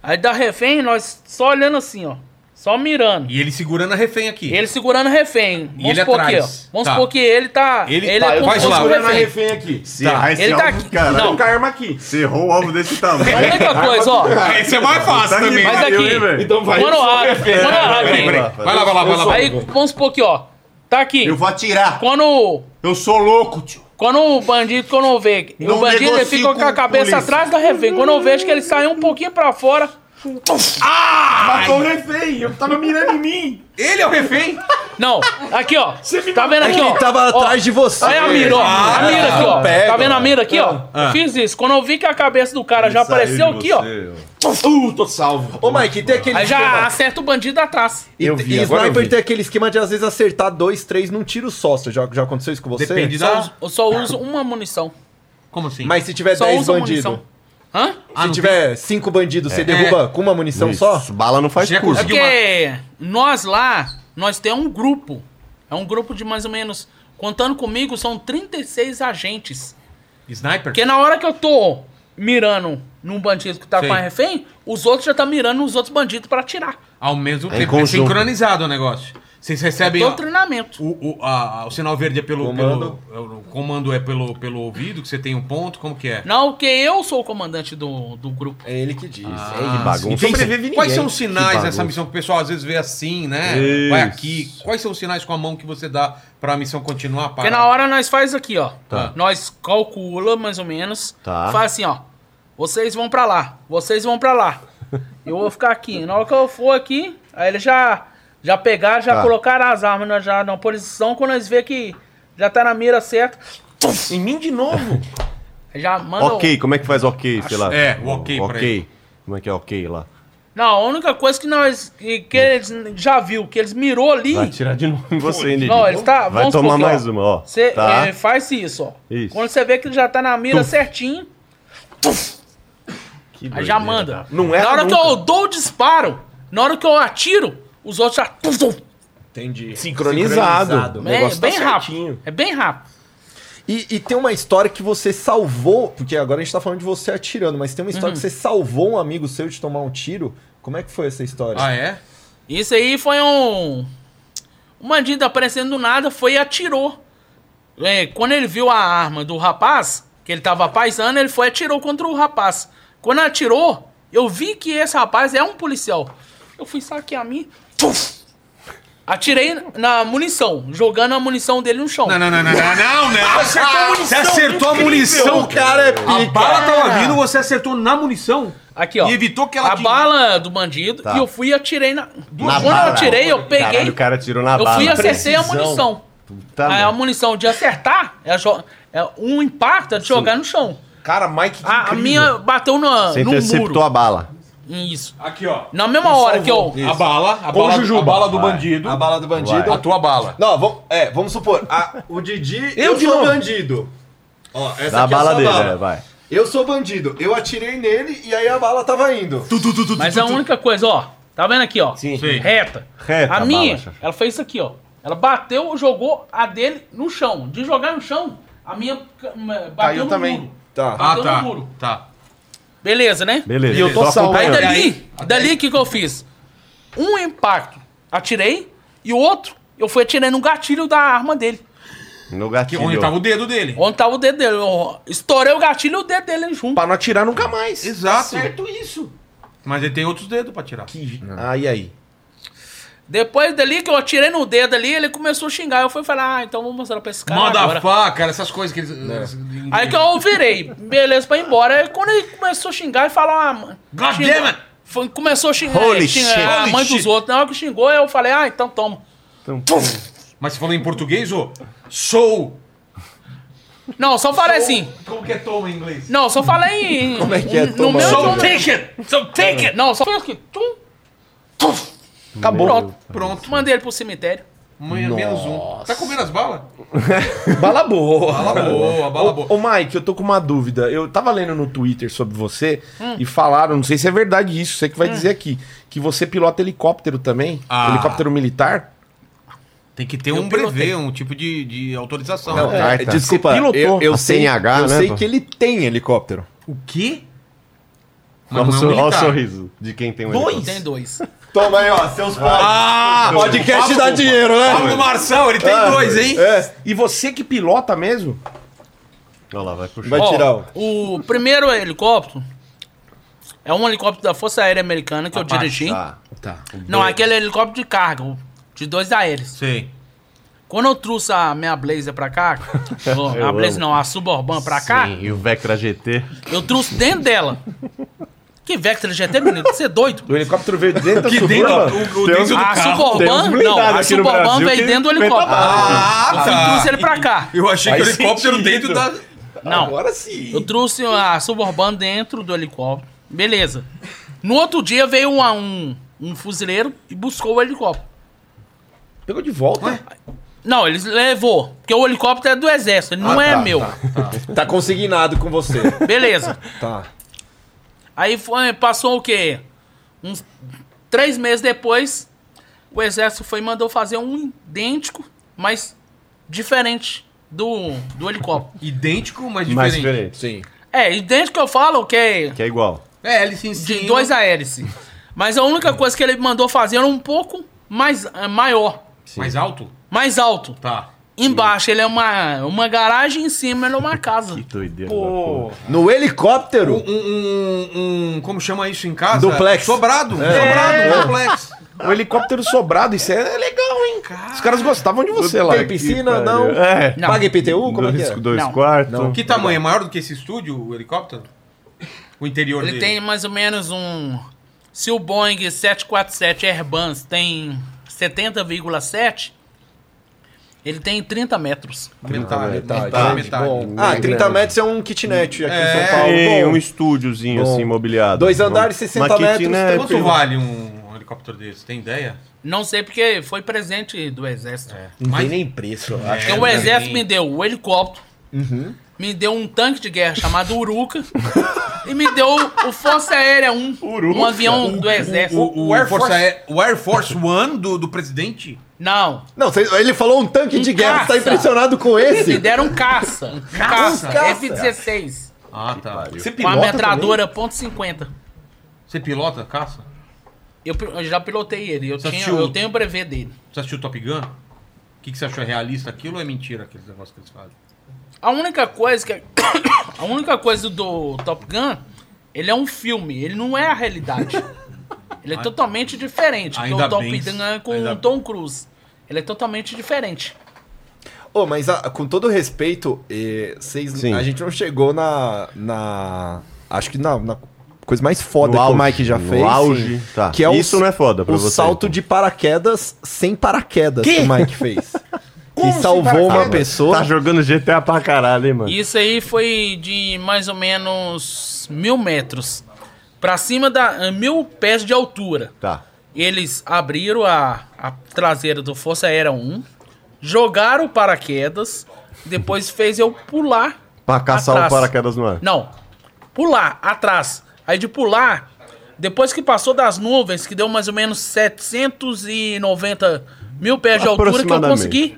S7: Aí da refém, nós só olhando assim, ó. Só mirando.
S1: E ele segurando a refém aqui.
S7: Ele segurando o refém. Vamos
S1: ele
S7: supor
S1: atrás.
S7: que, ó. Vamos
S1: Tá.
S7: supor que ele tá.
S1: Ele-
S7: ele
S1: tá,
S7: é como
S1: faz
S7: se fosse
S1: lá.
S7: um
S1: Segurando
S6: Segurando a
S7: refém.
S6: refém aqui.
S3: Se errar esse
S7: Ele tá
S3: alvo,
S7: aqui.
S3: um cara,
S7: Não.
S6: Com a arma aqui.
S3: se errou o alvo desse tamanho. Tá
S7: A única coisa, ó.
S1: Esse é mais fácil também.
S7: Mas
S1: Vai,
S7: aqui,
S6: Então vai.
S7: Mano,
S6: Isso.
S7: abre, mano, abre.
S1: vai lá, vai lá, vai lá.
S7: Aí, vamos supor que, ó. Tá aqui.
S8: Eu vou atirar.
S7: Quando,
S8: Eu sou louco, tio.
S7: quando o bandido, quando eu vejo.
S8: Não
S7: o bandido ele
S8: negocio
S7: fica com
S8: com
S7: a cabeça
S8: polícia.
S7: atrás da refém. Quando eu vejo que ele sai um pouquinho pra fora.
S6: Matou o refém. Eu tava mirando em mim.
S1: Ele é o refém.
S7: Não, aqui, ó. Tá vendo aqui, ó.
S5: Ele tava
S7: Ó,
S5: atrás de você.
S7: Olha a mira, ó.
S1: Ah,
S7: a mira aqui, ó.
S5: pega,
S7: tá vendo a mira aqui, ó? Eu Fiz isso. Quando eu vi que a cabeça do cara já apareceu aqui, ó.
S6: Uh, tô salvo.
S5: Ô, Mike, tem aquele
S7: Aí já
S5: esquema.
S7: acerta o bandido atrás.
S5: E,
S6: Eu vi,
S5: e
S6: agora eu
S5: sniper
S6: vi.
S5: tem aquele esquema de às vezes acertar dois, três num tiro só. Você Já, já aconteceu isso com você?
S1: Depende da...
S7: Eu só uso uma munição.
S1: Como assim?
S5: Mas se tiver
S7: né? Só
S5: 10
S7: uso uma
S5: bandidos.
S7: munição. Hã?
S1: Ah,
S5: Se
S1: não
S5: tiver cinco bandidos, você derruba com uma munição só?
S3: Bala não faz
S1: Já
S3: curso.
S7: É
S1: conseguiu
S7: porque nós lá, nós temos um grupo. É um grupo de mais ou menos. Contando comigo, são 36 agentes.
S1: Sniper?
S7: Porque na hora que eu tô mirando num bandido que tá
S1: Sei.
S7: com a refém, os outros já tá mirando nos outros bandidos pra atirar.
S1: Ao mesmo
S3: em
S1: tempo. É
S3: conjunto.
S1: sincronizado o negócio. Vocês recebem...
S7: Todo
S1: ó,
S7: treinamento.
S1: O, o, a- a- o sinal verde é pelo
S5: Comando.
S1: pelo- o comando é pelo, pelo ouvido, que você tem um ponto, como que é?
S7: Não, porque eu sou o comandante do, do grupo.
S5: É ele que diz.
S7: Ah,
S3: Que bagunça.
S1: Então, quais
S3: ninguém.
S1: são os sinais
S3: Que
S1: nessa
S3: bagunça.
S1: missão que o pessoal às vezes vê assim, né?
S3: Isso.
S1: Vai aqui. Quais são os sinais com a mão que você dá pra a missão continuar?
S7: Porque
S1: Para...
S7: na hora nós faz aqui, ó.
S1: Tá.
S7: Nós calcula mais ou menos.
S3: Tá.
S7: Faz assim, ó. Vocês vão pra lá. Vocês vão pra lá. Eu vou ficar aqui. Na hora que eu for aqui, aí eles já, já pegaram, já
S3: Tá.
S7: colocaram as armas na, já na posição. Quando eles vê que já tá na mira certa,
S6: Em mim de novo.
S7: já um. manda. o-
S3: Ok, como é que faz ok, sei lá?
S1: É, o ok pra
S3: Ok. Como é que é ok lá?
S7: Não, a única coisa que nós. Que, que eles já viu, que eles mirou ali.
S3: Hum. Vai tirar de novo em você, hein, Didi?
S7: Não, ele tá.
S3: Vai
S7: vamos
S3: tomar
S7: supor que, ó,
S3: mais uma, ó.
S7: Cê,
S3: tá.
S7: eh, faz isso, ó.
S3: Isso.
S7: Quando você vê que ele já tá na mira certinho,
S3: Que
S7: aí já
S3: doideira.
S7: manda.
S6: Não
S7: Na
S6: erra
S7: hora que
S6: nunca.
S7: eu dou o disparo, na hora que eu atiro, os outros já. tum, tum.
S5: Entendi.
S6: Sincronizado.
S5: Sincronizado.
S6: O
S7: É
S6: negócio tá
S7: bem rápido.
S6: certinho.
S7: É bem rápido.
S5: Um E, e tem uma história que você salvou, porque agora a gente tá falando de você atirando, mas tem uma história que você salvou um amigo seu de tomar um tiro. Como é que foi essa história?
S1: Ah, é?
S7: Isso aí foi um. Um bandido aparecendo do nada foi e atirou. É, quando ele viu a arma do rapaz, que ele tava paisando, ele foi e atirou contra o rapaz. Quando atirou, eu vi que esse rapaz é um policial. Eu fui saquear a mim. tuf! Atirei na munição, jogando a munição dele no chão.
S1: Não, não, não, não, não, não, não. Ah, Você acertou a munição,
S5: cara é
S1: A bala tava vindo, você acertou na munição.
S7: Aqui, ó.
S1: E evitou que ela
S7: A
S1: atingi-
S7: bala do bandido e eu fui e atirei na.
S3: Na
S7: Quando
S3: bala.
S7: eu atirei, eu peguei.
S3: Caralho, o cara tirou na
S7: eu
S3: bala.
S7: fui e acertei a
S6: Precisão.
S7: munição.
S3: Tá
S7: Aí a
S3: bom.
S7: munição de acertar é, jo- é um impacto é de jogar no chão.
S6: Cara, Mike, que
S7: A, a
S6: incrível.
S7: minha bateu na,
S3: Você
S7: no
S3: interceptou
S7: muro.
S3: a bala.
S7: Isso.
S1: Aqui, ó.
S7: Na mesma hora que eu.
S1: A bala, a
S5: Com
S1: bala,
S5: jujuba.
S1: a bala do bandido.
S5: A bala do bandido.
S1: A tua bala.
S5: Não, vamos, é, vamos supor, a- o Didi, eu, sou bandido. Ó, essa
S3: Dá a
S5: aqui é
S3: bala
S5: a sua
S3: dele,
S5: bala.
S3: é, vai.
S5: Eu sou bandido, eu atirei nele e aí a bala tava indo.
S7: Mas é a única coisa, ó. Tá vendo aqui, ó? Sim. Reta.
S3: Reta
S7: A
S3: a
S7: minha,
S3: bala, chefe.
S7: ela fez isso aqui, ó. Ela bateu, jogou a dele no chão. De jogar no chão, A minha ca- bateu
S8: Caiu
S7: no
S8: também.
S7: muro.
S5: Tá.
S7: Bateu
S1: tá.
S7: no muro.
S1: Tá.
S7: Beleza, né?
S3: Beleza.
S6: E eu tô
S3: só
S6: salvo
S7: Aí
S3: acompanhando.
S7: dali, dali o que, que eu fiz? Um impacto atirei e o outro eu fui atirando no gatilho da arma dele.
S3: No
S1: Que
S3: gatilho.
S1: onde
S7: tá
S1: tava o dedo dele.
S7: Onde tava o dedo dele? Eu estourei o gatilho e o dedo dele junto.
S6: Pra não atirar nunca mais.
S1: Exato.
S6: Tá certo isso.
S1: Mas ele tem outros dedos pra tirar.
S6: Que... Aí, aí.
S7: Depois dali que eu atirei no dedo ali, ele começou a xingar. Eu fui falar, ah, então vou mostrar pra esse cara
S1: Manda
S7: agora.
S1: faca, cara, essas coisas que eles. eles-
S7: Aí que eu virei, beleza, pra ir embora. Aí quando ele começou a xingar e falar, ah, mano.
S1: God
S7: xinga-
S1: damn it!
S7: Foi- começou a xingar,
S3: Holy
S7: xingar
S3: shit.
S7: a mãe
S1: Holy
S7: dos
S1: shit.
S7: outros. Na hora que xingou, eu falei, ah, então toma.
S1: Mas você falou em português, ô? Sou.
S7: Não, eu só falei assim.
S1: Como que é toma em inglês?
S7: Não, eu só falei em. Como
S5: é que é?
S7: No
S5: Toma,
S7: meu
S5: toma.
S7: idioma.
S1: take it! So take it!
S7: Não, só foi aqui. Tum,
S6: Acabou.
S7: pronto.
S1: Pronto.
S7: Mandei ele pro cemitério.
S1: Manhã menos um. Tá comendo as balas?
S6: Bala boa.
S1: Bala boa, bala boa.
S6: Ô, ô, Mike, eu tô com uma dúvida. Eu tava lendo no Twitter sobre você e falaram, não sei se é verdade isso, você que vai dizer aqui, que você pilota helicóptero também?
S1: Ah.
S6: Helicóptero militar?
S1: Tem que ter
S7: Eu
S1: um brevet,
S7: pilotei.
S1: um tipo de, de autorização.
S5: Não,
S6: tá.
S1: né?
S5: é,
S3: Carta.
S5: desculpa,
S6: Ah, Você pilotou
S5: eu, eu
S3: a
S5: sei,
S3: CNH,
S5: eu
S3: né,
S5: sei
S3: pô?
S5: que ele tem helicóptero.
S1: O quê?
S3: Olha o
S1: Mas
S3: sor-
S1: não é um
S3: olha o
S1: militar.
S3: sorriso de quem tem um helicóptero.
S7: Tem dois.
S5: Toma aí, ó, seus ah,
S1: Ah!
S5: Podcast
S1: Pablo-
S5: dá dinheiro,
S1: Pablo
S5: né?
S1: Marçal, ele tem
S6: Ah,
S1: dois, hein?
S5: É,
S6: E você que pilota mesmo?
S3: Olha lá, vai puxar.
S5: vai
S7: Ó,
S5: tirar o...
S7: O primeiro helicóptero é um helicóptero da Força Aérea Americana que eu dirigi.
S3: Tá.
S7: Não, aquele é helicóptero de carga, o- de dois aéreos.
S1: Sei.
S7: Quando eu trouxe a minha Blazer pra cá, ó, a Blazer não, a Suburban pra cá,
S3: Sim, e o Vectra GT.
S7: eu trouxe dentro dela. Que Vectra GT, menino, você é doido?
S6: O helicóptero veio dentro da
S1: Que dentro,
S6: Suburban?
S1: o, o dentro do
S6: um Ah,
S7: A
S1: carro.
S6: tem uns
S7: Suburban, não,
S6: blindados
S7: a
S6: aqui no
S7: Suburban
S6: Brasil que
S7: veio dentro do
S6: aguenta
S7: helicóptero.
S1: Ah,
S7: Eu trouxe
S1: tá.
S7: ele pra cá.
S1: Eu achei que o
S6: Faz
S1: helicóptero
S6: sentido.
S1: dentro da...
S7: Não,
S6: Agora sim.
S7: Eu trouxe a Suburban dentro do helicóptero. Beleza. No outro dia veio um, um, um fuzileiro e buscou o helicóptero.
S6: Pegou de volta?
S7: Não, eles levou. Porque o helicóptero é do exército, ele não é meu.
S5: Ah, Tá consignado com você.
S7: Beleza.
S5: tá.
S7: Aí foi, passou o quê? Uns três meses depois, o exército foi e mandou fazer um idêntico, mas diferente do, do helicóptero.
S1: Idêntico, mas diferente.
S3: Mais diferente.
S5: Sim.
S7: É, idêntico eu falo que é
S3: Que é igual.
S1: É, ele se
S7: de
S1: ensina.
S7: dois aéreos. Mas a única coisa que ele mandou fazer era um pouco mais eh, maior,
S1: Mais alto?
S7: mais alto.
S1: Tá.
S7: Embaixo ele é uma, uma garagem, em cima ele é uma casa.
S3: Que doideira. da porra.
S5: No helicóptero?
S1: Um, um, um- Como chama isso em casa?
S5: Duplex.
S1: Sobrado. Sobrado,
S7: É.
S1: duplex.
S6: O helicóptero sobrado, isso é legal, hein? Os caras gostavam de você lá.
S5: Tem piscina,
S3: Que
S5: não?
S3: pariu. É.
S7: Não.
S5: Paga IPTU? Como é que
S3: dois
S5: é?
S3: dois
S7: Não.
S3: quartos.
S1: Que tamanho? É maior do que esse estúdio, o helicóptero? O interior
S7: Ele
S1: dele?
S7: tem mais ou menos um. Se o Boeing 747 Airbus tem 70,7, ele tem 30 metros.
S1: Metade.
S5: Metade.
S1: Metade.
S5: Metade.
S1: Tá, metade.
S5: Bom, ah, 30 metros é um kitnet aqui em São Paulo.
S3: Tem
S5: Bom,
S3: um estúdiozinho
S5: Bom.
S3: assim, imobiliado.
S5: Dois andares, 60
S3: Uma né,
S5: metros,
S3: kitnet.
S1: Quanto vale um helicóptero desse? Tem ideia?
S7: Não sei porque foi presente do exército.
S6: Não
S1: Mas-
S6: tem nem preço, eu acho.
S7: Então o
S1: É,
S7: exército
S1: bem.
S7: me deu o helicóptero,
S1: Uhum.
S7: me deu um tanque de guerra chamado Uruca e me deu o Força Aérea 1, um avião do exército.
S1: O, o Air Force, é- o Air Force One do, do presidente?
S7: Não,
S5: Não, cê- ele falou um tanque de
S7: Um
S5: guerra. Você tá
S7: caça.
S5: impressionado com
S7: me
S5: esse?
S7: deram um caça, um caça,
S5: caça?
S7: F-16,
S1: Ah, tá. Você
S7: com a
S1: pilota?
S7: metralhadora .50.
S1: Você pilota, caça?
S7: Eu, pi- eu já pilotei ele, eu,
S1: Você
S7: tinha,
S1: assistiu?
S7: eu tenho o brevet dele.
S1: Você assistiu Top Gun? O que, que você achou? É realista aquilo ou é mentira aqueles negócios que eles fazem?
S7: A única coisa que é- a única coisa do Top Gun, ele é um filme, ele não é a realidade. Ele é totalmente diferente do
S1: Ainda
S7: Top
S1: bem.
S7: Gun é com
S1: Ainda-
S7: o Tom Cruise. Ele é totalmente diferente.
S5: Ô, mas ah, com todo respeito, eh, vocês-
S3: Sim.
S5: a gente não chegou na. na acho que na, na coisa mais foda
S3: No
S5: que o
S3: auge,
S5: Mike já
S3: no
S5: fez.
S3: auge, tá.
S5: Que é o-
S3: Isso não é foda pra
S5: O
S3: você,
S5: salto
S3: então.
S5: de paraquedas sem paraquedas que,
S6: Quê?
S5: o Mike fez.
S6: Como
S5: que
S6: sem
S5: salvou uma
S6: paraquedas?
S5: pessoa.
S3: Tá jogando GTA pra caralho, hein, mano?
S7: Isso aí foi de mais ou menos mil metros. Pra cima da. mil pés de altura.
S3: Tá.
S7: Eles abriram a, a traseira do Força Aérea 1, jogaram paraquedas, depois fez eu pular.
S3: Pra caçar
S7: atrás.
S3: o paraquedas no ar.
S7: Não, pular atrás. Aí de pular, depois que passou das nuvens, que deu mais ou menos 790 mil pés de altura, que eu
S3: Aproximadamente.
S7: consegui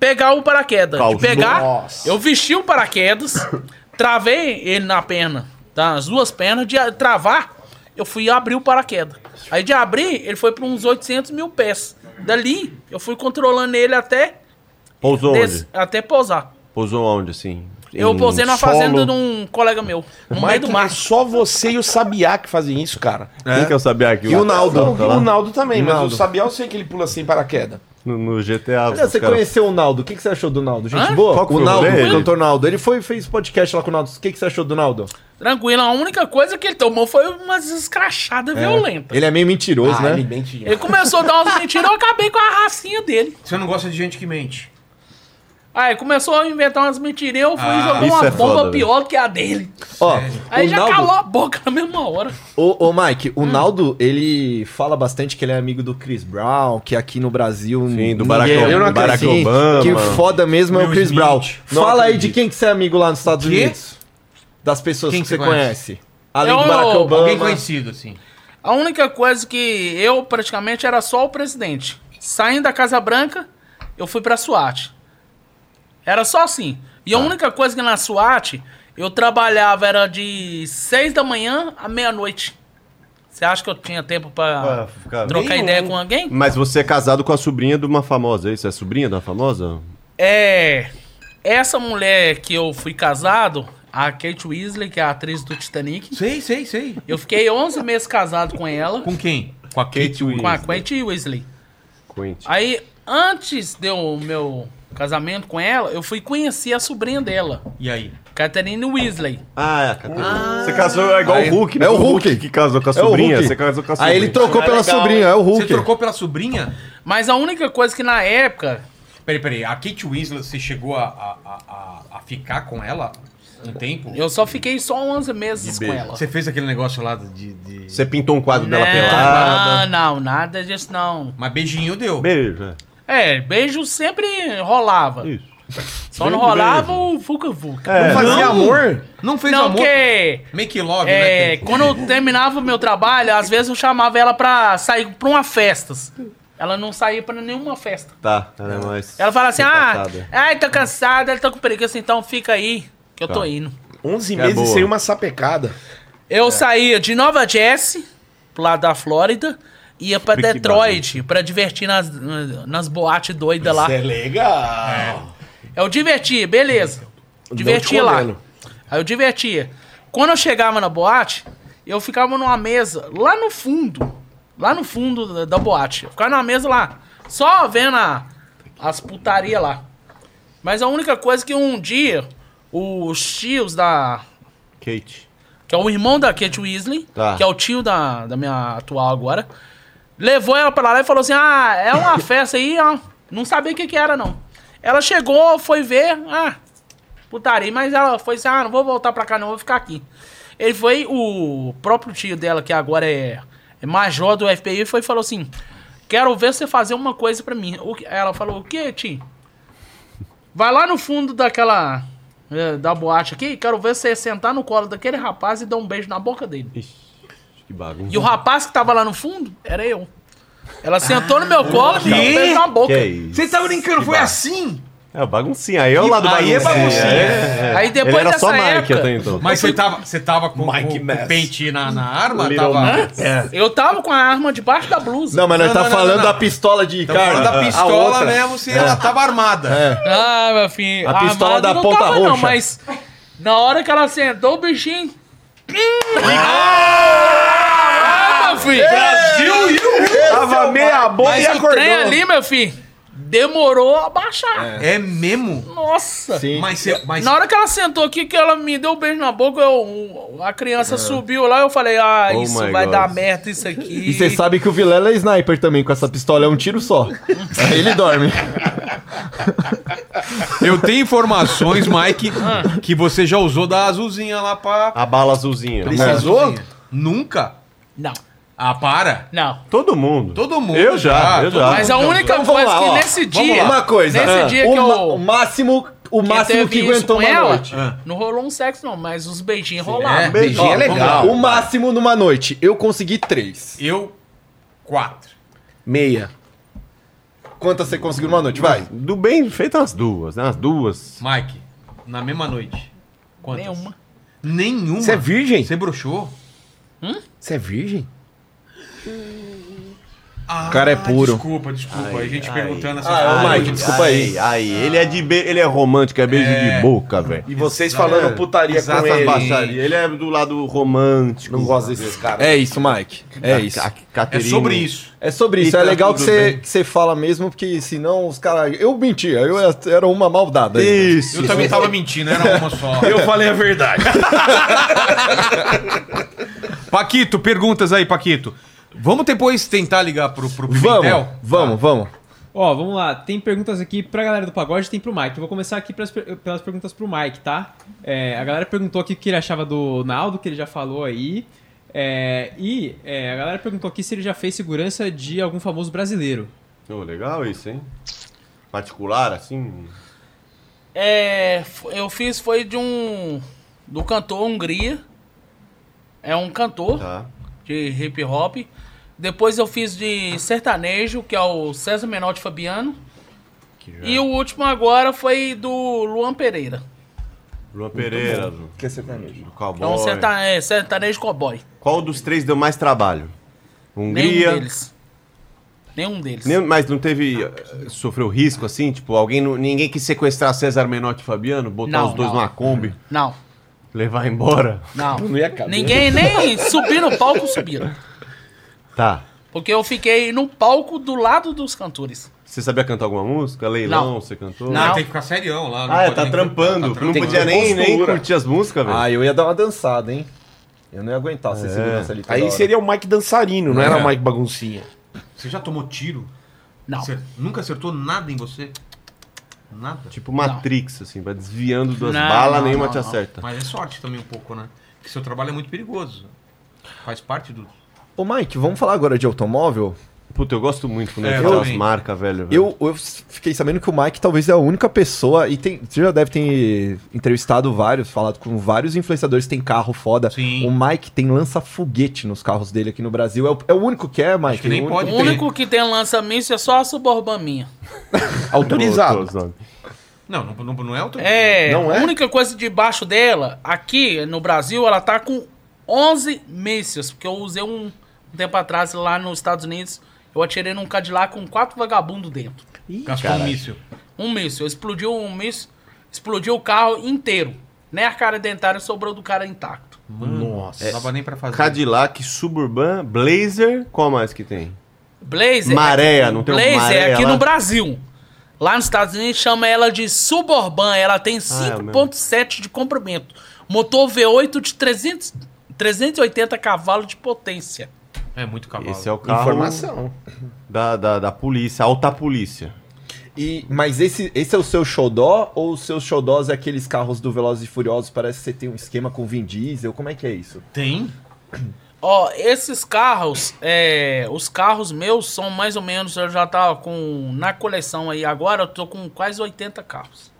S7: pegar o paraquedas.
S3: Causou.
S7: De pegar,
S8: Nossa.
S7: eu vesti o paraquedas, travei ele na perna, tá? As duas pernas, de a- travar, eu fui abrir o paraquedas. Aí de abrir, ele foi para uns 800 mil pés. Dali, eu fui controlando ele até,
S3: Pousou
S7: des-
S3: onde?
S7: até pousar.
S3: Pousou onde, assim?
S7: Eu
S3: Em
S7: pousei numa
S3: solo?
S7: fazenda de um colega meu, no meio do
S6: Mike,
S7: mar.
S6: é só você e o Sabiá que fazem isso, cara.
S3: Quem que eu sabia aqui?
S6: E o Naldo.
S3: Tá lá?
S6: o Naldo também, mas
S5: Naldo.
S6: o Sabiá eu sei que ele pula sem paraquedas.
S3: No, no GTA. os
S5: Você
S3: caras-
S5: conheceu o Naldo, o que, que você achou do Naldo? Gente
S7: Hã?
S5: boa?
S3: Qual que
S5: o
S3: foi o
S5: Naldo,
S3: rolê?
S5: o cantor Naldo. Ele foi, fez podcast lá com o Naldo. O que, que você achou do Naldo?
S7: Tranquilo, a única coisa que ele tomou foi umas escrachadas violentas.
S5: Ele é meio mentiroso, né?
S7: Ele começou a dar umas mentiras, eu acabei com a racinha dele.
S1: Você não gosta de gente que mente.
S7: Aí começou a inventar umas mentirinhas, eu fui
S1: Ah,
S7: jogar
S3: isso
S7: uma
S3: é
S7: bomba
S3: foda,
S7: pior que a dele.
S5: Ó,
S7: Aí
S5: é o
S7: já
S5: Naldo,
S7: calou a boca na mesma hora.
S5: Ô, ô, Mike,
S1: Hum.
S5: o Naldo, ele fala bastante que ele é amigo do Chris Brown, que aqui no Brasil...
S3: Sim, do
S5: ninguém-
S3: Barack,
S5: eu não
S3: Barack
S5: acredito.
S3: Obama.
S5: Que foda mesmo é o
S1: Will
S5: Chris
S1: Smith.
S5: Brown.
S3: Não
S5: Fala aí
S3: acredito.
S5: de quem que você é amigo lá nos Estados
S1: Quê?
S5: Unidos. Das pessoas
S1: Quem
S5: que
S1: que
S5: você
S1: você conhece?
S5: conhece. Além do
S7: Eu-
S5: Barack Obama.
S1: Alguém conhecido, assim.
S7: A única coisa que eu praticamente era só o presidente. Saindo da Casa Branca, eu fui pra SWAT. Era só assim. E a única coisa que na SWAT eu trabalhava era de 6 da manhã à meia-noite. Você acha que eu tinha tempo pra
S3: Ah, ficar-
S7: trocar ideia com alguém?
S3: Mas você é casado com a sobrinha de uma famosa, é isso? É sobrinha de uma famosa?
S7: É. Essa mulher que eu fui casado, a Kate Weasley, que é a atriz do Titanic,
S1: Sei, sei, sei.
S7: eu fiquei 11 meses casado com ela,
S1: Com quem? Com a Kate
S7: com a Kate Weasley.
S3: Quentin.
S7: Aí, antes de eu- meu casamento com ela, eu fui conhecer a sobrinha dela,
S1: E aí?
S7: Catherine Weasley.
S3: Ah, é a Catarina. Você casou é igual o Hulk, né?
S5: É o
S3: Foi
S5: Hulk.
S3: que casou com a
S5: É o
S3: sobrinha.
S5: Hulk.
S3: Você casou com a sobrinha.
S5: Aí ele trocou
S6: Ah,
S5: pela
S6: legal,
S5: sobrinha,
S6: hein?
S5: é o
S1: Você
S5: Hulk.
S1: trocou pela sobrinha?
S7: Mas a única coisa que na época.
S1: Peraí, peraí. A Kate Winslet, você chegou a, a, a- a, a ficar com ela um tempo?
S7: Eu só fiquei só 11 meses com
S3: beijo.
S7: ela.
S1: Você fez aquele negócio lá de... de-
S3: Você pintou um quadro dela pelada.
S7: Não, não, nada disso não.
S1: Mas beijinho deu.
S3: Beijo, é.
S7: É, beijo sempre rolava.
S3: Isso.
S7: Só não rolava o Fuca Fuca.
S3: É.
S1: Não.
S6: amor?
S1: Não fez
S7: Não,
S1: amor?
S7: porque
S1: Make love,
S7: é,
S1: né? Kate?
S7: quando eu terminava o meu trabalho, às vezes eu chamava ela pra sair pra uma festa. Ela não saía pra nenhuma festa.
S3: Tá, ela é mais...
S7: Ela fala assim, ah,
S3: recatada.
S7: ai, tô cansada, tô com preguiça, então fica aí, que eu tô
S3: Tá.
S7: indo.
S6: 11
S3: É
S6: meses
S3: boa.
S6: sem uma sapecada.
S7: Eu saía de Nova Jersey, lá da Flórida, ia pra
S3: Freak
S7: Detroit, pra divertir nas, nas boates doidas lá. É.
S6: é legal.
S7: Eu divertia, beleza. Divertia lá.
S6: condeno.
S7: Aí eu divertia. Quando eu chegava na boate, eu ficava numa mesa lá no fundo. Lá no fundo da, da boate. Eu ficava numa mesa lá. Só vendo a- as putaria lá. Mas a única coisa que um dia, os tios da.
S3: Kate.
S7: Que é o irmão da Kate Weasley,
S3: Tá.
S7: que é o tio da, da minha atual agora, levou ela pra lá e falou assim: Ah, é uma festa aí, ó. Não sabia o que, que era, não. Ela chegou, foi ver, ah, putaria, mas ela foi assim: Ah, não vou voltar pra cá, não, vou ficar aqui. Ele foi, o próprio tio dela, que agora é, é major do FBI, foi e falou assim: Quero ver você fazer uma coisa pra mim. O que- ela falou: O que, tio? Vai lá no fundo daquela. eh, Da boate aqui, quero ver você sentar no colo daquele rapaz e dar um beijo na boca dele.
S3: Que bagunça.
S7: E o rapaz que tava lá no fundo era eu. Ela sentou no meu colo e deu um beijo na boca.
S3: Ah, Que é isso?
S1: Você tá brincando, foi assim?
S3: É o baguncinha. Aí é o lado
S1: Aí é
S3: baguncinha.
S1: baguncinha.
S3: é, é.
S7: Aí depois
S3: Ele era só
S7: dessa
S3: Nike
S7: época-
S3: até então.
S1: Mas você tava, você tava com,
S6: Mike
S1: com- com
S6: Mess.
S1: o pente na, na arma?
S3: Little
S1: Tava... Então,
S7: Eu tava com a arma debaixo da blusa.
S5: Não, mas nós
S1: Não,
S5: tá
S1: não, não,
S5: falando
S1: não.
S5: da pistola de
S1: Tava falando
S5: carne.
S1: da
S5: A
S1: pistola
S5: outra.
S1: mesmo, se ela tava armada.
S7: Ah, meu filho.
S5: A pistola
S7: armado
S5: da
S7: não
S5: ponta
S7: tava, Não,
S5: roxa.
S7: mas na hora que ela sentou o bichinho. Ah, meu filho.
S1: Brasil e o...
S6: Tava meia boca e
S7: Mas o
S6: acordou.
S7: trem ali, meu filho, demorou a baixar.
S1: É mesmo?
S7: Nossa.
S5: Sim.
S1: Mas você... Mas...
S7: Na hora que ela sentou aqui, que ela me deu um beijo na boca, eu- um, a criança
S5: Ah.
S7: subiu lá, eu falei, ah,
S3: Oh
S7: isso
S3: my
S7: vai
S3: God.
S7: dar merda isso aqui.
S5: E você sabe que o Vilela é sniper também, com essa pistola é um tiro só. Aí ele dorme.
S1: Eu tenho informações, Mike,
S7: Ah.
S1: que você já usou da azulzinha lá pra...
S3: A bala azulzinha.
S1: Precisou? Nunca?
S7: Não,
S1: Ah, para.
S7: não.
S3: Todo mundo.
S1: Todo mundo.
S3: Eu já,
S1: Ah,
S3: eu
S1: todo
S3: já.
S7: Mas a única
S5: Então vamos
S7: coisa
S5: lá,
S7: que
S5: ó.
S7: nesse
S1: Vamos
S7: dia.
S1: lá.
S5: Uma coisa.
S7: Nesse
S5: ah,
S7: dia
S5: o,
S7: que
S5: ma- o
S7: eu.
S5: máximo, o
S7: que
S5: máximo
S7: teve
S5: que
S7: isso
S5: aguentou
S7: com
S5: uma
S7: ela,
S5: noite.
S1: Ah.
S7: Não rolou um sexo, não, mas os beijinhos
S1: É,
S7: rolaram.
S1: beijinho é
S6: Ó, vamos lá.
S1: legal.
S5: O máximo numa noite. Eu consegui três.
S1: Eu, quatro.
S6: Meia.
S5: Quantas você conseguiu numa noite? Vai.
S3: Do bem feito umas duas, né? Umas duas.
S1: Mike, na mesma noite.
S5: é.
S1: Quantas?
S7: Nenhuma.
S1: Nenhuma.
S6: Você é virgem?
S1: Você bruxou?
S7: Hum?
S6: Você é virgem?
S1: Ah,
S6: cara é puro.
S1: Desculpa, desculpa. a gente perguntando assim.
S5: Ah, ô, Mike, desculpa aí.
S3: Aí, aí, ele é de be... ele é romântico, é beijo de boca, velho.
S6: E vocês
S1: Exato.
S6: falando putaria
S3: Exato,
S6: com ele.
S3: baixaria. Ele é do lado romântico.
S6: Não gosto desses caras.
S5: É isso, Mike. É isso.
S1: É sobre isso.
S5: É sobre
S3: E
S5: isso. é
S3: tá
S5: legal que
S3: tudo
S5: você,
S3: bem.
S5: que você fala mesmo, porque senão os caras. Eu mentia, eu era uma maldada. aí.
S3: Isso.
S1: Eu também tava mentindo, era uma só.
S6: Eu falei a verdade.
S1: Paquito, perguntas aí, Paquito. Vamos depois tentar ligar pro, pro
S5: Vamos,
S1: Pimentel?
S5: vamos, vamos.
S2: Ó, vamos lá. Tem perguntas aqui pra galera do pagode, tem pro Mike. Eu vou começar aqui pelas, per- pelas perguntas pro Mike, tá? É, a galera perguntou aqui o que ele achava do Naldo, que ele já falou aí. É, e é, a galera perguntou aqui se ele já fez segurança de algum famoso brasileiro.
S3: Ô, legal isso, hein? Particular, assim.
S7: É, f- eu fiz foi de um do cantor Hungria. É um cantor
S3: Tá.
S7: de hip hop. Depois eu fiz de sertanejo, que é o César Menotti Fabiano.
S3: É.
S7: E o último agora foi do Luan Pereira.
S3: Lua Pereira, do,
S5: Que sertanejo.
S3: do
S7: É um
S3: Cowboy.
S7: serta- é, sertanejo cowboy.
S3: Qual dos três deu mais trabalho?
S7: Nenhum
S3: Hungria.
S7: deles. Nenhum deles.
S3: Nem- mas não teve. eh, Sofreu risco assim? Tipo, alguém não- ninguém quis sequestrar César Menotti e Fabiano? Botar
S7: Não,
S3: os dois
S7: não.
S3: numa Kombi,
S7: Não,
S3: levar embora?
S7: não.
S5: Não ia caber.
S7: Ninguém nem subir no palco subiram.
S3: Tá.
S7: Porque eu fiquei no palco do lado dos cantores.
S3: Você sabia cantar alguma música? Leilão,
S7: Não.
S3: você cantou?
S1: Não,
S7: Não.
S1: tem que ficar serião lá. não
S3: Ah, é,
S1: pode
S3: tá
S1: nem-
S3: trampando.
S1: tá
S3: não
S1: trampando.
S3: podia nem, nem
S6: postura.
S3: curtir as músicas, velho.
S5: Ah, eu ia dar uma dançada, hein? Eu não ia aguentar ser
S3: É.
S5: segurança ali. toda
S6: Aí
S5: hora.
S6: seria o Mike dançarino,
S5: É.
S6: não era o Mike baguncinha.
S1: Você já tomou tiro?
S7: Não.
S1: Você nunca acertou nada em você? Nada?
S3: Tipo Matrix, assim, vai desviando das balas,
S7: não,
S3: nenhuma
S7: não,
S3: te
S7: não.
S3: acerta.
S1: Mas é sorte também um pouco, né? Porque seu trabalho é muito perigoso. Faz parte do...
S5: Ô, Mike, vamos falar agora de automóvel?
S3: Puta, eu gosto muito quando
S1: É,
S3: ele
S1: eu
S3: fala as
S1: também.
S3: marcas, velho. velho.
S5: Eu, eu fiquei sabendo que o Mike talvez é a única pessoa, e tem, você já deve ter entrevistado vários, falado com vários influenciadores que tem carro foda.
S1: Sim.
S5: O Mike tem lança-foguete nos carros dele aqui no Brasil. É o, é o único que é, Mike.
S1: que nem
S5: o único-
S1: pode
S7: O
S1: ter.
S7: único que tem lançamento é só a suburban minha.
S3: Botou
S6: Autorizado.
S3: os nomes.
S1: Não, não, não, não é outro...
S7: É,
S6: Não é?
S7: a única coisa debaixo dela, aqui no Brasil, ela tá com 11 mísseis, porque eu usei um, um tempo atrás lá nos Estados Unidos, eu atirei num Cadillac com quatro vagabundos dentro.
S1: Gastou um míssil.
S7: Um míssil, explodiu um míssil, explodiu o carro inteiro. Nem a cara dentária sobrou do cara intacto.
S5: Hum.
S1: Nossa.
S5: É.
S1: Não dava nem pra fazer.
S3: Cadillac, Suburban, Blazer, qual mais que tem?
S7: Blazer.
S3: Maréia, não tem um
S7: Blazer
S3: Maréia
S7: é aqui
S3: lá?
S7: no Brasil. Lá nos Estados Unidos chama ela de Suburban. Ela
S3: Ah, é
S7: tem 5.7 de comprimento. Motor V8 de 300, 380 cavalos de potência.
S1: É muito cavalo.
S3: Esse é o carro
S6: Informação.
S3: da, da, da polícia, alta polícia.
S5: E- mas esse, esse é o seu xodó ou os seus xodós é aqueles carros do Velozes e Furiosos? Parece que você tem um esquema com Vin Diesel. Como é que é isso?
S1: Tem?
S7: Ó, esses carros, é, os carros meus são mais ou menos, eu já tava com, na coleção aí agora, eu tô com quase 80 carros.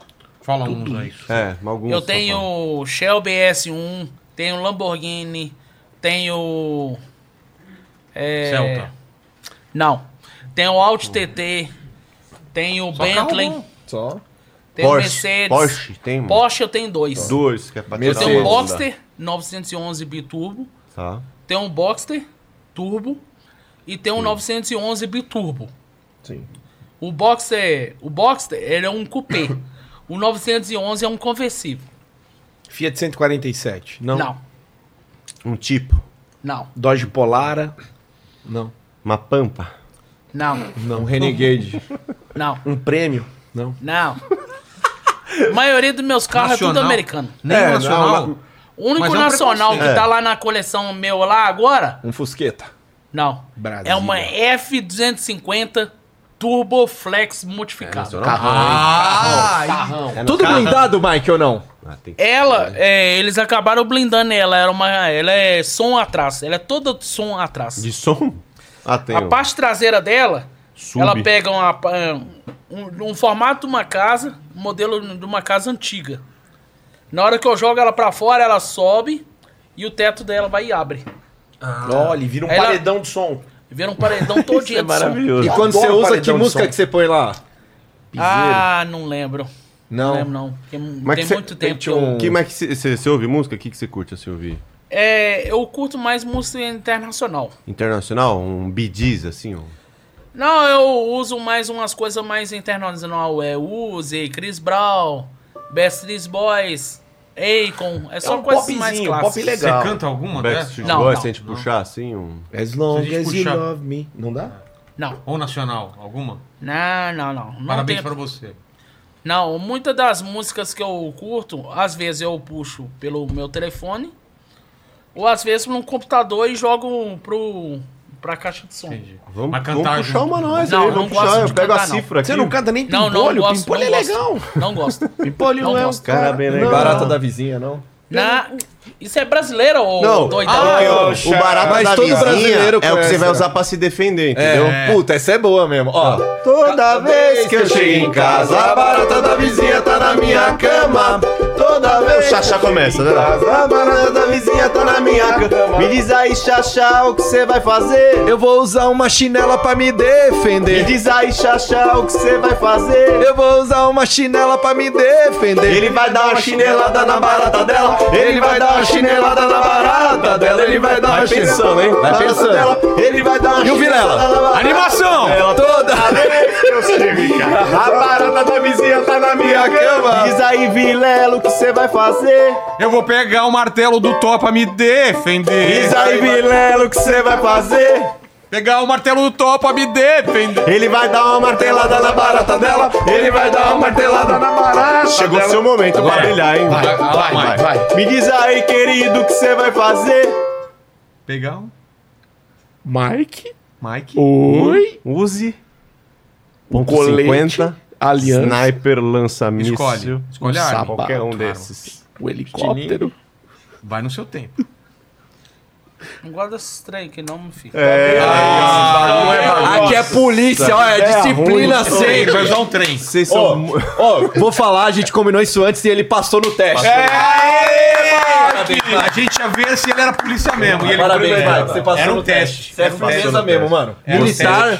S1: Fala uns aí.
S3: É, alguns.
S7: eu
S3: só falam.
S7: tenho Shelby S1, tenho Lamborghini, tenho... É,
S1: Celta.
S7: Não. Tem o Alt TT, tem o
S1: Só
S7: Bentley,
S1: carro bom.
S5: Só?
S7: tem o
S3: Porsche,
S7: Mercedes.
S3: Porsche tem, mano.
S7: Porsche eu tenho dois.
S3: Dois, que é pra tirar
S7: Eu tenho
S3: uma
S7: um
S3: onda.
S7: Boxster 911 biturbo,
S3: Tá.
S7: tem um Boxster turbo e tem um 911 biturbo.
S5: Sim.
S7: O Boxster, o Boxster, ele é um coupé. o 911 é um conversível.
S6: Fiat 147. Não.
S7: Não,
S3: Um tipo,
S7: não,
S6: Dodge Polara. Não.
S3: uma pampa.
S7: não,
S6: Não. Um Renegade.
S7: não,
S6: um prêmio. Não.
S7: não. A maioria dos meus carros é tudo
S1: Nacional.
S7: americano.
S1: Nem
S6: É,
S1: nacional.
S6: não,
S7: O
S1: Mas
S7: único
S1: é um
S7: nacional que
S1: preconceito.
S7: tá lá na coleção meu lá agora
S5: Um Fusqueta.
S7: Não.
S6: Brasília.
S7: É uma F250 Turboflex
S6: É
S7: modificada.
S1: Ah,
S5: Tudo blindado, Mike, ou não?
S3: Ah, tem que...
S7: ela, é, eles acabaram blindando ela. Era uma, ela é som atrás. Ela é toda som atrás.
S3: De som? Ah, tem.
S7: a
S3: um.
S7: parte traseira dela,
S3: Sub.
S7: ela pega uma, pa- um, um formato de uma casa, um modelo de uma casa antiga. Na hora que eu jogo ela pra fora, ela sobe e o teto dela vai e abre.
S6: Olha, vira um
S5: Ah.
S7: Ela-
S6: paredão de som.
S7: Vira um paredão todo dia
S3: é
S7: de som.
S3: maravilhoso.
S5: E quando você
S6: Adoro
S5: usa, que
S6: paredão de
S5: música
S6: som.
S5: que você põe lá?
S7: Ah, não lembro. Não,
S5: Não.
S6: É
S7: lembro, não. Porque
S3: Mas
S7: tem
S3: que cê-
S7: muito tempo que
S5: tinha um-
S7: eu...
S3: Que, mas você ouve música? O que você curte assim ouvir?
S7: É, eu curto mais música internacional.
S3: Internacional? Um bidiz, assim? Um...
S7: Não, eu uso mais umas coisas mais internacional. É Uzi, Chris Brown, Backstreet Boys, Akon. É só
S6: um
S7: coisas
S6: popzinho,
S7: mais
S6: um
S7: clássicas.
S6: pop legal.
S1: Você canta alguma dessas?
S3: Backstreet
S7: Não,
S3: Boys,
S7: não,
S3: se a gente
S1: não.
S3: puxar assim? Um...
S6: As
S1: Se a
S6: long
S1: gente
S6: as you
S1: puxar-
S6: love me. Não dá?
S7: Não,
S1: Ou nacional? Alguma?
S7: não, não, não. Não
S1: Parabéns
S7: tem-
S1: pra você.
S7: Não, muitas das músicas que eu curto, às vezes eu puxo pelo meu telefone, ou às vezes num computador e jogo pro, pra caixa de som.
S1: Entendi.
S3: Vamos,
S1: Mas
S3: vamos
S1: cantar
S3: puxar
S1: junto.
S3: uma nós
S7: Não,
S3: aí,
S7: não
S3: vamos
S7: gosto
S3: puxar.
S7: de
S3: Eu pego a
S7: cantar, não.
S3: cifra aqui.
S6: Você não canta nem
S7: Não, não
S6: pimpolho?
S7: gosto.
S6: Pimpolho é
S7: não gosto,
S6: legal.
S7: Não gosto.
S6: Pimpolho
S7: Não
S6: não é um
S7: gosto.
S3: Cara,
S6: cara.
S3: bem
S6: não.
S3: legal.
S5: Barata da vizinha, não?
S7: Na... Isso é brasileiro, ô
S3: Não.
S7: doidão?
S6: Ah, eu-
S3: O barato
S5: Mas
S3: da
S5: todo
S3: vizinha
S5: brasileiro
S3: é o que
S5: conhece,
S3: você vai
S5: né?
S3: usar pra se defender, entendeu? Tá.
S5: Entendeu? Puta, essa é boa mesmo. Ó.
S4: Toda vez que eu chego em casa, a barata da vizinha tá na minha cama. Toda
S3: O
S4: vez
S3: Xaxá começa, né?
S4: a barata da vizinha tá na minha cama.
S3: Me diz aí, Xaxá, o que você vai fazer?
S5: Eu vou usar uma chinela pra me
S3: Me
S5: defender.
S3: diz aí, Xaxá, o que você vai fazer?
S5: Eu vou usar uma chinela pra me defender.
S4: Ele vai dar uma chinelada na barata dela. Ele vai dar uma chinelada na barata dela. Ele vai dar uma chinelada
S3: pensando, hein?
S4: na barata dela. Ele vai dar uma
S5: E o Vilela?
S4: chinelada na barata
S1: Animação!
S4: dela. Toda vez que eu chego em casa, a barata da vizinha tá na minha cama.
S3: Diz aí, Vilelo, o que você vai fazer?
S1: Eu vou pegar o martelo do Thor pra me defender.
S4: Diz aí, Vilela, o que você vai fazer?
S1: Pegar o martelo do Thor pra me defender.
S4: Ele vai dar uma martelada na barata dela. Ele vai dar uma martelada na barata
S3: Chegou
S4: dela.
S3: seu momento pra brilhar, hein?
S1: Vai, vai, vai.
S4: Me diz aí, querido, o que você vai fazer?
S1: Pegar o
S6: Mike,
S1: Mike.
S6: oi,
S3: Use. Ponto
S6: colete,
S3: 50.
S6: aliança,
S3: Sniper lança míssil.
S1: Escolhe. Escolhe a
S6: Um
S1: arma.
S6: sapo.
S3: Qualquer um
S6: Claro.
S3: desses.
S6: o helicóptero.
S1: Vai no seu tempo.
S7: Não gosto desses trem aqui não, meu filho.
S3: É,
S1: Ah,
S5: Aqui é polícia, ó, é disciplina
S6: né?
S5: sempre.
S1: vai usar um trem.
S3: vocês são. mu-
S5: Ó, vou falar, a gente combinou isso antes e ele passou no teste.
S6: É
S1: A gente ia ver se ele era polícia mesmo. E ele
S5: Parabéns,
S1: era,
S5: Mike, você passou
S1: era um
S5: no
S1: teste.
S5: Você é
S1: Era um teste.
S5: firmeza mesmo, mano.
S1: Era um
S5: Militar,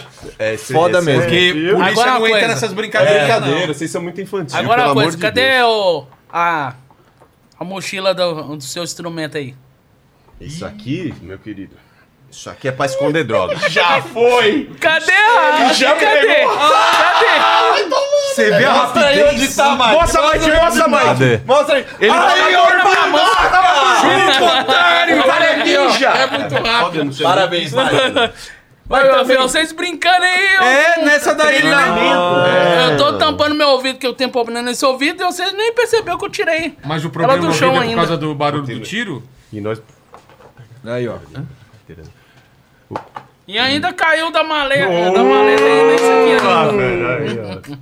S5: foda mesmo.
S1: Porque polícia
S7: Agora uma
S1: não entra
S7: coisa.
S1: nessas brincadeiras,
S3: Brincadeira, vocês são muito infantis.
S7: Agora
S3: pelo
S7: uma coisa,
S3: amor de
S7: cadê
S3: Deus.
S7: o, a, a mochila do, do seu instrumento aí?
S3: Isso aqui, meu querido. Isso aqui é pra esconder droga.
S6: Já foi!
S7: Cadê a...
S6: já
S7: cadê?
S6: pegou.
S7: Cadê?
S1: não. Você vê a rapidez.
S5: onde tá, Mike.
S6: Mostra, Mike, mostra, Mike!
S3: Cadê?
S5: Mostra aí.
S6: Ele
S5: Aí,
S6: tá na minha mão! otário! Cara, é ninja!
S5: Parabéns, né? Mike.
S7: Vai, meu filho, vocês brincando aí. Eu,
S1: É, nessa daí ele
S7: eu tô tampando meu ouvido, que eu tenho problema nesse ouvido, e vocês nem perceberam que eu tirei.
S1: Mas o
S7: problema
S1: problema
S7: do
S1: do
S7: chão
S1: é por
S7: ainda.
S1: causa do barulho do tiro?
S3: E nós.
S5: Aí, ó.
S7: E ainda caiu da maleta, da maleta ainda isso aqui. né?
S3: Ah,
S7: ó.
S5: Hum.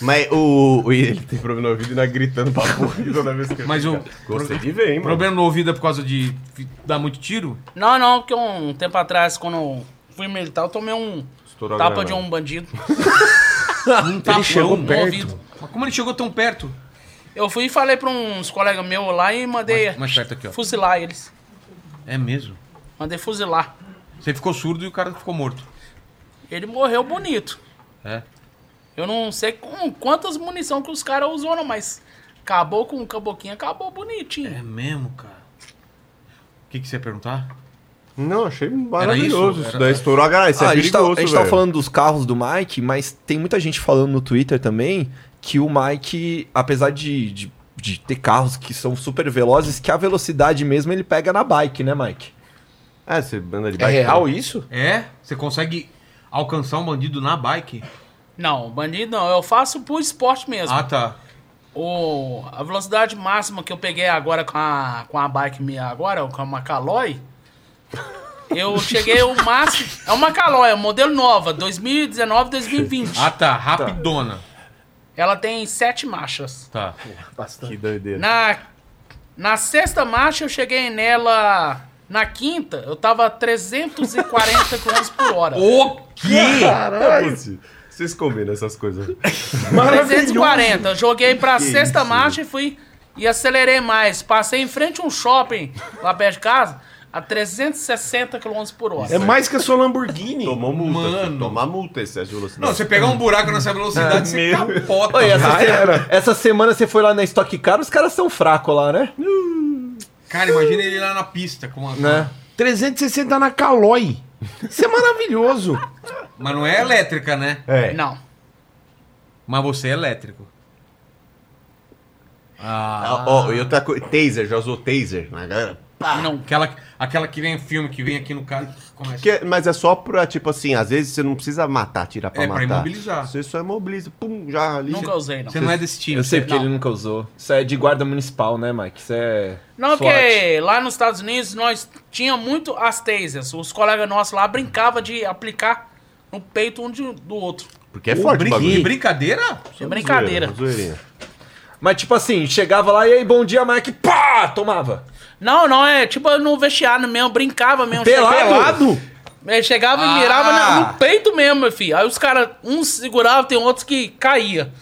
S3: Mas o. o- Ele tem problema no ouvido e nós gritando pra porra toda vez que
S1: Mas o
S3: Gostei de ver, hein, mano.
S1: problema no ouvido é por causa de fi- dar muito tiro?
S7: Não, não, porque um tempo atrás, quando eu fui militar, eu tomei um
S3: Estourou a
S7: tapa
S3: granada.
S7: de um bandido.
S1: Não tá
S6: chegou perto.
S1: Mas como ele chegou tão perto?
S7: Eu fui e falei pra uns colegas meus lá e mandei
S1: Mais perto aqui, ó.
S7: fuzilar eles.
S1: É mesmo.
S7: Mandei fuzilar.
S1: Você ficou surdo e o cara ficou morto.
S7: Ele morreu bonito.
S1: É.
S7: Eu não sei com quantas munição que os caras usaram, mas acabou com o caboquinho, acabou bonitinho.
S1: É mesmo, cara. O que, que você ia perguntar?
S3: Não, achei maravilhoso.
S1: isso?
S3: Isso
S1: Era-
S3: daí estourou a garagem. Isso
S5: Ah,
S3: é
S5: a gente, tá,
S3: perigoso,
S5: a gente tá
S3: velho.
S5: falando dos carros do Mike, mas tem muita gente falando no Twitter também que o Mike, apesar de, de, de ter carros que são super velozes, que a velocidade mesmo ele pega na bike, né, Mike?
S3: Ah, você anda de
S6: É
S3: bike. né?
S6: real isso?
S1: É? Você consegue alcançar um bandido na bike?
S7: Não, bandido não, eu faço por esporte mesmo.
S1: Ah, tá.
S7: O, a velocidade máxima que eu peguei agora com a, com a bike minha agora, com a Macaloi, eu cheguei o máximo. É uma Caloi, é um modelo nova, 2019, 2020.
S1: Ah, tá. Rapidona.
S7: Ela tem sete marchas.
S1: Tá.
S3: Que doideira.
S7: Na, na sexta marcha eu cheguei nela. Na quinta, eu tava 340 km por hora.
S1: O quê?
S3: Caralho! é Vocês combinam essas coisas.
S7: 340. Joguei pra sexta marcha e fui. E acelerei mais. Passei em frente a um shopping lá perto de casa. a 360 km por hora.
S6: É mais que a sua Lamborghini.
S3: Tomou multa. filho. Tomar multa esse excesso de velocidade.
S1: Não, você pegar um buraco nessa
S3: É.
S1: velocidade, você capota.
S5: Oi, essa,
S6: Já
S5: se-
S6: era.
S5: essa semana você foi lá na Stock Car, os caras são fracos lá, né?
S1: Cara, imagina ele lá na pista com uma.
S5: Né?
S6: 360 na Caloi. Isso é maravilhoso.
S1: Mas não é elétrica, né?
S3: É.
S7: Não.
S1: Mas você é elétrico.
S3: Ah, Ó, e outra coisa. Taser, já usou taser na galera?
S7: Não.
S1: Aquela, aquela que vem em filme, que vem aqui no carro e começa.
S3: Que- mas é só pra, tipo assim, às vezes você não precisa matar, tirar pra
S1: É, pra
S3: matar.
S1: imobilizar.
S3: Você só imobiliza, pum, já ali.
S7: Nunca usei, não.
S1: Você não é desse time.
S5: Eu sei porque
S7: Não.
S5: ele nunca usou. Isso é de guarda municipal, né, Mike? Isso é.
S7: Não,
S5: SWAT.
S7: porque lá nos Estados Unidos nós tinha muito as tasers. Os colegas nossos lá brincavam de aplicar no peito um de- do outro.
S3: Porque é forte o
S1: Brin-
S3: bagulho.
S1: de brincadeira?
S7: Isso é brincadeira.
S3: Zoeirinha.
S5: Mas tipo assim, chegava lá e aí, bom dia, Mike, pá! Tomava.
S7: Não, não, é tipo no vestiário mesmo, brincava mesmo. Chegava,
S5: Pelado?
S7: é, chegava
S1: Ah!
S7: e mirava na- no peito mesmo, meu filho. Aí os caras, uns seguravam, tem outros que caía.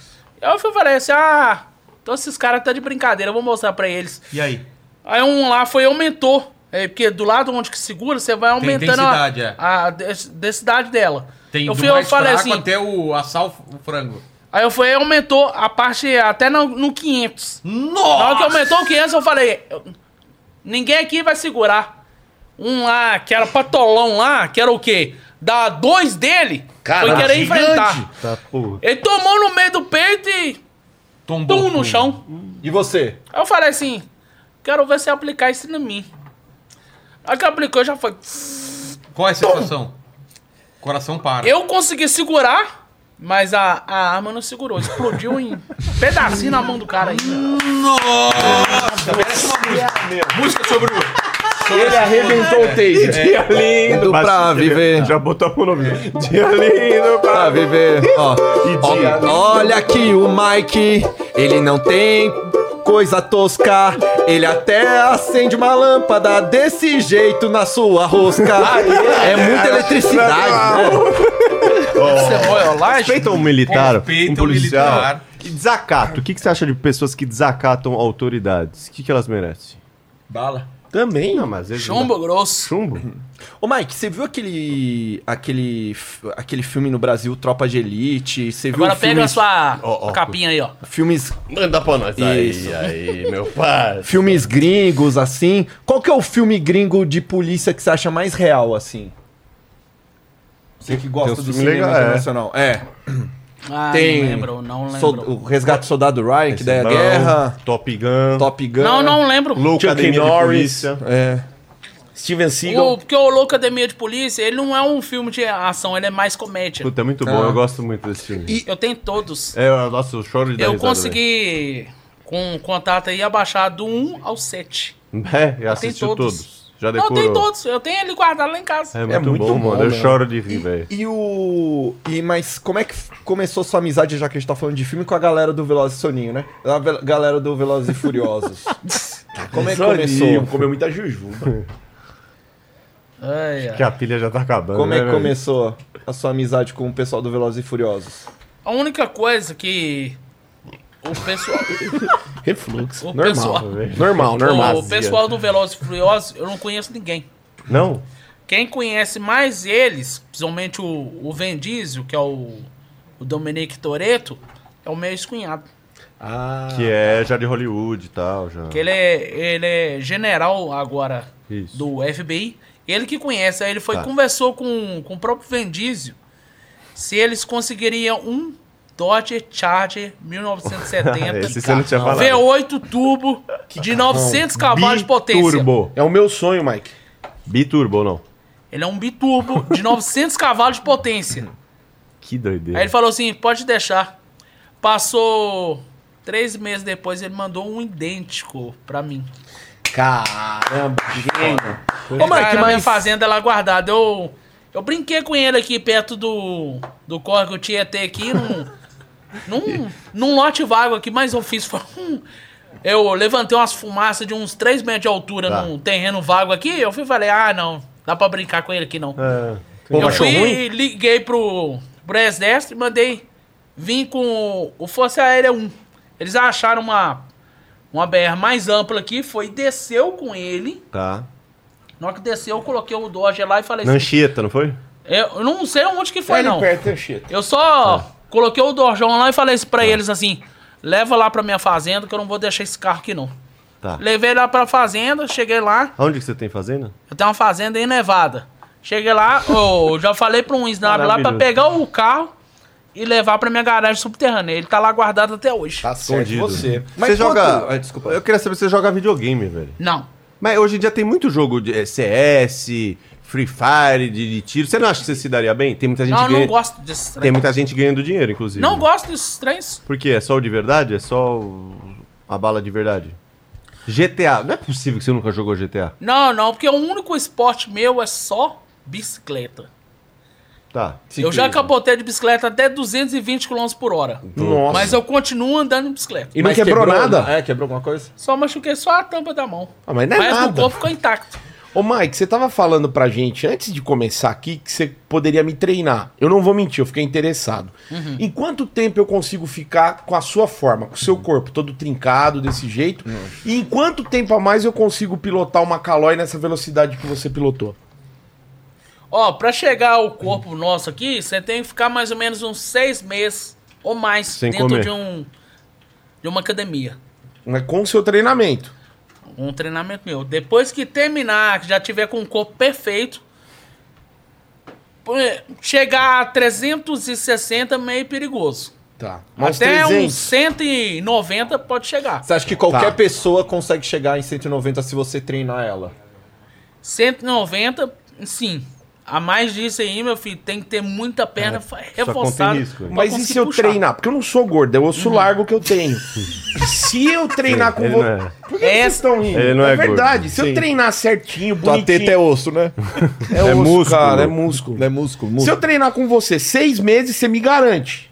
S7: Aí eu fui- falei assim, ah, então esses caras tá de brincadeira, eu vou mostrar pra eles.
S1: E aí?
S7: Aí um lá foi e aumentou. É, porque do lado onde que segura, você vai aumentando a,
S1: intensidade, é.
S7: a des- densidade dela.
S1: Tem
S7: eu
S1: do
S7: fui, eu
S1: mais
S7: falei
S1: fraco
S7: assim,
S1: até o assar o o frango.
S7: Aí eu fui, aí aumentou a parte até no, no 500. Na hora que aumentou o 500, eu falei: eu- ninguém aqui vai segurar. Um lá, que era patolão lá, que era o quê? Dá dois dele, foi querer enfrentar.
S3: Tá, porra.
S7: Ele tomou no meio do peito e
S1: Tombou.
S7: tum no chão.
S5: E você?
S7: Aí eu falei assim: quero ver você aplicar isso em mim. Aí que aplicou, já foi.
S1: Qual é a sensação? Coração para.
S7: Eu consegui segurar, mas a, a arma não segurou. Explodiu em pedacinho na mão do cara aí.
S1: Música sobre o.
S6: Ele arrebentou o
S3: É.
S6: taser.
S5: Dia lindo pra viver.
S3: Já botou pro nome.
S5: Dia lindo pra viver. Ó, ó, olha aqui o Mike, ele não tem coisa tosca. Ele até acende uma lâmpada desse jeito na sua rosca. É muita eletricidade, né?
S7: Você foi ó, lá,
S3: Respeita um militar,
S1: Respeita
S3: um
S1: um
S3: policial.
S1: militar.
S3: E desacato. O que, que você acha de pessoas que desacatam autoridades? O que, que elas merecem?
S5: Bala.
S3: Também. Não, mas às vezes
S7: Chumbo grosso.
S3: Chumbo?
S5: Ô Mike, você viu aquele aquele f- aquele filme no Brasil Tropa de Elite? Você viu
S7: Agora pega a
S5: filmes,
S7: sua
S3: Ó, ó.
S7: capinha aí, ó.
S5: filmes
S3: Manda pra nós.
S5: Isso.
S3: aí, meu pai.
S5: filmes gringos assim? Qual que é o filme gringo de polícia que você acha mais real assim? Você que gosta
S3: tem uns
S5: do
S3: filmes
S5: cinema
S3: legais, é.
S5: internacional. É.
S7: Ah,
S5: Tem-
S7: não lembro, não lembro.
S5: Sol- o Resgate do Soldado Ryan, que daí é a guerra,
S3: Top Gun.
S5: Top Gun.
S7: Não, não lembro.
S3: Louco
S6: Chuck
S3: Academia de
S6: Norris.
S3: Polícia.
S5: É.
S6: Steven
S7: O,
S6: Seagal.
S7: porque o Louco Academia de Polícia, ele não é um filme de ação, ele é mais comédia.
S3: Puta, é muito
S5: Ah.
S3: bom. Eu gosto muito desse filme.
S7: Eu tenho todos.
S3: É, eu- nossa, eu choro de dar
S7: Eu
S3: risada,
S7: consegui, com o contato aí, abaixar do 1 ao 7.
S3: velho. É, eu assisti
S7: Tem todos.
S3: todos. Já
S7: Não,
S3: decorou.
S7: eu tenho todos. Eu tenho ele guardado lá em casa.
S3: É muito, bom, mano. Eu
S5: né?
S3: choro de rir, velho.
S5: E, e o. E, mas como é que f- começou sua amizade, já que a gente tá falando de filme, com a galera do Velozes e Soninho, né? A ve- galera do Velozes e Furiosos. como é que começou?
S6: Comeu muita jujuba.
S7: Ai, ai.
S3: Que a pilha já tá acabando.
S5: Como é
S3: né,
S5: que
S3: velho?
S5: começou a sua amizade com o pessoal do Velozes e Furiosos?
S7: A única coisa que o pessoal...
S6: Refluxo.
S7: O
S6: normal.
S7: pessoal-
S6: velho. normal, normal.
S7: o pessoal do Velozes e Furiosos, eu não conheço ninguém.
S3: Não?
S7: Quem conhece mais eles, principalmente o, o Vin Diesel, que é o, o Dominic Toretto, é o meu ex-cunhado.
S3: Que é já de Hollywood e tal, já.
S7: Que ele é, ele é general agora
S3: Isso. Tá.
S7: do FBI. Ele que conhece. Aí ele foi e conversou com, com o próprio Vin Diesel se eles conseguiriam um Dodge Charger 1970
S3: Ah, Esse você não tinha falado.
S7: V8 turbo de 900 cavalos de potência.
S3: um Biturbo.
S6: É o meu sonho, Mike.
S3: Biturbo, não.
S7: Ele é um biturbo de 900 cavalos de potência.
S3: Que doideira.
S7: Aí ele falou assim: pode deixar. Passou três meses depois, ele mandou um idêntico pra mim.
S6: Caramba,
S5: Ô,
S7: Ele tá
S5: Mike,
S7: na minha
S5: mas.
S7: fazenda lá guardado. Eu, eu brinquei com ele aqui perto do, do corre que eu tinha até aqui, num, num, num lote vago aqui, mas eu fiz. foi um- Eu levantei umas fumaças de uns 3 metros de altura
S3: Tá.
S7: num terreno vago aqui. Eu fui e falei: ah, não, dá pra brincar com ele aqui não.
S3: É.
S7: eu
S6: achou
S7: fui
S6: ruim?
S7: e liguei pro, pro exército e mandei vir com o Força Aérea 1. Eles acharam uma, uma BR mais ampla aqui, foi, desceu com ele
S3: Tá.
S7: Na hora que desceu, eu coloquei o Dodge lá e falei assim.
S3: Nanchieta, não foi?
S7: Eu não sei onde que foi, não.
S6: perto, eu chego.
S7: Eu só
S6: É.
S7: coloquei o Dorjão lá e falei isso pra eles assim: leva lá pra minha fazenda que eu não vou deixar esse carro aqui não.
S3: Tá.
S7: Levei lá pra fazenda, cheguei lá,
S3: Onde que você tem fazenda?
S7: eu tenho uma fazenda em Nevada. Cheguei lá, eu já falei pra um snab lá pra
S3: Maravilhoso.
S7: pegar o carro e levar pra minha garagem subterrânea. Ele tá lá guardado até hoje.
S6: Tá certo
S3: Escondido.
S6: você.
S3: você
S5: quanto-
S3: joga.
S5: Ah, desculpa.
S3: Eu queria saber se você joga videogame, velho.
S7: Não.
S3: Mas hoje em dia tem muito jogo de eh, CS, Free Fire, de, de tiro. Você não acha que você se daria bem? Tem muita gente
S7: Não, eu não
S3: ganha-
S7: gosto desses
S3: Tem
S7: trens.
S3: muita gente ganhando dinheiro, inclusive. né?
S7: Não gosto desses trens.
S3: Por quê? É só o de verdade? É só o- a bala de verdade? GTA. Não é possível que você nunca jogou GTA.
S7: Não, não, porque o único esporte meu é só bicicleta.
S3: Tá.
S7: Eu já capotei de bicicleta até 220 km por hora.
S6: Nossa.
S7: Mas eu continuo andando de bicicleta.
S6: E não
S5: Mas
S6: quebrou, nada.
S5: É, quebrou alguma coisa?
S7: Só machuquei só a tampa da mão.
S6: Ah, mas não é
S7: Mas o
S6: nada.
S7: corpo ficou intacto.
S6: Ô, Mike, você tava falando pra gente antes de começar aqui que você poderia me treinar. Eu não vou mentir, eu fiquei interessado.
S5: Uhum.
S6: Em quanto tempo eu consigo ficar com a sua forma, com o
S5: Uhum.
S6: seu corpo todo trincado desse jeito? E em quanto tempo a mais eu consigo pilotar uma Caloi nessa velocidade que você pilotou?
S7: Ó, pra chegar ao corpo nosso aqui, você tem que ficar mais ou menos uns seis meses ou mais
S3: Sem
S7: dentro
S3: comer.
S7: de um de uma academia.
S6: Né, Com o seu treinamento.
S7: Um treinamento meu. Depois que terminar, que já tiver com o corpo perfeito, pô, chegar a 360 é meio perigoso.
S6: Tá. Mas
S7: Até um
S6: 300.
S7: uns 190 pode chegar.
S5: Você acha que qualquer
S6: Tá.
S5: pessoa consegue chegar em 190 se você treinar ela?
S7: 190, sim. A mais disso aí, meu filho, tem que ter muita perna fa-
S3: É, Só
S7: reforçada.
S3: contém risco, hein?
S7: pra
S6: Mas e
S7: conseguir
S6: se eu
S7: puxar. Uhum.
S6: treinar? Porque eu não sou gordo, é o osso largo que eu tenho. se eu treinar com
S3: Ele
S6: você.
S3: não é.
S6: Por que vocês estão rindo?
S3: ele não é gordo.
S6: verdade. Se
S5: Sim.
S6: eu treinar certinho,
S5: Tua
S6: bonitinho.
S5: teta é osso, né?
S6: É,
S3: É
S6: osso,
S3: músculo.
S6: cara, é músculo.
S5: Não é músculo,
S6: Se eu
S5: músculo.
S6: treinar com você seis meses, você me garante.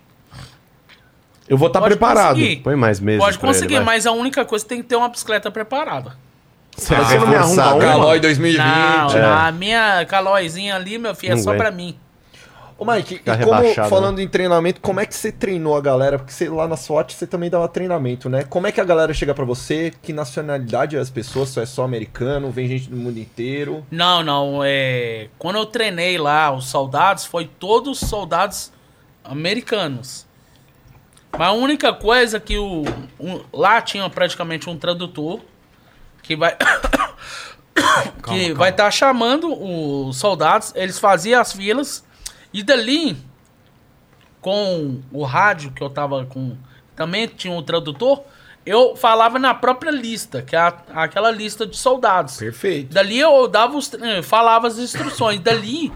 S6: Eu
S3: Tá
S6: vou estar
S7: Pode
S6: preparado.
S7: conseguir.
S3: Põe mais meses.
S7: Pode
S3: pra ele,
S7: conseguir,
S3: vai.
S7: mas a única coisa tem que ter uma bicicleta preparada.
S6: Mas você não me arruma
S3: forçado. né?
S6: uma?
S5: Calói 2020.
S7: Não, a minha calóizinha ali, meu filho, é
S3: É. Não
S7: só
S3: aguenta.
S7: pra mim.
S5: Ô, Mike,
S3: Tá
S5: e como,
S3: rebaixado,
S5: falando em treinamento, como é que você treinou a galera? Porque você, lá na SWAT você também dava treinamento, né? Como é que a galera chega pra você? Que nacionalidade é as pessoas? Só é só americano? Vem gente do mundo inteiro?
S7: Não, não, é... Quando eu treinei lá os soldados, foi todos soldados americanos. Mas a única coisa que o... um- lá tinha praticamente um tradutor que vai... que vai estar chamando os soldados, eles faziam as filas e dali com o rádio que eu tava com, também tinha um tradutor, eu falava na própria lista, que é a- aquela lista de soldados.
S6: Perfeito.
S7: Dali eu dava os, eh, falava as instruções. Dali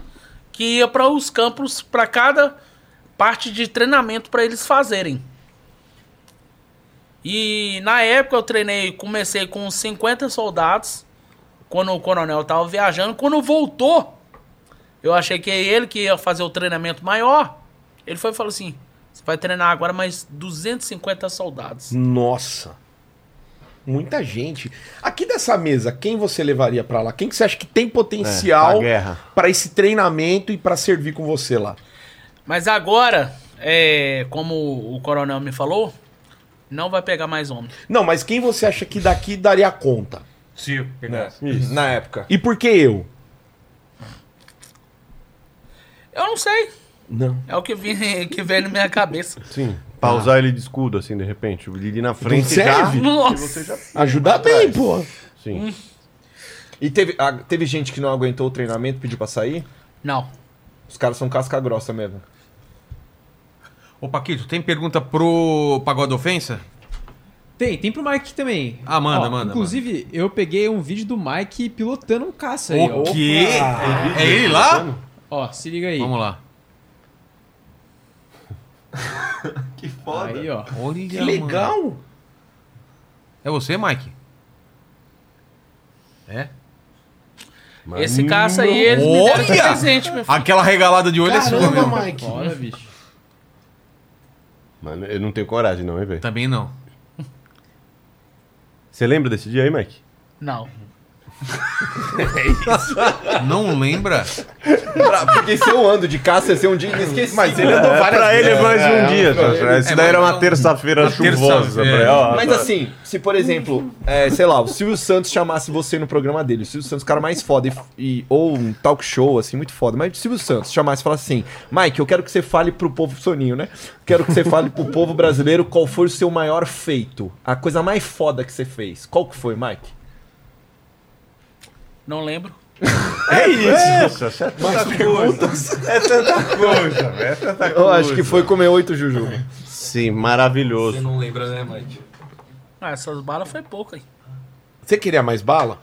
S7: que ia para os campos, para cada parte de treinamento para eles fazerem. E na época eu treinei, comecei com uns 50 soldados, quando o coronel tava viajando. Quando voltou, eu achei que é ele que ia fazer o treinamento maior. Ele foi e falou assim, você vai treinar agora mais 250 soldados.
S6: Nossa. Muita gente. Aqui dessa mesa, quem você levaria pra lá? Quem que você acha que tem
S3: É, pra
S6: potencial
S3: guerra.
S6: pra esse treinamento e pra servir com você lá?
S7: Mas agora, é, como o coronel me falou, não vai pegar mais homem.
S6: Não, mas quem você acha que daqui daria conta?
S3: É.
S5: Na época.
S6: E por que eu?
S7: Eu não sei.
S6: Não.
S7: É o que, vi, que veio na minha cabeça.
S3: Sim.
S5: Tá.
S3: Pausar ele de escudo, assim, de repente. Ele na frente
S6: Não
S3: já.
S6: serve?
S7: Nossa.
S6: Ajudar bem, pô.
S3: Sim.
S5: E teve, ah, teve gente que não aguentou o treinamento, pediu pra sair?
S7: Não.
S5: Os caras são casca grossa mesmo.
S1: Ô, Paquito, tem pergunta pro Pagode Ofensa?
S2: Tem, tem pro Mike também.
S1: Ah, manda, manda,
S2: Inclusive, eu peguei um vídeo do Mike pilotando um caça aí.
S1: O
S2: ó.
S1: quê? É ele lá?
S2: Ó, se liga aí.
S1: Vamos lá.
S2: Aí, ó.
S1: Olha,
S6: Que
S1: mano.
S6: legal.
S1: É você, Mike? É?
S7: Esse caça aí, eles me deram de
S1: Olha!
S7: presente, meu filho.
S1: Aquela regalada de olho é sua mesmo.
S6: Caramba, Mike.
S2: Bora, bicho.
S3: Mano, eu não tenho coragem, não, hein, velho?
S1: Também não.
S3: Você lembra desse dia aí, Mike?
S7: Não.
S1: Não lembra?
S5: Porque se eu ando de caça, ia ser um dia inesquecível. Mas ele
S3: É, pra ele é mais um dia, tá?
S1: é,
S3: Isso daí era uma terça-feira chuvosa.
S1: terça-feira.
S3: pra ele, ó.
S5: Mas assim, se por exemplo, é, sei lá, o Silvio Santos chamasse você no programa dele, o Silvio Santos, o cara mais foda, e, e- ou um talk show, assim, muito foda, mas o Silvio Santos chamasse e falasse assim: Mike, eu quero que você fale pro povo soninho, né? Quero que você fale pro povo brasileiro qual foi o seu maior feito, a coisa mais foda que você fez. Qual que foi, Mike?
S7: Não lembro.
S3: É isso. É, é tanta coisa. É tanta coisa, velho. É tanta coisa.
S5: Eu acho que foi comer oito Juju.
S3: Sim, maravilhoso.
S8: não lembra, né, Mike?
S7: Ah, essas balas foi pouco, hein?
S6: Você queria mais bala?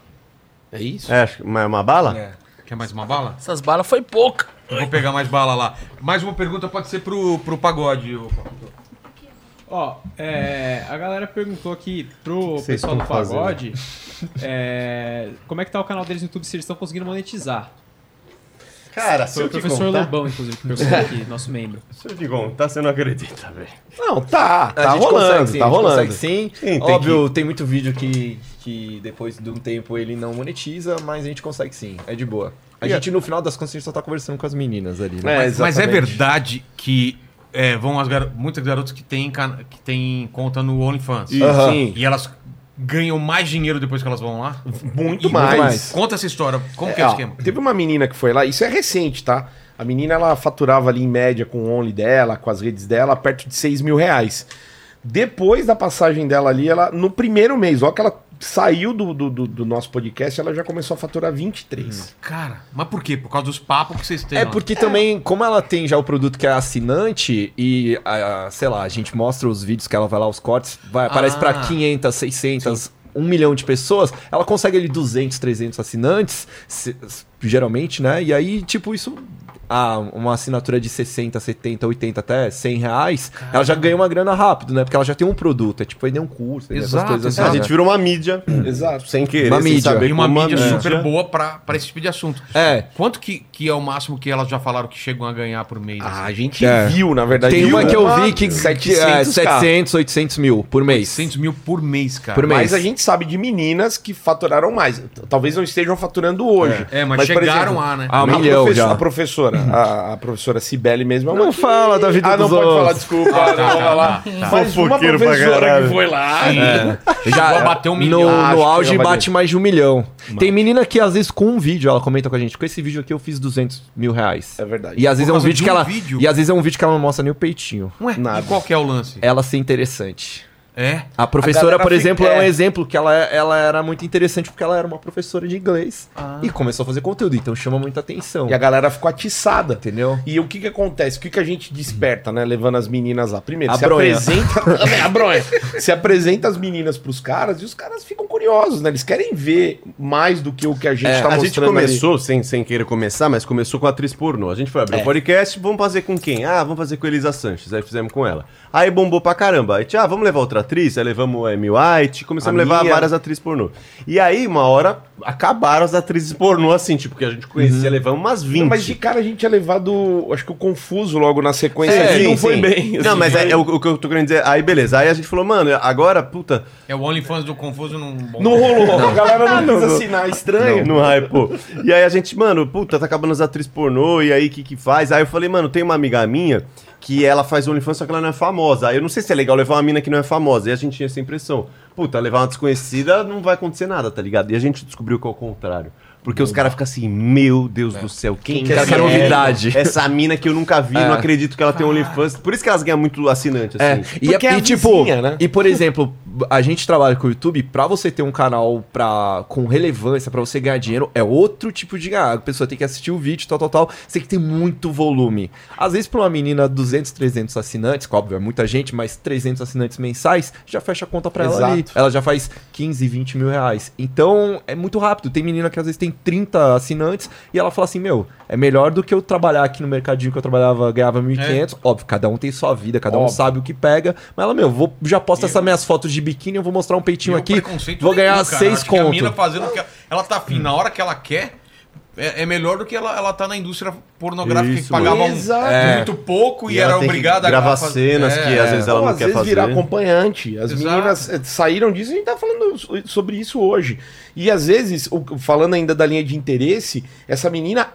S6: É isso?
S3: É, acho que- mas é uma bala?
S1: Quer mais uma bala?
S7: Essas balas foi pouca.
S1: Eu vou pegar mais bala lá. Mais uma pergunta pode ser pro, pro pagode. ô.
S2: Ó, é, a galera perguntou aqui pro
S3: vocês
S2: pessoal do
S3: estão fazendo?
S2: Pagode é, como é que tá o canal deles no YouTube, se eles estão conseguindo monetizar.
S3: Cara, se
S2: Foi o
S3: eu te
S2: professor
S3: contar,
S2: Lobão, inclusive, que perguntou aqui, nosso membro.
S3: se eu te contar, você não acredita, velho.
S5: Não, tá,
S6: tá rolando, tá
S5: a gente
S6: rolando.
S5: Consegue, sim.
S3: tem
S5: Óbvio, tem muito vídeo que, que depois de um tempo ele não monetiza, mas a gente consegue sim, é de boa. A gente no final das contas a gente só tá conversando com as meninas ali, né?
S1: Mas- mas é verdade que é, vão as garo- muitas garotas que têm, cana- que têm conta no OnlyFans. E,
S5: Aham.
S1: elas ganham mais dinheiro depois que elas vão lá?
S6: Muito
S1: E-
S6: mais.
S1: Conta essa história. Como que é
S6: É,
S1: o
S6: ó,
S1: esquema?
S6: Teve uma menina que foi lá, isso é recente, tá? A menina, ela faturava ali em média com o Only dela, com as redes dela, perto de 6 mil reais. Depois da passagem dela ali, ela, no primeiro mês, ó que ela saiu do, do, do- do nosso podcast, ela já começou a faturar 23.
S1: Cara, mas por quê? Por causa dos papos que vocês têm
S5: É
S1: lá.
S5: porque também, como ela tem já o produto que é assinante e, a- a- sei lá, a gente mostra os vídeos que ela vai lá, os cortes, vai, aparece
S1: Ah.
S5: pra 500, 600, 1 milhão de pessoas, ela consegue ali 200, 300 assinantes, se- s- geralmente, né? E aí, tipo, isso, ah, uma assinatura de 60, 70, 80, até 100 reais, ela já ganha uma grana rápido, né? Porque ela já tem um produto, é tipo vender um curso, vender
S1: Exato,
S5: essas coisas
S3: a
S5: assim,
S3: gente
S5: né?
S3: virou uma mídia,
S6: Exato.
S3: sem querer,
S5: Uma
S3: sem
S5: mídia.
S3: saber
S1: E uma
S3: como
S1: mídia super boa pra, pra esse tipo de assunto.
S5: É.
S1: Quanto que, que é o máximo que elas já falaram que chegam a ganhar por mês?
S6: Ah,
S1: assim?
S6: a gente
S5: É.
S6: viu, na verdade.
S5: Tem
S6: viu
S5: uma que eu vi que, que é
S6: 700,
S5: 700, 800 mil por mês.
S1: 600 mil por mês, cara.
S5: Por mês.
S6: Mas a gente sabe de meninas que faturaram mais. T- Talvez não estejam faturando hoje.
S1: É, mas
S6: por
S1: chegaram lá, né?
S5: Ah, um milhão
S6: profe-
S5: já.
S6: A professora, a, a professora Cibele mesmo é uma
S5: Não
S6: que-
S5: fala da vida
S6: Ah, não
S5: dos
S6: pode falar,
S5: outros.
S1: tá,
S6: desculpa.
S3: Ah,
S6: não
S3: tá,
S6: vou falar. Mas uma
S3: Fofoqueiro pra
S6: professora
S3: caralho.
S6: que foi lá. É.
S5: Já
S1: Chegou a bater um
S5: Ah, no-
S1: milhão.
S5: No,
S6: Acho que
S5: auge
S6: já bateu.
S5: bate mais de um milhão. Tem menina que, às vezes, com um vídeo, ela comenta com a gente, com esse vídeo aqui eu fiz 200 mil reais.
S6: É verdade.
S5: E às vezes é um
S1: causa
S5: vídeo
S1: de
S5: que
S1: um
S5: ela.
S1: vídeo?
S5: E às vezes é um vídeo que ela não mostra nem o peitinho.
S1: Ué, e qual que é o lance?
S5: Ela ser interessante.
S1: É?
S5: A professora,
S6: galera
S5: por
S6: fica-
S5: exemplo, é um
S6: é.
S5: exemplo que ela, ela era muito interessante porque ela era uma professora de inglês e começou a fazer conteúdo, então chama muita atenção.
S6: E a galera ficou atiçada.
S5: Entendeu?
S6: E o que que acontece? O que que a gente desperta, né? Levando as meninas lá. Primeiro,
S5: A
S6: se
S5: bronha.
S6: apresenta... a bronha. Se apresenta as meninas pros caras e os caras ficam curiosos, né? Eles querem ver mais do que o que a gente
S3: É,
S6: tá
S3: a
S6: mostrando
S3: gente começou sem, sem querer começar, mas começou com a atriz pornô. A gente foi
S6: É.
S3: abrir o podcast, vamos fazer com quem? Ah, vamos fazer com Elisa Sanches. Aí fizemos com ela. Aí bombou pra caramba. Aí, ah, vamos levar outra atriz? Aí levamos a Amy White, começamos a,
S6: A
S3: levar
S6: Mia.
S3: várias atrizes pornô. E aí, uma hora, acabaram as atrizes pornô assim, tipo, que a gente conhecia, levamos umas 20.
S6: Não, Uhum. mas de cara a gente tinha levado, acho que o confuso logo na sequência.
S3: É,
S6: ali
S3: sim,
S6: não foi
S3: sim.
S6: bem.
S3: Não,
S6: assim.
S3: mas é, é o, o que eu tô querendo dizer. Aí, beleza. Aí a gente falou, mano, agora, puta,
S1: É o OnlyFans do Confuso num bom.
S6: Não rolou. A
S3: Ah,
S6: galera não
S3: um
S6: quis assinar. Estranho.
S3: Não, não hypou. E aí a gente, mano, puta, tá acabando as atrizes pornô, e aí o que que faz? Aí eu falei, mano, tem uma amiga minha que ela faz OnlyFans, só que ela não é famosa. Aí eu não sei se é legal levar uma mina que não é famosa. E a gente tinha essa impressão. Puta, levar uma desconhecida não vai acontecer nada, tá ligado? E a gente descobriu que é o contrário. Porque os caras ficam assim, meu Deus do céu, quem, que é
S5: quer
S3: essa
S5: essa
S3: mina?
S5: novidade?
S3: Essa mina que eu nunca vi, não acredito que ela tem OnlyFans. Por isso que elas ganham muito assinante, assim.
S5: É, e,
S6: Porque
S5: é-
S6: é a
S5: e, tipo,
S6: vizinha, né?
S5: e por exemplo, a gente trabalha com o YouTube, pra você ter um canal pra, com relevância, pra você ganhar dinheiro, é outro tipo de ganhar. A pessoa tem que assistir o vídeo, tal, tal, tal. Você tem que ter muito volume. Às vezes, pra uma menina, 200, 300 assinantes, que óbvio, é muita gente, mas 300 assinantes mensais, já fecha a conta pra ela ali.
S6: Exato.
S5: Ela já faz 15, 20 mil reais. Então, é muito rápido. Tem menina que às vezes tem 30 assinantes e ela fala assim, meu, é melhor do que eu trabalhar aqui no mercadinho que eu trabalhava, ganhava
S1: É.
S5: 1.500. Óbvio, cada um tem sua vida, cada um
S6: Óbvio.
S5: sabe o que pega. Mas ela, meu, vou, já posta essas minhas fotos de biquíni, eu vou mostrar um peitinho
S1: Meu
S5: aqui.
S1: é preconceito
S5: Vou ganhar
S1: nenhum, cara.
S5: seis
S1: Acho que A
S5: conto.
S1: mina fazendo o que ela, ela tá afim na hora que ela quer. é, é melhor do que ela, ela tá na indústria pornográfica
S3: Isso,
S1: que pagava um-
S6: Exato.
S5: É.
S1: muito pouco e,
S3: E ela
S1: era
S3: tem que
S1: obrigada
S3: gravar
S1: fazer- É.
S3: cenas que às vezes ela
S6: É, Ou
S3: não
S6: Então, às
S3: quer
S6: vezes
S3: fazer.
S6: virar acompanhante. As
S1: Exato.
S6: meninas eh, saíram disso e a gente tá falando so- sobre isso hoje. E às vezes, o- falando ainda da linha de interesse, essa menina.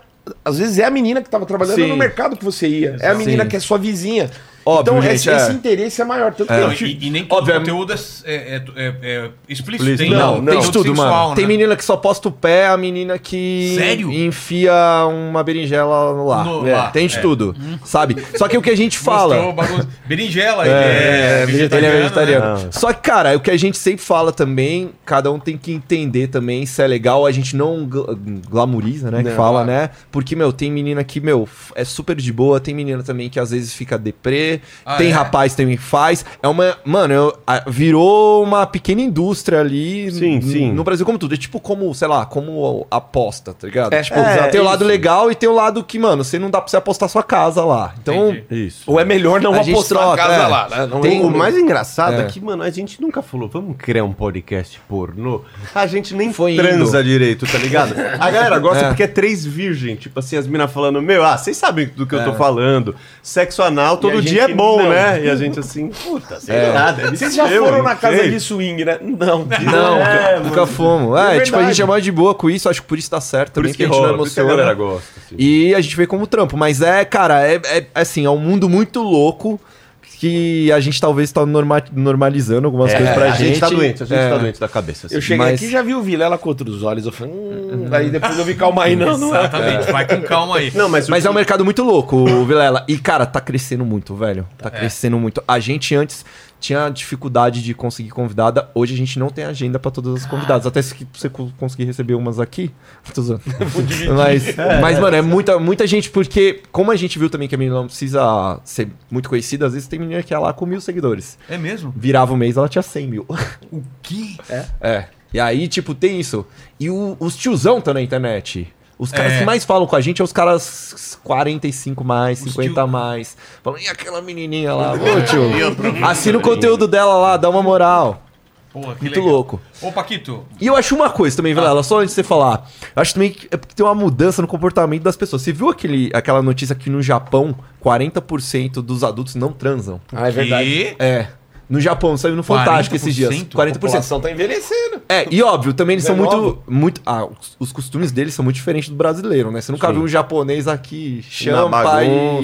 S6: Às vezes é a menina que tava trabalhando
S3: Sim.
S6: no mercado que você ia. É a menina
S3: Sim.
S6: que é sua vizinha.
S5: Óbvio,
S6: então
S5: gente,
S6: esse,
S5: é.
S6: esse interesse é maior. Tanto que
S1: Não,
S6: eu te-
S1: e, e nem todo
S5: Óbvio, é-
S1: conteúdo é, é- é- é- é explícito.
S3: Explícito.
S1: Tem,
S5: Não,
S1: tem
S5: não.
S1: conteúdo
S5: Tem tudo,
S1: sexual,
S5: mano. Tem
S1: né?
S5: menina que só posta o pé, a menina que
S1: Sério?
S5: enfia uma berinjela no ar.
S1: No
S5: É,
S1: ar,
S5: tem de
S1: é.
S5: tudo, sabe? Só que o que a gente
S1: Mostrou
S5: fala...
S1: o bagulho. Berinjela,
S5: É, ele é
S1: né?
S5: vegetariano.
S3: né?
S5: Só que, cara, é o que a gente sempre fala também, cada um tem que entender também se é legal, a gente não gla- glamoriza, né? Que fala, né? Porque, meu, tem menina que, meu, f- é super de boa, tem menina também que às vezes fica deprê,
S1: Ah,
S5: tem
S1: é?
S5: rapaz também que faz. É uma. Mano, eu- a- virou uma pequena indústria ali
S3: Sim,
S5: n-
S3: sim.
S5: no Brasil, como tudo. É tipo como, sei lá, como aposta, tá ligado?
S6: É,
S5: tipo,
S6: é,
S5: tem o lado
S6: isso.
S5: legal e tem o lado que, mano, você não dá pra você apostar sua casa lá. Então.
S1: Entendi.
S3: Isso.
S6: Ou é melhor não
S5: A gente
S6: apostar a
S5: troca,
S6: casa
S5: é.
S6: lá. né? Não-
S5: Tem-
S3: o mais engraçado é.
S5: É.
S3: que, mano, a gente nunca falou, vamos criar um podcast pornô. A gente nem
S5: Foi
S3: transa
S5: indo.
S3: direito, tá ligado? A galera gosta
S5: É.
S3: porque é três virgem. Tipo assim, as minas falando, meu, ah, vocês sabem do que eu
S5: É.
S3: tô falando. Sexo anal todo
S6: a
S3: dia é
S6: gente
S3: bom,
S6: não.
S3: né? E a gente assim, puta, sei
S5: É.
S3: lá, nada.
S6: Vocês já foram na casa de swing, né? Não.
S5: Não,
S3: É,
S5: nunca fomos. É, tipo, a
S6: verdade.
S5: gente é mais de boa com isso, acho que por isso tá certo
S3: Por
S5: também,
S3: isso que
S5: a gente
S3: rola, por isso que a galera gosta. assim.
S5: E a gente vê como trampo. Mas é, cara, é, é, assim, é um mundo muito louco que a gente talvez tá norma- normalizando algumas coisas pra
S3: a gente,
S5: gente.
S3: tá doente, a gente
S5: É.
S3: tá doente da cabeça. assim.
S6: Eu cheguei
S5: Mas-
S6: aqui e já vi o Vilela com outros olhos. Eu falei, hum. Aí depois eu vi calma aí, não, não é.
S1: Exatamente, vai com calma aí.
S3: Não, mas, o-
S5: Mas é um mercado muito louco, o Vilela. E, cara, tá crescendo muito, velho. Tá crescendo muito. A gente antes tinha dificuldade de conseguir convidada. Hoje a gente não tem agenda pra todas as convidadas. Até se você co- conseguir receber umas aqui. Tô zoando. mas, mas, mano, é muita, muita gente, porque como a gente viu também que a menina não precisa ser muito conhecida, às vezes tem menina que é lá com mil seguidores.
S1: É mesmo?
S5: Virava o mês, ela tinha 100 mil.
S1: O que?
S5: É. E aí, tipo, tem isso. E o- os tiozão estão na internet. Os caras que mais falam com a gente é os caras 45 mais, 50 mais. Falam, e aquela menininha lá? Ô, tio, assina o conteúdo dela lá, dá uma moral.
S1: Porra, que
S5: Muito
S1: legal.
S5: louco.
S1: Ô, Paquito,
S5: E eu acho uma coisa também, Vilela, só antes de você falar. Eu acho também que é porque tem uma mudança no comportamento das pessoas. Você viu aquele, aquela notícia que no Japão 40% dos adultos não transam?
S6: Ah, é
S1: que...
S5: É. No Japão, saiu no Fantástico esses dias.
S1: 40%?
S5: 40%.
S6: tá envelhecendo.
S5: É, e óbvio, também eles são
S6: Renova.
S5: muito, muito. Ah, os- os costumes deles são muito diferentes do brasileiro, né? Você nunca viu um japonês aqui
S3: Na
S5: champa e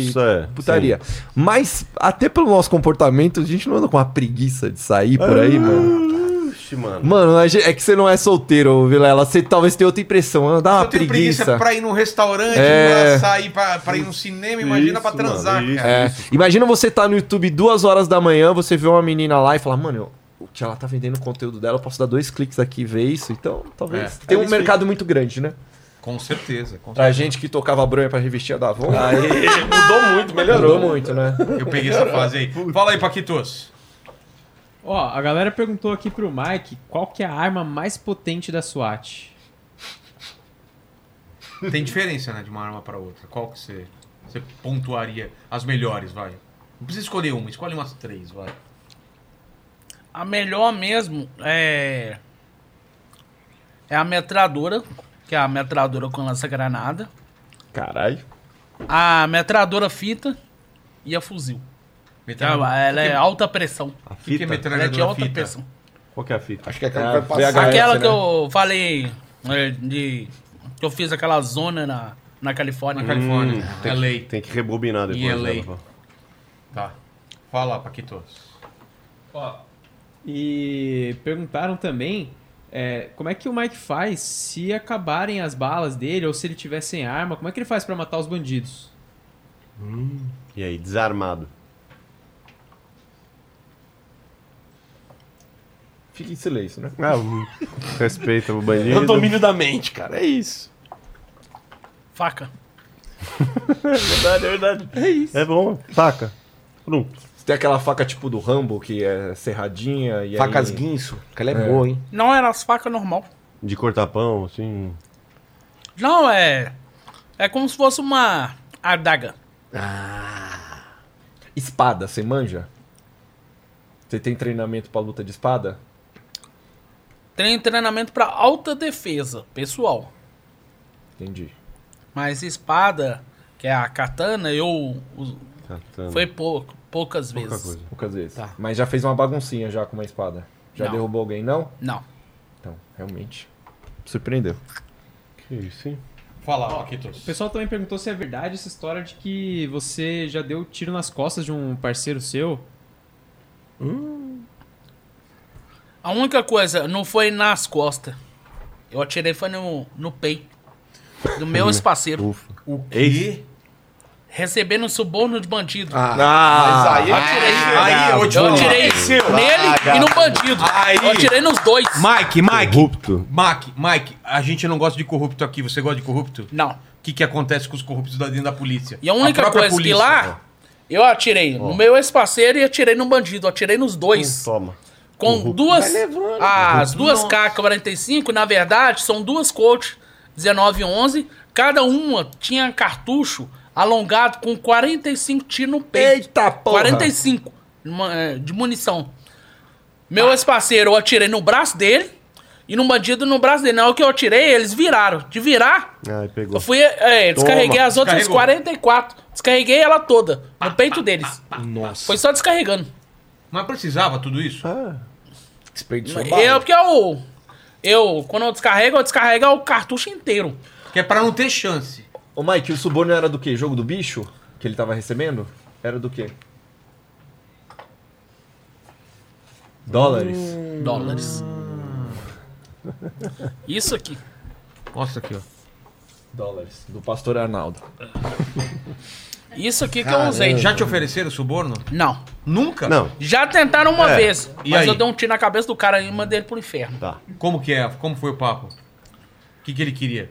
S3: bagunça, é.
S5: putaria. Mas, até pelo nosso comportamento, a gente não anda com uma preguiça de sair por aí, mano.
S3: Ixi, mano.
S5: Mano, a gente- é que você não é solteiro, Vilela. Você talvez tenha outra impressão. ah, Dá uma
S1: eu tenho preguiça.
S5: preguiça.
S1: pra ir num restaurante,
S5: É.
S1: pra sair, pra, pra ir no cinema, imagina pra
S3: Isso, mano,
S1: transar,
S3: isso.
S1: cara.
S5: É. Imagina você tá no YouTube duas horas da manhã, você vê uma menina lá e fala, mano, eu, o que ela tá vendendo o conteúdo dela, eu posso dar dois cliques aqui e ver isso. Então, talvez. Tem um mercado muito grande, né?
S1: Com certeza. com-
S5: Pra gente que tocava bronha pra revistinha da Avon.
S1: Ah,
S6: Mudou muito,
S5: melhorou muito, né?
S1: Eu peguei essa fase aí. Fala aí, Paquitos.
S2: Ó, a galera perguntou aqui pro Mike qual que é a arma mais potente da SWAT.
S1: Tem diferença, né, de uma arma pra outra. Qual que você, você pontuaria as melhores, vai? Não precisa escolher uma, escolhe umas três, vai.
S7: A melhor mesmo é. É a metralhadora, que é a metralhadora com lança-granada.
S3: Caralho.
S7: A metralhadora fita e a fuzil.
S1: Metralha-
S7: Ela, ela
S1: O que-
S7: é alta pressão.
S3: A
S1: O que, que é
S3: fita?
S7: Ela é de
S1: metralhadora
S7: alta
S1: fita?
S7: pressão.
S3: Qual que é a fita?
S6: Acho que aquela que vai passar.
S7: Aquela
S5: né?
S7: que eu falei é, de. que eu fiz aquela zona na, na Califórnia.
S1: Na Califórnia. é lei.
S3: Tem que rebobinar depois. né,
S1: E é lei.
S3: dela.
S1: Tá. Fala, Paquitos.
S2: E perguntaram também é, como é que o Mike faz se acabarem as balas dele ou se ele tiver sem arma, como é que ele faz pra matar os bandidos?
S3: E aí, desarmado.
S5: Fica em silêncio, né?
S3: respeita Ah, o
S6: É o
S3: bandido.
S6: domínio da mente, cara. É isso.
S7: Faca.
S3: verdade, é verdade. É isso. É bom. Taca. Pronto.
S5: Tem aquela faca tipo do Rambo, que é serradinha e
S6: Facas
S5: aí...
S6: guinso. Aquela é, boa, hein?
S7: Não era as facas normal.
S3: De cortar pão, assim.
S7: Não, é. É como se fosse uma adaga.
S5: Espada, você manja? Você tem treinamento pra luta de espada?
S7: um Tem treinamento pra alta defesa, pessoal.
S5: Entendi.
S7: Mas espada, que é a katana, eu. us-
S3: Catando.
S7: Foi pouco, poucas
S3: pouca
S7: vezes.
S3: coisa.
S5: Poucas vezes.
S7: Tá.
S5: Mas já fez uma baguncinha já com uma espada. Já
S7: Não.
S5: derrubou alguém, não?
S7: Não.
S5: Então, realmente. Surpreendeu.
S3: Que isso, hein?
S1: Fala, Paquitos.
S2: O pessoal também perguntou se é verdade essa história de que você já deu tiro nas costas de um parceiro seu.
S7: A única coisa, não foi nas costas. Eu atirei foi no, no peito. Do meu ex-parceiro.
S3: Ufa.
S1: E?
S7: Recebendo um suborno de bandido.
S6: Ah, mas aí eu tirei.
S1: Aí, eu te
S7: eu
S1: vou
S7: atirei nele e no bandido.
S1: Ah, Aí.
S7: Eu atirei nos dois.
S1: Mike, Mike,
S3: Corrupto.
S1: Mike, Mike, a gente não gosta de corrupto aqui. Você gosta de corrupto?
S7: Não.
S1: O que, que acontece com os corruptos da- dentro da polícia?
S7: E a única
S1: própria
S7: coisa
S1: polícia, né?
S7: que lá, eu atirei no meu ex-parceiro e atirei no bandido. Eu atirei nos dois.
S3: Toma.
S7: Com duas. Ah, As duas K-45, na verdade, são duas Colt 1911. Cada uma tinha cartucho alongado com 45 tiros no peito.
S5: Eita porra!
S7: 45 numa, eh, de munição. Meu ex-parceiro, eu atirei no braço dele e no bandido no braço dele. Na hora que eu atirei, eles viraram. De virar,
S3: Ai, pegou.
S7: eu fui, é, descarreguei as outras
S1: Descarregou.
S7: 44. Descarreguei ela toda,
S5: Ah,
S7: no peito deles. Nossa. Foi só descarregando.
S1: Mas precisava tudo isso? um
S6: Desperdiçou
S7: Eu, porque eu, eu, quando eu descarrego, eu descarrego o cartucho inteiro.
S1: Que é pra não ter chance.
S5: Ô, Mike, o suborno era do quê? Jogo do bicho? Que ele tava recebendo? Era do quê? Dólares.
S7: Hum. Dólares. Isso aqui.
S1: Mostra aqui, ó.
S5: Dólares. Do pastor Arnaldo.
S7: Isso aqui que eu usei.
S1: Já te ofereceram suborno?
S7: Não.
S1: Nunca?
S3: Não.
S7: Já tentaram uma
S3: É.
S7: vez,
S1: E
S7: mas
S1: aí?
S7: eu dei um tiro na cabeça do cara e mandei ele pro inferno.
S3: Tá.
S1: Como que é? Como foi o papo? O que, que ele queria?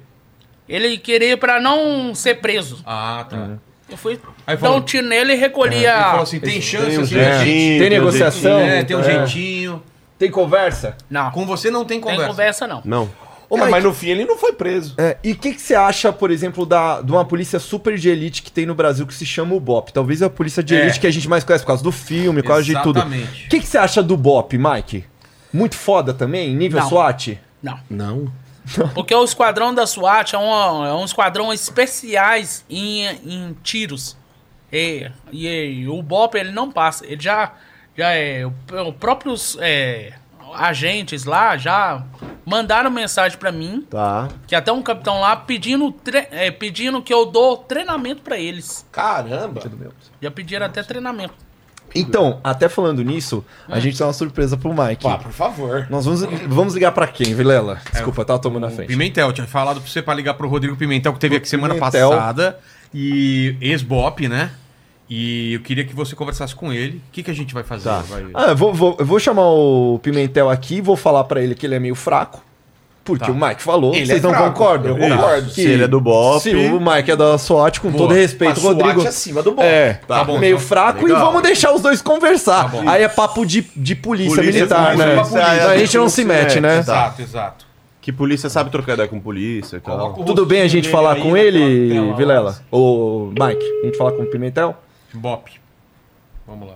S7: Ele queria pra não ser preso.
S1: Ah,
S7: É.
S1: tá. Ele
S7: Eu fui
S1: Aí
S7: dar
S1: falou-
S7: um tiro nele e recolhi a.
S1: falou assim, tem chance?
S3: Tem um
S1: assim,
S3: jeitinho,
S5: Tem,
S3: tem um
S5: negociação?
S1: É, tem um
S5: É.
S1: jeitinho.
S5: Tem conversa?
S7: Não,
S1: Com você não tem
S7: tem
S1: conversa.
S7: conversa não.
S3: Não.
S6: Ô, mas, mas no fim ele não foi preso.
S5: É, e o que, que você acha, por exemplo, da, de uma polícia super de elite que tem no Brasil que se chama o BOP? Talvez é a polícia de
S1: É.
S5: elite que a gente mais conhece por causa do filme, por causa de tudo.
S1: Exatamente.
S5: O que, que você acha do BOP, Mike? Muito foda também? Nível
S7: Não.
S5: SWAT?
S7: Não.
S6: Não.
S7: Porque o esquadrão da SWAT é um, é um esquadrão especiais em, em tiros. E, e, o BOP ele não passa. Ele já. já é, os próprios é, agentes lá já mandaram mensagem pra mim.
S3: Tá.
S7: Que até um capitão lá pedindo, tre- é, pedindo que eu dou treinamento pra eles.
S6: Caramba.
S7: Já pediram até treinamento.
S5: Então, até falando nisso, a gente tem uma surpresa pro Mike.
S6: Pá, por favor.
S5: Nós vamos, vamos ligar pra quem, Vilela? Desculpa, eu tava tomando a
S1: O
S5: frente.
S1: Pimentel, tinha falado pra você pra ligar pro Rodrigo Pimentel, que teve aqui semana
S5: Pimentel.
S1: passada, e ex-bop, né? E eu queria que você conversasse com ele. O que, que a gente vai fazer? Vai-
S5: Ah, eu vou, vou- eu vou chamar o Pimentel aqui, vou falar pra ele que ele é meio fraco. Porque
S1: Tá.
S5: o Mike falou,
S6: Ele
S5: vocês
S6: é
S5: não
S6: fraco,
S5: concordam?
S6: eu concordo.
S5: Que
S3: Se ele é do BOP.
S5: Se o Mike é da SWAT, com todo respeito,
S6: A SWAT
S5: Rodrigo.
S6: acima do bom.
S5: É, tá
S1: bom,
S5: meio
S1: então.
S5: fraco e
S3: Legal.
S5: vamos deixar os dois conversar. Aí é papo de, de polícia,
S3: Polícia,
S5: militar,
S3: polícia,
S5: né?
S3: polícia,
S5: Então a
S3: é,
S5: gente não se mete, né?
S1: Exato, exato.
S3: Que polícia sabe trocar ideia com polícia e tal.
S1: Coloca o
S5: Tá. Tudo bem a
S1: rostinho
S5: gente
S1: dele
S5: falar
S1: aí
S5: com
S1: naquela
S5: ele,
S1: tela lá.
S5: Vilela? Ô, Mike, a gente falar com o Pimentel?
S1: Bop. Vamos lá.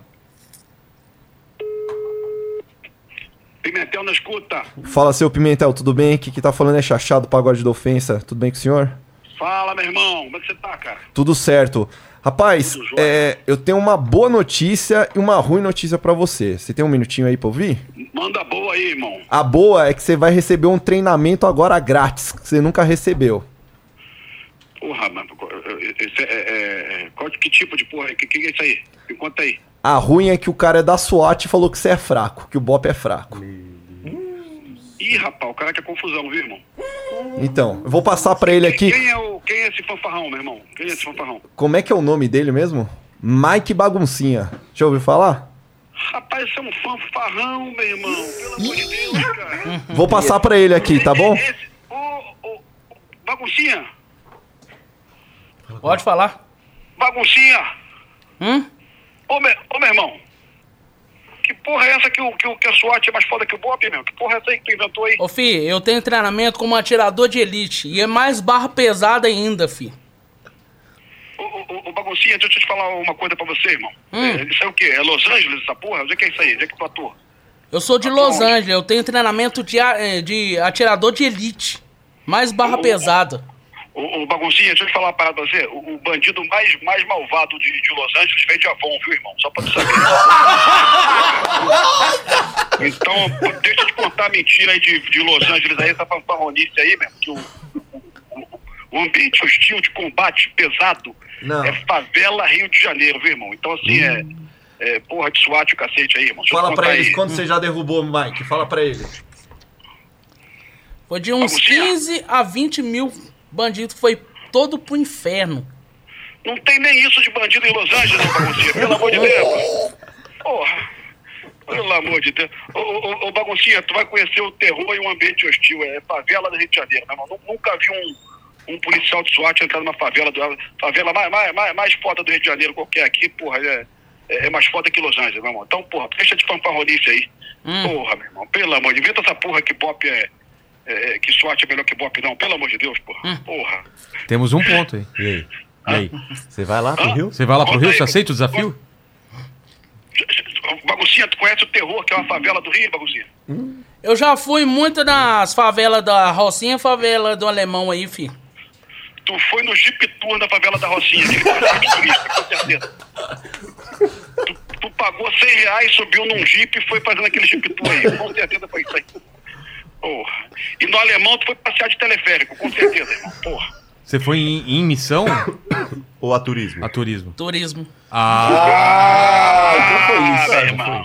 S9: Pimentel na escuta.
S5: Fala, seu Pimentel, tudo bem? Aqui que tá falando é Chachado, Pagode da Ofensa. Tudo bem com o senhor?
S9: Fala, meu irmão. Como é que você tá, cara?
S5: Tudo certo. Rapaz, é, eu tenho uma boa notícia e uma ruim notícia pra você. Você tem um minutinho aí pra ouvir?
S9: Manda boa aí, irmão.
S5: A boa é que você vai receber um treinamento agora grátis, que você nunca recebeu.
S9: Porra, mano. co- esse é- é- é- qual- que tipo de porra? Que, que é isso aí? Me conta aí.
S5: A ruim é que o cara é da SWAT e falou que você é fraco, que o Bop é fraco.
S9: Ih, rapaz, o cara quer confusão, viu, irmão?
S5: Então, eu vou passar pra ele aqui.
S9: Quem é, o, quem é esse fanfarrão, meu irmão? Quem é esse fanfarrão?
S5: Como é que é o nome dele mesmo? Mike Baguncinha. Já ouviu falar?
S9: Rapaz, você é um fanfarrão, meu irmão. Pelo amor de Deus, cara.
S5: Vou passar pra ele aqui, tá bom?
S9: Esse, ô, ô, baguncinha.
S7: Pode falar?
S9: Baguncinha.
S7: Hum?
S9: Ô, meu, ô, meu irmão. Que porra é essa que, o, que, o- que a SWAT é mais foda que o Bop, meu? Que porra é essa aí que tu inventou aí?
S7: Ô, fi, eu tenho treinamento como atirador de elite. E é mais barra pesada ainda, fi.
S9: Ô, ô, ô, baguncinha, deixa eu te falar uma coisa pra você, irmão. É, isso é o quê? É Los Angeles essa porra? Onde é que é isso aí? Onde é que tu atua?
S7: Eu sou
S9: Tá
S7: de Los Angeles, eu
S9: Uhum.
S7: tenho treinamento de, a- eh, de atirador de elite. Mais barra pesada.
S9: Ô, ô, Ô, baguncinha, deixa eu te falar uma parada pra você. O, o bandido mais, mais malvado de, de Los Angeles vende Avon, viu, irmão? Só pra tu saber. então, pô, deixa eu te contar a mentira aí de, de Los Angeles, aí, essa fanfarronice aí, mesmo. Que o, o- o ambiente hostil de combate pesado
S5: Não. Hum.
S9: é favela Rio de Janeiro, viu, irmão? Então, assim, é, é porra de SWAT o cacete aí, irmão. Deixa eu
S5: Fala
S9: te
S5: pra
S9: contar
S5: eles
S9: aí.
S5: quando você já derrubou o Mike. Fala pra eles.
S7: Foi de uns
S9: Vamos tirar.
S7: 15 a 20 mil bandidos. Foi todo pro inferno.
S9: Não tem nem isso de bandido em Los Angeles, ô baguncinha, pelo amor de Deus. Porra. Pelo amor de Deus. Ô, ô, ô, baguncinha, tu vai conhecer o terror em um ambiente hostil. É favela do Rio de Janeiro, meu irmão. Nu- Nunca vi um, um policial de SWAT entrar numa favela, do, favela mais, mais, mais, mais foda do Rio de Janeiro qualquer aqui, porra. É, é- é mais foda que Los Angeles, meu irmão. Então, porra, deixa de fanfarronice aí. Porra, meu irmão. Pelo amor de Deus. Inventa essa porra que Bop é, é- é- Que SWAT é melhor que Bop, não. Pelo amor de Deus, porra. Porra.
S1: Temos um ponto aí.
S3: E aí? E aí? Você vai lá pro Rio?
S5: Ah.
S1: Você vai lá pro Rio? Você aceita o desafio?
S9: Baguncinha, tu conhece o terror que é uma favela do Rio, Baguncinha?
S7: Eu já fui muito nas favelas da Rocinha, favela do Alemão aí, filho.
S9: Tu foi no Jeep Tour da favela da Rocinha, aquele passeio de turista, com certeza. Tu, tu pagou 100 reais, subiu num Jeep e foi fazendo aquele Jeep Tour aí. Com certeza foi isso aí. Porra. E no alemão tu foi passear de teleférico, com certeza, irmão. Porra.
S1: Você foi em, em missão
S3: Ou a turismo?
S1: a turismo?
S7: Turismo.
S9: Ah, meu irmão.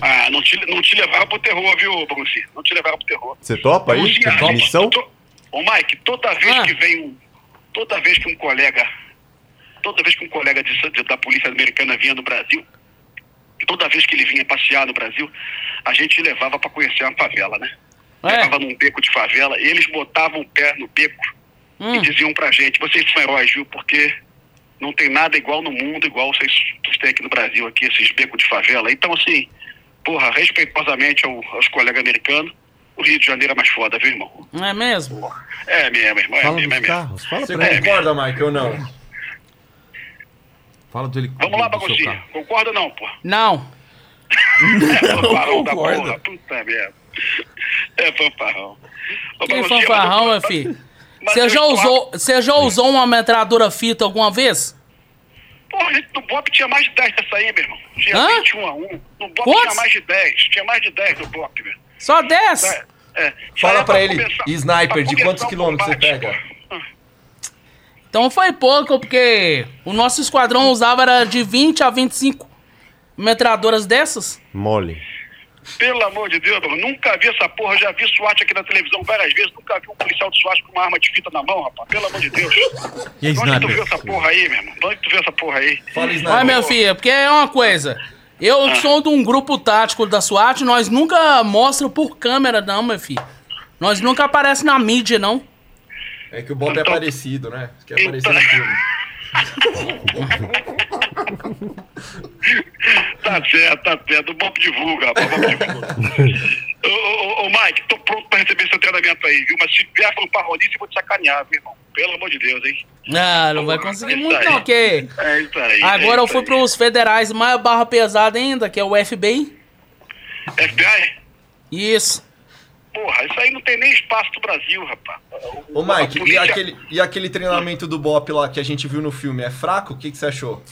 S9: Ah, não te, não te levaram pro terror, viu, Baguncinha? Não te levaram pro terror.
S3: Você topa aí?
S9: Luciano,
S3: Você topa? Missão?
S9: to- Ô, Mike, toda vez
S7: Ah.
S9: que vem um. Toda vez que um colega. Toda vez que um colega de San- de- da polícia americana vinha no Brasil, toda vez que ele vinha passear no Brasil, a gente levava pra conhecer uma favela, né?
S7: É.
S9: Levava num beco de favela, e eles botavam o pé no beco
S7: Hum.
S9: e diziam pra gente, vocês são heróis, viu? Porque não tem nada igual no mundo, igual vocês, vocês têm aqui no Brasil, aqui, esses becos de favela. Então, assim, porra, respeitosamente ao- aos colegas americanos, o Rio de Janeiro é mais foda, viu, irmão?
S7: Não é mesmo?
S9: É mesmo, irmão, é
S3: Fala
S9: mesmo, é
S3: dos
S9: mesmo.
S3: carros. Fala
S5: Você
S3: pra ele.
S5: concorda, Mike, ou não?
S1: Fala do helicóptero.
S9: Vamos lá,
S1: do seu
S9: baguncinha.
S1: carro.
S9: Concorda ou não, pô?
S7: Não.
S9: Não fanfarrão da porra, puta merda. É fanfarrão. Ô,
S7: Que
S9: baguncinha,
S7: fanfarrão, é,
S9: mas eu-
S7: filho.
S9: mas
S7: Você
S9: eu
S7: já
S9: tô-
S7: usou, você já usou uma metralhadora fita alguma vez?
S9: Porra, gente, no BOP tinha mais de 10 dessa aí, meu irmão. Tinha
S7: Hã?
S9: 21 a 1. No BOP tinha
S7: Quantos?
S9: mais de 10. Tinha mais de 10 no BOP, meu.
S7: Só 10?
S9: É, é.
S5: Fala
S9: Era
S5: pra ele, sniper, de
S9: começar
S5: quantos
S9: o
S5: quilômetros você
S9: combate,
S5: pega?
S9: pô.
S7: Então foi pouco, porque o nosso esquadrão usava era de 20 a 25 metralhadoras dessas.
S3: Mole.
S9: Pelo amor de Deus, mano, nunca vi essa porra, já vi SWAT aqui na televisão várias vezes, nunca vi um policial de SWAT com uma arma de fita na mão, rapaz. Pelo amor de Deus.
S1: E aí,
S9: Onde tu viu
S1: Sniper?
S9: essa porra aí, meu irmão? Onde tu viu essa porra aí?
S5: Fala, Sniper.
S7: Olha, meu filho, porque é uma coisa.
S9: Ah.
S7: Eu sou de um grupo tático da SWAT, nós nunca mostra por câmera, não, meu filho. Nós nunca aparece na mídia, não.
S5: É que o Bob é
S9: Então-
S5: parecido, né? Quer
S9: Então-
S5: aparecer no filme.
S9: Tá certo, tá certo. O Bob divulga, rapaz. o Bob divulga. ô, ô, ô, ô, Mike, tô pronto pra receber seu treinamento aí, viu? Mas se vier fanfarronice, eu vou te sacanear, meu irmão. Pelo amor de Deus, hein?
S7: Ah, não vai conseguir muito, não, porque.
S9: É isso aí.
S7: Ah, Agora
S9: é
S7: eu
S9: isso
S7: fui
S9: aí.
S7: pros federais mais barra pesada ainda, que é o FBI.
S9: FBI?
S7: Isso.
S9: Porra, isso aí não tem nem espaço no Brasil, rapaz.
S5: Ô, Mike,
S9: A
S5: e
S9: polícia-
S5: aquele, e aquele treinamento do Bop lá que a gente viu no filme, é fraco? O que, que você achou?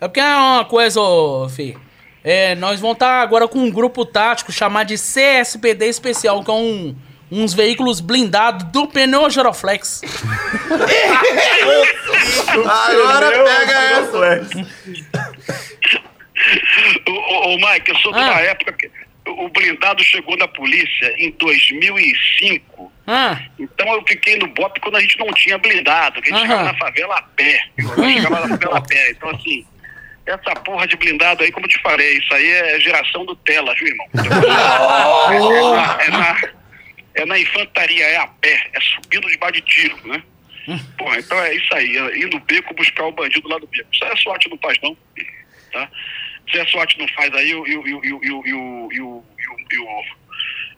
S7: É porque é uma coisa, ô, fi. É, nós vamos estar agora com um grupo tático chamado de CSPD Especial, que é um, uns veículos blindados do pneu Geroflex.
S5: Agora pega essa!
S9: Ô, ô, ô, Mike, eu sou de uma
S7: Ah.
S9: época que o blindado chegou na polícia em 2005.
S7: Ah,
S9: Então eu fiquei no BOP quando a gente não tinha blindado, que a gente
S7: Aham. Hum.
S9: chegava na favela a pé. Eu chegava na favela a pé. Então, assim, essa porra de blindado aí, como eu te falei, isso aí é geração do Tela, viu, irmão? é, na, é na- é na infantaria, é a pé, é subindo debaixo de tiro, né? Porra, então é isso aí, é ir no beco buscar o bandido lá do beco. Isso aí a SWAT não faz, não. Tá? Se a SWAT não faz aí, o- e o- e o- e o- e o- e o- e o- e o-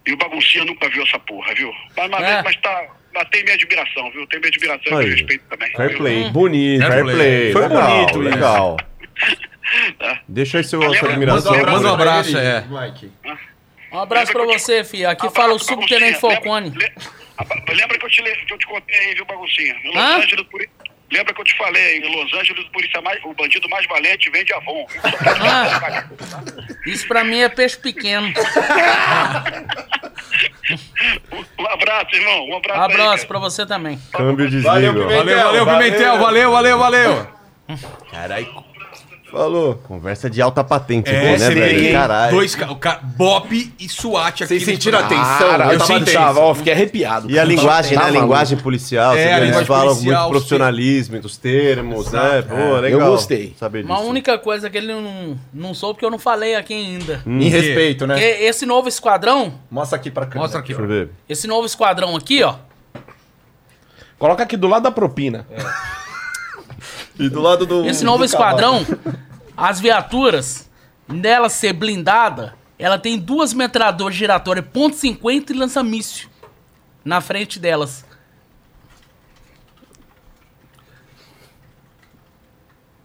S9: e o baguncinha nunca viu essa porra, viu? Mas, mas,
S7: É.
S9: mas tá. Mas tem minha admiração, viu? Tem minha admiração e
S3: Aí.
S9: meu respeito também.
S3: Fair
S9: viu?
S3: play. Bonito.
S1: Fair
S3: Fair
S1: play.
S3: play.
S4: Foi
S3: legal,
S4: bonito isso.
S3: Legal. Deixa aí seu, sua admiração.
S1: Manda um abraço.
S3: pra-
S1: é.
S5: Mike.
S7: um abraço pra você, fi. Aqui
S9: Abraço
S7: fala o
S9: pra
S7: subtenente
S9: baguncinha.
S7: Falcone.
S9: Lembra- le- abra- Lembra que eu te, le- que eu te contei aí, viu, baguncinha? Em Los
S7: Hã?
S9: Angeles, por... Lembra que eu te falei aí, em Los Angeles, o polícia mais... o bandido mais valente vende Avon. viu? Só pra te
S7: Ah.
S9: dar uma cagada.
S7: Isso pra mim é peixe pequeno.
S9: Um- um abraço, irmão. Um abraço, aí,
S7: Abraço
S9: cara.
S7: pra você também.
S3: Câmbio de
S1: Valeu, valeu, Pimentel. Valeu, valeu, valeu.
S3: Caralho. Falou. Conversa de alta patente,
S1: É,
S3: boa, né,
S1: você
S3: velho?
S1: tem
S3: Caralho.
S1: dois ca- o ca- Bop e SWAT aqui.
S5: Vocês
S1: no-
S5: sentiram a tensão?
S6: Cara, eu,
S1: Eu
S6: tava
S1: senti
S6: tava, ó, fiquei arrepiado.
S3: E a linguagem, né?
S6: Tá
S3: A
S6: maluco.
S3: linguagem
S1: É,
S3: policial, você
S1: a
S3: vê, eles
S1: linguagem
S3: falam
S1: policial,
S3: muito profissionalismo dos termos, né? Pô, legal.
S6: gostei.
S3: Saber disso.
S7: Uma única coisa é que ele não, não soube que eu não falei aqui ainda.
S6: Hum.
S5: Em respeito,
S7: Que
S5: né?
S7: esse novo esquadrão,
S5: Mostra aqui pra câmera.
S1: Mostra aqui. ó.
S3: Deixa eu ver.
S7: esse novo esquadrão aqui, ó.
S6: Coloca aqui do lado da propina.
S5: E do lado do.
S7: Esse novo
S5: do cavalo.
S7: esquadrão, as viaturas, dela ser blindada, ela tem duas metralhadoras giratórias .50 e lança-míssil na frente delas.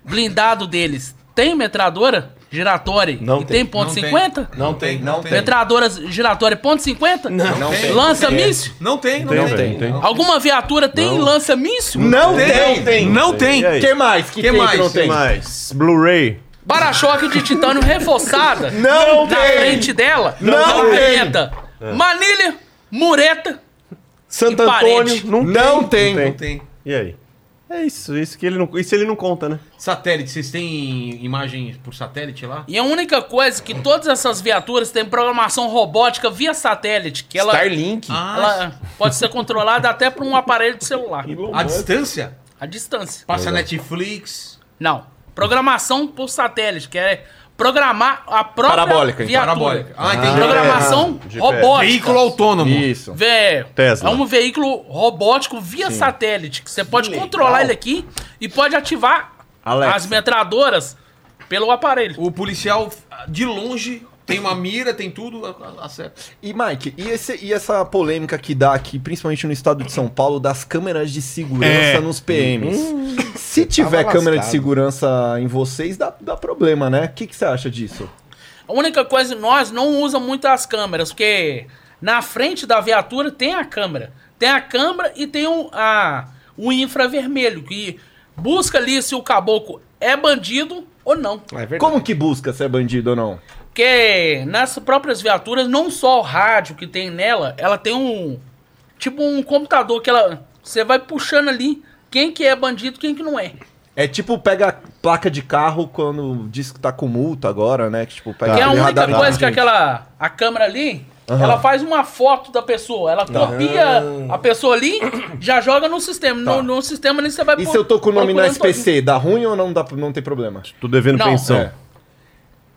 S7: Blindado deles tem metralhadora giratória
S6: Não
S7: e
S6: tem,
S7: tem .50?
S6: Não tem, não tem.
S7: Metralhadoras giratória .50?
S5: Não tem.
S7: Lança-míssil?
S1: Não tem, não
S3: Tem,
S1: tem.
S3: velho, tem.
S7: Alguma viatura tem lança-míssil?
S5: Não tem!
S1: Não tem.
S3: E aí?
S5: Que mais? Que,
S1: Que
S5: tem
S1: mais?
S5: que não
S1: Que
S5: tem?
S3: mais? Blu-ray.
S7: Para-choque de titânio reforçada.
S5: Não
S7: na
S5: tem.
S7: frente dela.
S5: Não
S7: na
S5: tem. É.
S7: caneta. Manilha, mureta.
S6: Santo
S7: E parede.
S6: Antônio, não,
S5: Não tem!
S1: Não tem.
S3: E aí? É isso, isso que ele não. Isso ele não conta, né?
S1: Satélite, vocês têm imagem por satélite lá?
S7: E a única coisa é que todas essas viaturas têm programação robótica via satélite. Que ela,
S6: Starlink. Ah,
S1: Ah,
S7: ela pode ser controlada até por um aparelho de celular.
S1: A distância?
S7: A distância.
S1: Passa Netflix.
S7: Não. Programação por satélite, que é programar a própria
S5: Parabólica, É.
S7: viatura.
S1: Parabólica. Ah, entendi. É.
S7: Programação
S3: GPS.
S7: robótica.
S1: Veículo autônomo.
S5: Isso.
S7: Vé,
S3: Tesla.
S7: É um veículo robótico via satélite. Que você pode controlar ele aqui e pode ativar
S3: Alexa.
S7: as metradoras pelo aparelho.
S1: O policial de longe tem uma mira, tem tudo, a- a- acerta.
S5: E, Mike, e, esse- e essa polêmica que dá aqui, principalmente no estado de São Paulo, das câmeras de segurança
S1: É.
S5: nos PMs?
S7: Hum,
S5: Se tiver
S6: tava
S5: câmera de
S6: lascado.
S5: segurança em vocês, dá, dá problema, né? O que, que você acha disso?
S7: A única coisa, nós não usa muito as câmeras, porque na frente da viatura tem a câmera. Tem a câmera e tem o, a, o infravermelho, que busca ali se o caboclo é bandido ou não.
S6: É verdade.
S5: Como que busca se é bandido ou não?
S7: Porque nas próprias viaturas, não só o rádio que tem nela, ela tem um. Tipo um computador que ela. Você vai puxando ali quem que é bandido quem que não é.
S5: É tipo pega a placa de carro quando diz que tá com multa agora, né? Que tipo pega
S7: que é a
S5: aquele
S7: única
S5: radarzinho.
S7: coisa que aquela. A câmera ali. Ela faz uma foto da pessoa, ela
S5: Tá.
S7: copia
S5: Ah.
S7: a pessoa ali, já joga no sistema. No, no sistema ali você vai
S5: Tá. E
S7: pu-
S5: se eu tô com o nome no
S7: procurando todinho.
S5: SPC, dá ruim ou não, dá, não tem problema?
S3: Tô devendo
S7: Não,
S3: pensão.
S5: é.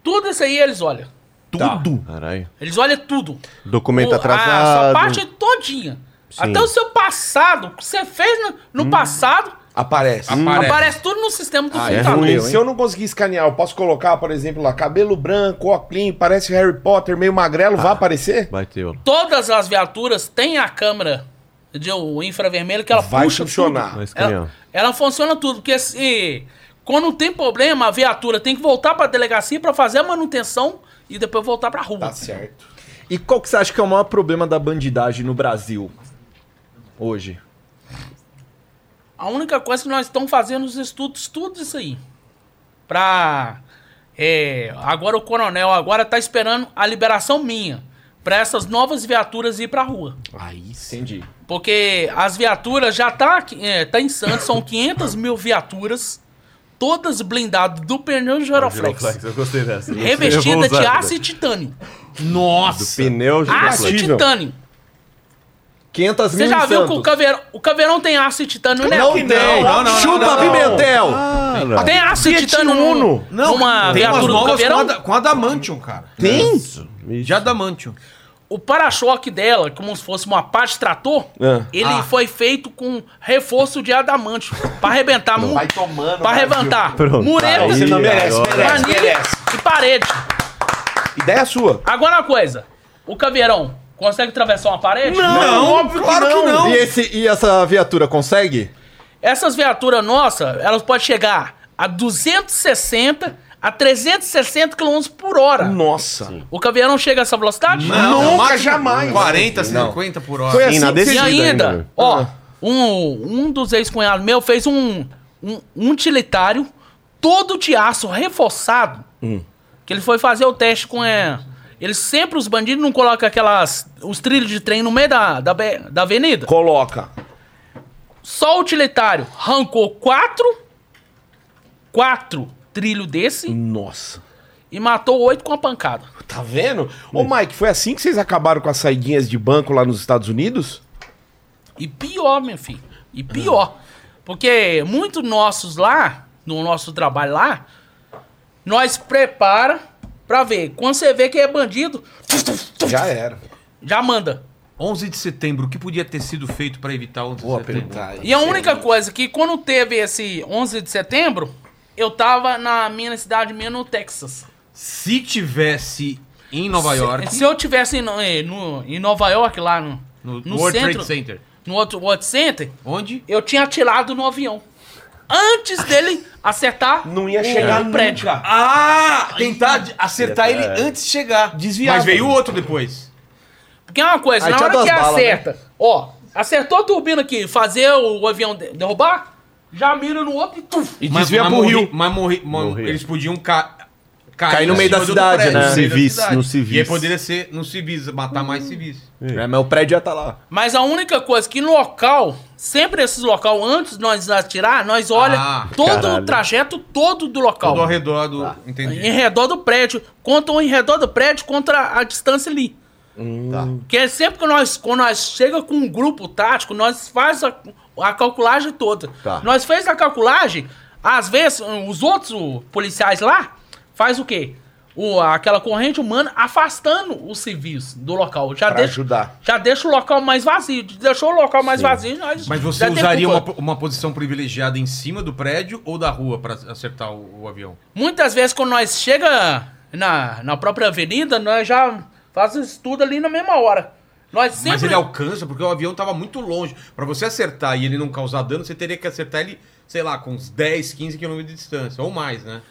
S7: Tudo isso aí eles olham.
S5: Tudo!
S3: Caralho.
S7: Eles olham tudo.
S3: Documento
S7: O-
S3: atrasado.
S7: A sua parte é todinha. Até o seu passado, o que você fez no, no passado,
S6: Aparece.
S7: Aparece.
S1: Aparece.
S7: tudo no sistema do tá
S5: é
S7: computador.
S5: ruim.
S6: Se eu não conseguir escanear, eu posso colocar, por exemplo, lá, cabelo branco, óculos, parece Harry Potter, meio magrelo, vai aparecer?
S3: Vai ter, ó.
S7: Todas as viaturas têm a câmera de o infravermelho que ela
S6: Vai
S7: puxa
S6: funcionar.
S7: tudo.
S3: Vai escanear.
S7: Ela, ela funciona tudo, porque se quando tem problema, a viatura tem que voltar pra delegacia pra fazer a manutenção e depois voltar pra rua.
S6: Tá certo.
S5: E qual que você acha que é o maior problema da bandidagem no Brasil? Hoje.
S7: A única coisa que nós estamos fazendo os estudos, tudo isso aí. Pra. é, agora o coronel agora tá esperando a liberação minha. Pra essas novas viaturas ir pra rua.
S6: Aí sim.
S5: Entendi.
S7: Porque as viaturas já tá, aqui- é, tá em Santos, são 500 mil viaturas, todas blindadas do pneu Giroflex,
S3: Eu gostei dessa. Eu vou
S7: revestida
S3: usar
S7: de
S3: essa
S7: aço
S3: daí.
S7: e titânio.
S3: Do pneu tá
S7: Aço e
S3: Giroflex.
S7: titânio.
S5: 500 mil
S7: Você já
S5: em
S7: viu que
S5: Santos.
S7: o caveirão, o caveirão tem aço e titânio, né?
S5: Não Ah, tem!
S1: não, não, não,
S5: Chupa
S1: não.
S5: Pimentel!
S3: Cara,
S7: Tem aço e titânio no, numa
S1: tem umas
S7: viatura do
S1: novas com a,
S7: caveirão.
S1: da- com a Damantium, cara.
S5: Tem?
S1: Já Damantium.
S7: O para-choque dela, como se fosse uma pá de trator, ele
S1: Ah.
S7: foi feito com reforço de adamante. pra arrebentar, mu-
S6: Vai tomando,
S7: pra
S6: Brasil.
S7: arrebentar.
S3: Pronto.
S7: Mureta,
S3: Aí, Você não merece, agora.
S6: merece,
S7: manilha
S6: merece.
S7: e parede.
S6: Ideia sua.
S7: Agora uma coisa. O caveirão consegue atravessar uma parede?
S1: óbvio claro que não.
S5: E, esse, e essa viatura consegue?
S7: Essas viaturas nossas, elas podem chegar a 260 a 360 km por hora.
S6: Nossa.
S7: O caminhão chega a essa velocidade?
S6: Nunca,
S1: máximo
S6: jamais.
S1: 40, 50 por hora.
S6: Foi
S3: Sim,
S6: assim
S3: na
S6: que você-
S7: E
S3: descida
S7: ainda,
S3: ainda.
S7: ó, um, um dos ex-cunhados meu fez um, um, um utilitário todo de aço reforçado.
S6: Hum.
S7: Que ele foi fazer o teste com. É, eles sempre, os bandidos, não colocam aquelas. os trilhos de trem no meio da, da, be- da avenida.
S6: Coloca.
S7: Só o utilitário arrancou quatro. Quatro trilho desse
S6: Nossa.
S7: e matou oito com a pancada.
S6: Tá vendo? Ô, Mike, foi assim que vocês acabaram com as saidinhas de banco lá nos Estados Unidos?
S7: E pior, meu filho. E pior. Porque muitos nossos lá, no nosso trabalho lá, nós prepara pra ver. Quando você vê que é bandido,
S6: assim? Já era.
S7: já manda.
S1: 11 de setembro, o que podia ter sido feito para evitar 11 de setembro?
S7: E a única coisa que quando teve esse 11 de setembro, eu tava na minha cidade minha, no Texas.
S1: Se tivesse em Nova York,
S7: Se eu tivesse em, no- eh, no- em Nova York, lá no,
S1: no,
S7: no
S1: World
S7: centro,
S1: Trade Center,
S7: no outro World Center,
S1: onde?
S7: eu tinha atirado no avião. Antes dele acertar
S6: Não ia chegar
S7: o prédio.
S1: Ah, tentar de- acertar ele antes de chegar. Desviar. Mas veio outro depois.
S7: Porque é uma coisa,
S5: Aí
S7: na
S5: tinha
S7: hora
S5: duas
S7: que
S5: balas, né?
S7: acerta, ó, acertou a turbina aqui, fazer o avião de- derrubar, já mira no outro e tuf.
S6: E desvia pro
S1: morri-
S6: rio.
S1: Mas morri, mo- eles podiam ca-
S5: Cair no
S1: em
S5: meio da
S1: cima do
S5: cidade,
S1: prédio,
S5: né?
S1: no meio da
S3: Civis,
S1: cidade.
S3: no civis.
S1: E aí poderia ser no civis, matar mais civis.
S5: É, mas o prédio já tá lá.
S7: Mas a única coisa que no local, sempre esses local, antes de nós atirar, nós olha
S1: Ah,
S7: todo
S3: caralho.
S7: o trajeto todo do local.
S1: Todo ao redor do... Entendi.
S7: Em redor do prédio, contam em redor do prédio contra a distância ali.
S1: Hum.
S7: Que é sempre que nós, quando nós chega com um grupo tático, nós faz a, a calculagem toda.
S5: Tá.
S7: Nós fez a calculagem, às vezes hum, os outros o, policiais lá faz o quê? O, aquela corrente humana afastando os civis do local. Já
S6: Pra
S7: Ah, deixa,
S6: ajudar.
S7: Já deixa o local mais vazio. Deixou o local mais vazio, nós
S1: Mas você
S7: já tem
S1: usaria
S7: culpa.
S1: uma, uma posição privilegiada em cima do prédio ou da rua para acertar o, o avião?
S7: Muitas vezes quando nós chega na, na própria avenida, nós já fazemos isso tudo ali na mesma hora. Nós sempre...
S1: Mas ele alcança porque o avião estava muito longe. Para você acertar e ele não causar dano, você teria que acertar ele, sei lá, com uns 10, 15 quilômetros de distância ou mais, né?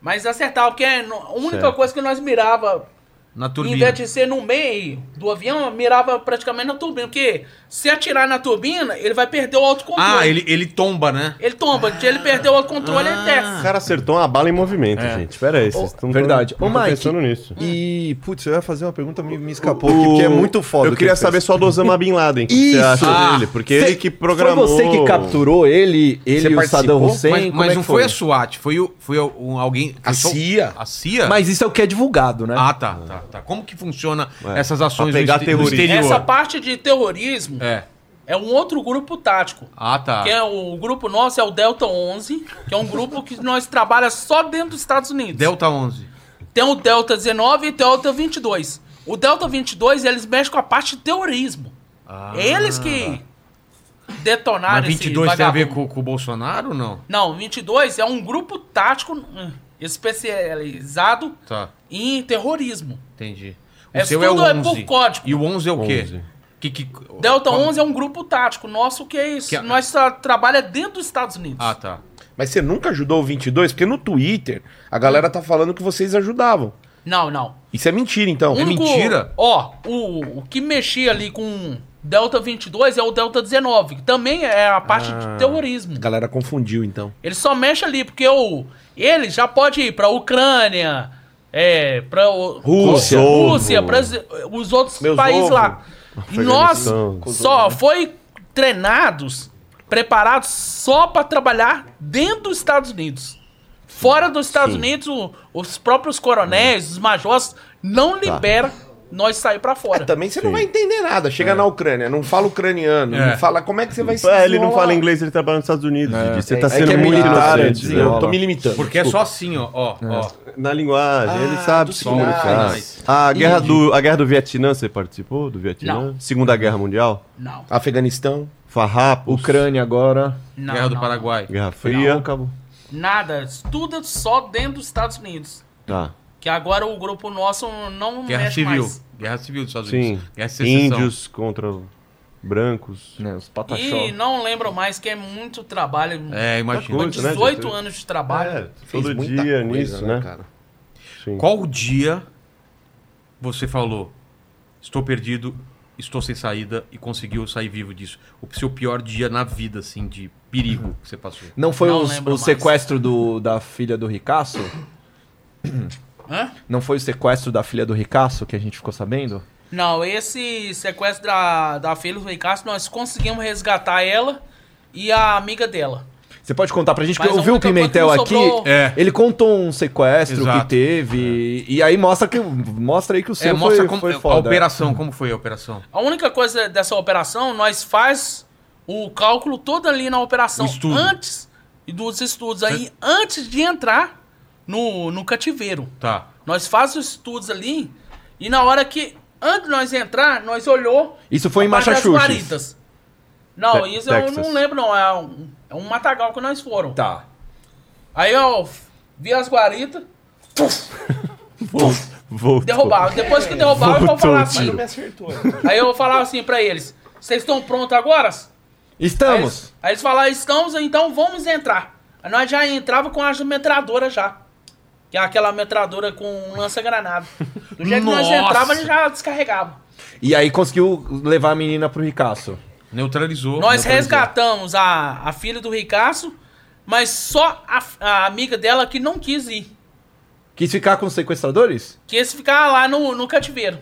S7: Mas acertava, porque é no- a única coisa que nós mirava,
S1: Na
S7: em
S1: turbina.
S7: vez de ser no meio do avião, mirava praticamente na turbina. Porque se atirar na turbina, ele vai perder o autocontrole.
S1: Ah, ele, Ah. ele tomba, né?
S7: Ele tomba, de ele perder o autocontrole, ele
S3: O
S7: desce.
S3: cara acertou uma bala em movimento, gente. Pera aí, vocês estão
S5: verdade. Ô,
S3: não tô
S5: Mike,
S3: pensando nisso.
S5: E, putz, eu ia fazer uma pergunta, me, me escapou aqui, porque é muito foda. o
S3: Eu
S5: que
S3: queria
S5: ele fez.
S3: saber só do Osama Bin Laden. o que
S5: Isso!
S3: Você acha
S5: Ah,
S3: dele? Porque ele que programou.
S5: Foi você que capturou ele, ele e o Saddam Hussein?
S1: Mas,
S5: Como
S1: mas
S5: é que
S1: não foi a SWAT, foi, o, foi o- um, alguém. foi
S6: A
S1: só-
S6: CIA.
S1: A CIA?
S5: Mas isso é o que é divulgado, né?
S1: Ah, tá, tá, tá. Como que funciona
S5: É,
S1: essas ações
S3: pra pegar
S1: no, exte- no
S3: terrorista.
S1: exterior?
S7: Essa parte de terrorismo é,
S1: É.
S7: um outro grupo tático.
S1: Ah, tá.
S7: Que é o grupo nosso é o Delta 11, que é um grupo que nós trabalha só dentro dos Estados Unidos.
S1: Delta 11.
S7: Tem o Delta 19 e o Delta 22. O Delta 22, eles mexem com a parte de terrorismo. É Eles que detonaram
S1: Ah. Mas 22
S7: esse
S1: tem a ver
S7: vagabundo.
S1: com, com o Bolsonaro ou não?
S7: Não, 22 é um grupo tático hum, especializado
S1: Tá,
S7: em terrorismo.
S1: entendi. O
S7: É,
S1: seu é o
S7: tudo é
S1: 11.
S7: por código.
S1: E o 11 é o quê?
S3: 11.
S1: Que, que-
S7: Delta
S1: qual-
S7: 11 é um grupo tático. Nosso que é isso?
S1: Que-
S7: Nós só trabalha dentro dos Estados Unidos.
S1: Ah, tá.
S6: Mas você nunca ajudou o 22? Porque no Twitter a galera tá falando que vocês ajudavam.
S7: Não, não.
S6: Isso é mentira, então.
S7: O único-
S1: mentira?
S7: Ó, o, o que mexia ali com Delta 22 é o Delta 19, que também é a parte
S1: Ah.
S7: de terrorismo.
S6: A galera confundiu, então.
S7: Ele só mexe ali, porque o, ele já pode ir pra Ucrânia, é, pra o-
S6: Rússia.
S7: Rússia pra os- os outros
S6: Meus
S7: países
S6: ovo.
S7: lá. E nós
S3: Afeganistão.
S7: só foi treinados, preparados só pra trabalhar dentro dos Estados Unidos. Fora dos Estados Unidos, o- os próprios coronéis, os majores, não libera nós sair pra fora.
S6: Também você não vai entender nada. Chega na Ucrânia, não fala ucraniano,
S1: É.
S6: não fala como é que você vai se
S3: É, ele não
S6: desenrolar?
S3: fala inglês, ele trabalha nos Estados Unidos. Didi. Você tá
S5: é
S3: sendo
S5: que é
S3: muito
S5: militar,
S3: inocente.
S5: é,
S3: né?
S6: Eu tô me limitando.
S1: Porque é só assim, ó. ó, ó.
S3: Na linguagem,
S5: Ah,
S3: ele sabe se
S1: sinais.
S3: comunicar.
S1: Sinais.
S3: A guerra, do, a guerra do Vietnã, você participou do Vietnã?
S7: Não.
S3: Segunda Guerra Mundial?
S7: Não,
S6: Afeganistão.
S3: Farrapos?
S5: Ucrânia agora.
S7: não.
S1: Guerra do
S7: não,
S1: Paraguai.
S3: Guerra Fria?
S7: Nada, tudo só dentro dos Estados Unidos.
S3: Tá.
S7: Que agora o grupo nosso não
S1: Guerra
S7: mexe
S1: Civil.
S7: mais.
S1: Guerra Civil dos Estados
S3: Sim.
S1: Unidos. Guerra de secessão.
S3: Índios contra... brancos.
S5: é Né, os
S7: E
S5: pataxó.
S7: não lembro mais, que é muito trabalho.
S1: É, imagina.
S3: Coisa, né,
S7: 18
S3: gente?
S7: anos de trabalho.
S1: É.
S3: todo
S6: Fez muita
S3: dia
S6: coisa,
S3: nisso, né?
S6: cara?
S3: Sim.
S1: Qual dia você falou, estou perdido, estou sem saída e conseguiu sair vivo disso? O seu pior dia na vida, assim, de perigo que você passou?
S5: Não foi
S7: Não
S5: os-
S7: lembro
S5: o
S7: mais.
S5: sequestro do, da filha do Ricasso?
S7: Hã?
S5: Não foi o sequestro da filha do Ricasso que a gente ficou sabendo?
S7: Não, esse sequestro da, da filha do Ricardo, nós conseguimos resgatar ela e a amiga dela.
S5: Você pode contar pra gente, porque
S7: Mas
S5: eu vi
S7: a
S5: o
S7: única
S5: Pimentel
S7: coisa
S5: aqui,
S7: que sobrou-
S1: É.
S5: ele contou um sequestro
S1: Exato.
S5: que teve, e aí mostra, que, mostra aí que o seu
S1: É, mostra
S5: foi,
S1: como,
S5: foi
S1: a
S5: foda.
S1: operação, como foi a operação?
S7: A única coisa dessa operação, nós faz o cálculo todo ali na operação.
S1: O estudo.
S7: Antes dos estudos. Aí, antes de entrar no, no cativeiro.
S1: Tá.
S7: Nós faz os estudos ali e na hora que, antes de nós entrar, nós olhou...
S5: Isso foi em
S7: a parte das
S5: Massachusetts.
S7: guaritas. Não,
S3: Te-
S7: isso eu
S3: Texas.
S7: não lembro não. É um, é um matagal que nós foram.
S5: Tá.
S7: Aí eu vi as guaritas,
S3: Voltou.
S7: derrubaram. Depois que derrubaram, eu vou
S3: Voltou
S7: falar
S3: o tiro.
S7: assim. Aí eu falava assim pra eles: Vocês estão prontos agora? Aí
S5: Estamos!
S7: eles, aí eles falaram: Estamos, então vamos entrar. Aí nós já entrava com as metralhadoras já. Que é aquela metralhadora com um lança-granada. Do jeito que nós
S1: Nossa!
S7: entrava, eles já descarregavam.
S5: E aí conseguiu levar a menina pro Ricasso.
S1: Neutralizou.
S7: Nós
S1: Neutralizou.
S7: resgatamos a, a filha do Ricaço, mas só a, a amiga dela que não quis ir.
S5: Quis ficar com os sequestradores?
S7: Quis ficar lá no, no cativeiro.